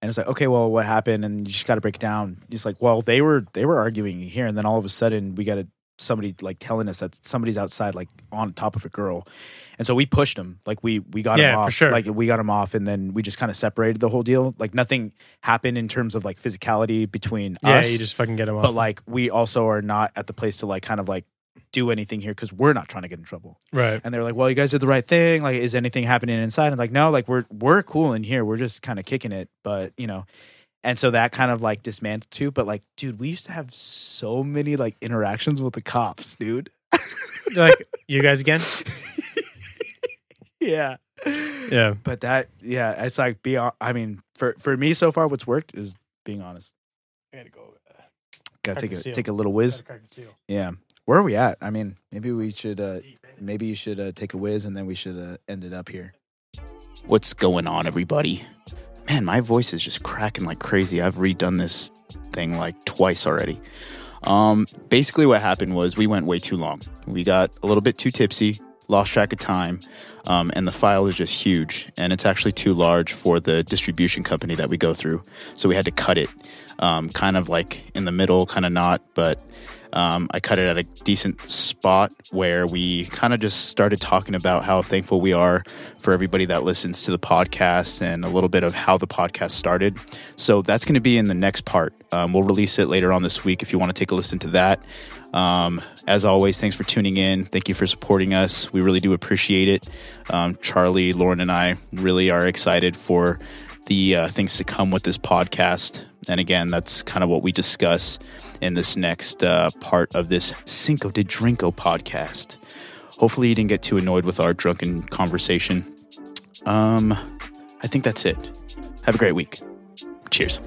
And it's like, okay, well, what happened? And you just got to break it down. It's like, well, they were they were arguing here, and then all of a sudden we got a somebody like telling us that somebody's outside, like on top of a girl, and so we pushed him, like we we got Yeah, him for off, sure. like we got him off, and then we just kind of separated the whole deal. Like nothing happened in terms of like physicality between Yeah, us, you just fucking get him off. but like we also are not at the place to like kind of like do anything here because we're not trying to get in trouble right. and they were like, "Well, you guys did the right thing. Like, is anything happening inside?" And like, no, like we're we're cool in here. We're just kind of kicking it, but you know. And so that kind of like dismantled too. But like, dude, we used to have so many like interactions with the cops, dude. (laughs) like you guys again? (laughs) Yeah. Yeah. But that, yeah, it's like be. hon- I mean, for for me so far, what's worked is being honest. I gotta go. Gotta Crack take the a seal. take a little whiz. Yeah. Where are we at? I mean, maybe we should. uh Maybe you should uh, take a whiz, and then we should uh, end it up here. What's going on, everybody? Man, my voice is just cracking like crazy. I've redone this thing like twice already. Um, basically, what happened was we went way too long. We got a little bit too tipsy, lost track of time, um, and the file is just huge. And it's actually too large for the distribution company that we go through. So we had to cut it um, kind of like in the middle, kind of not, but um, I cut it at a decent spot where we kind of just started talking about how thankful we are for everybody that listens to the podcast and a little bit of how the podcast started. So that's going to be in the next part. Um, we'll release it later on this week if you want to take a listen to that. Um, as always, thanks for tuning in. Thank you for supporting us. We really do appreciate it. Um, Charlie, Lauren, and I really are excited for the uh, things to come with this podcast. And again, that's kind of what we discuss in this next uh, part of this Cinco de Drinko podcast. Hopefully, you didn't get too annoyed with our drunken conversation. Um, I think that's it. Have a great week. Cheers.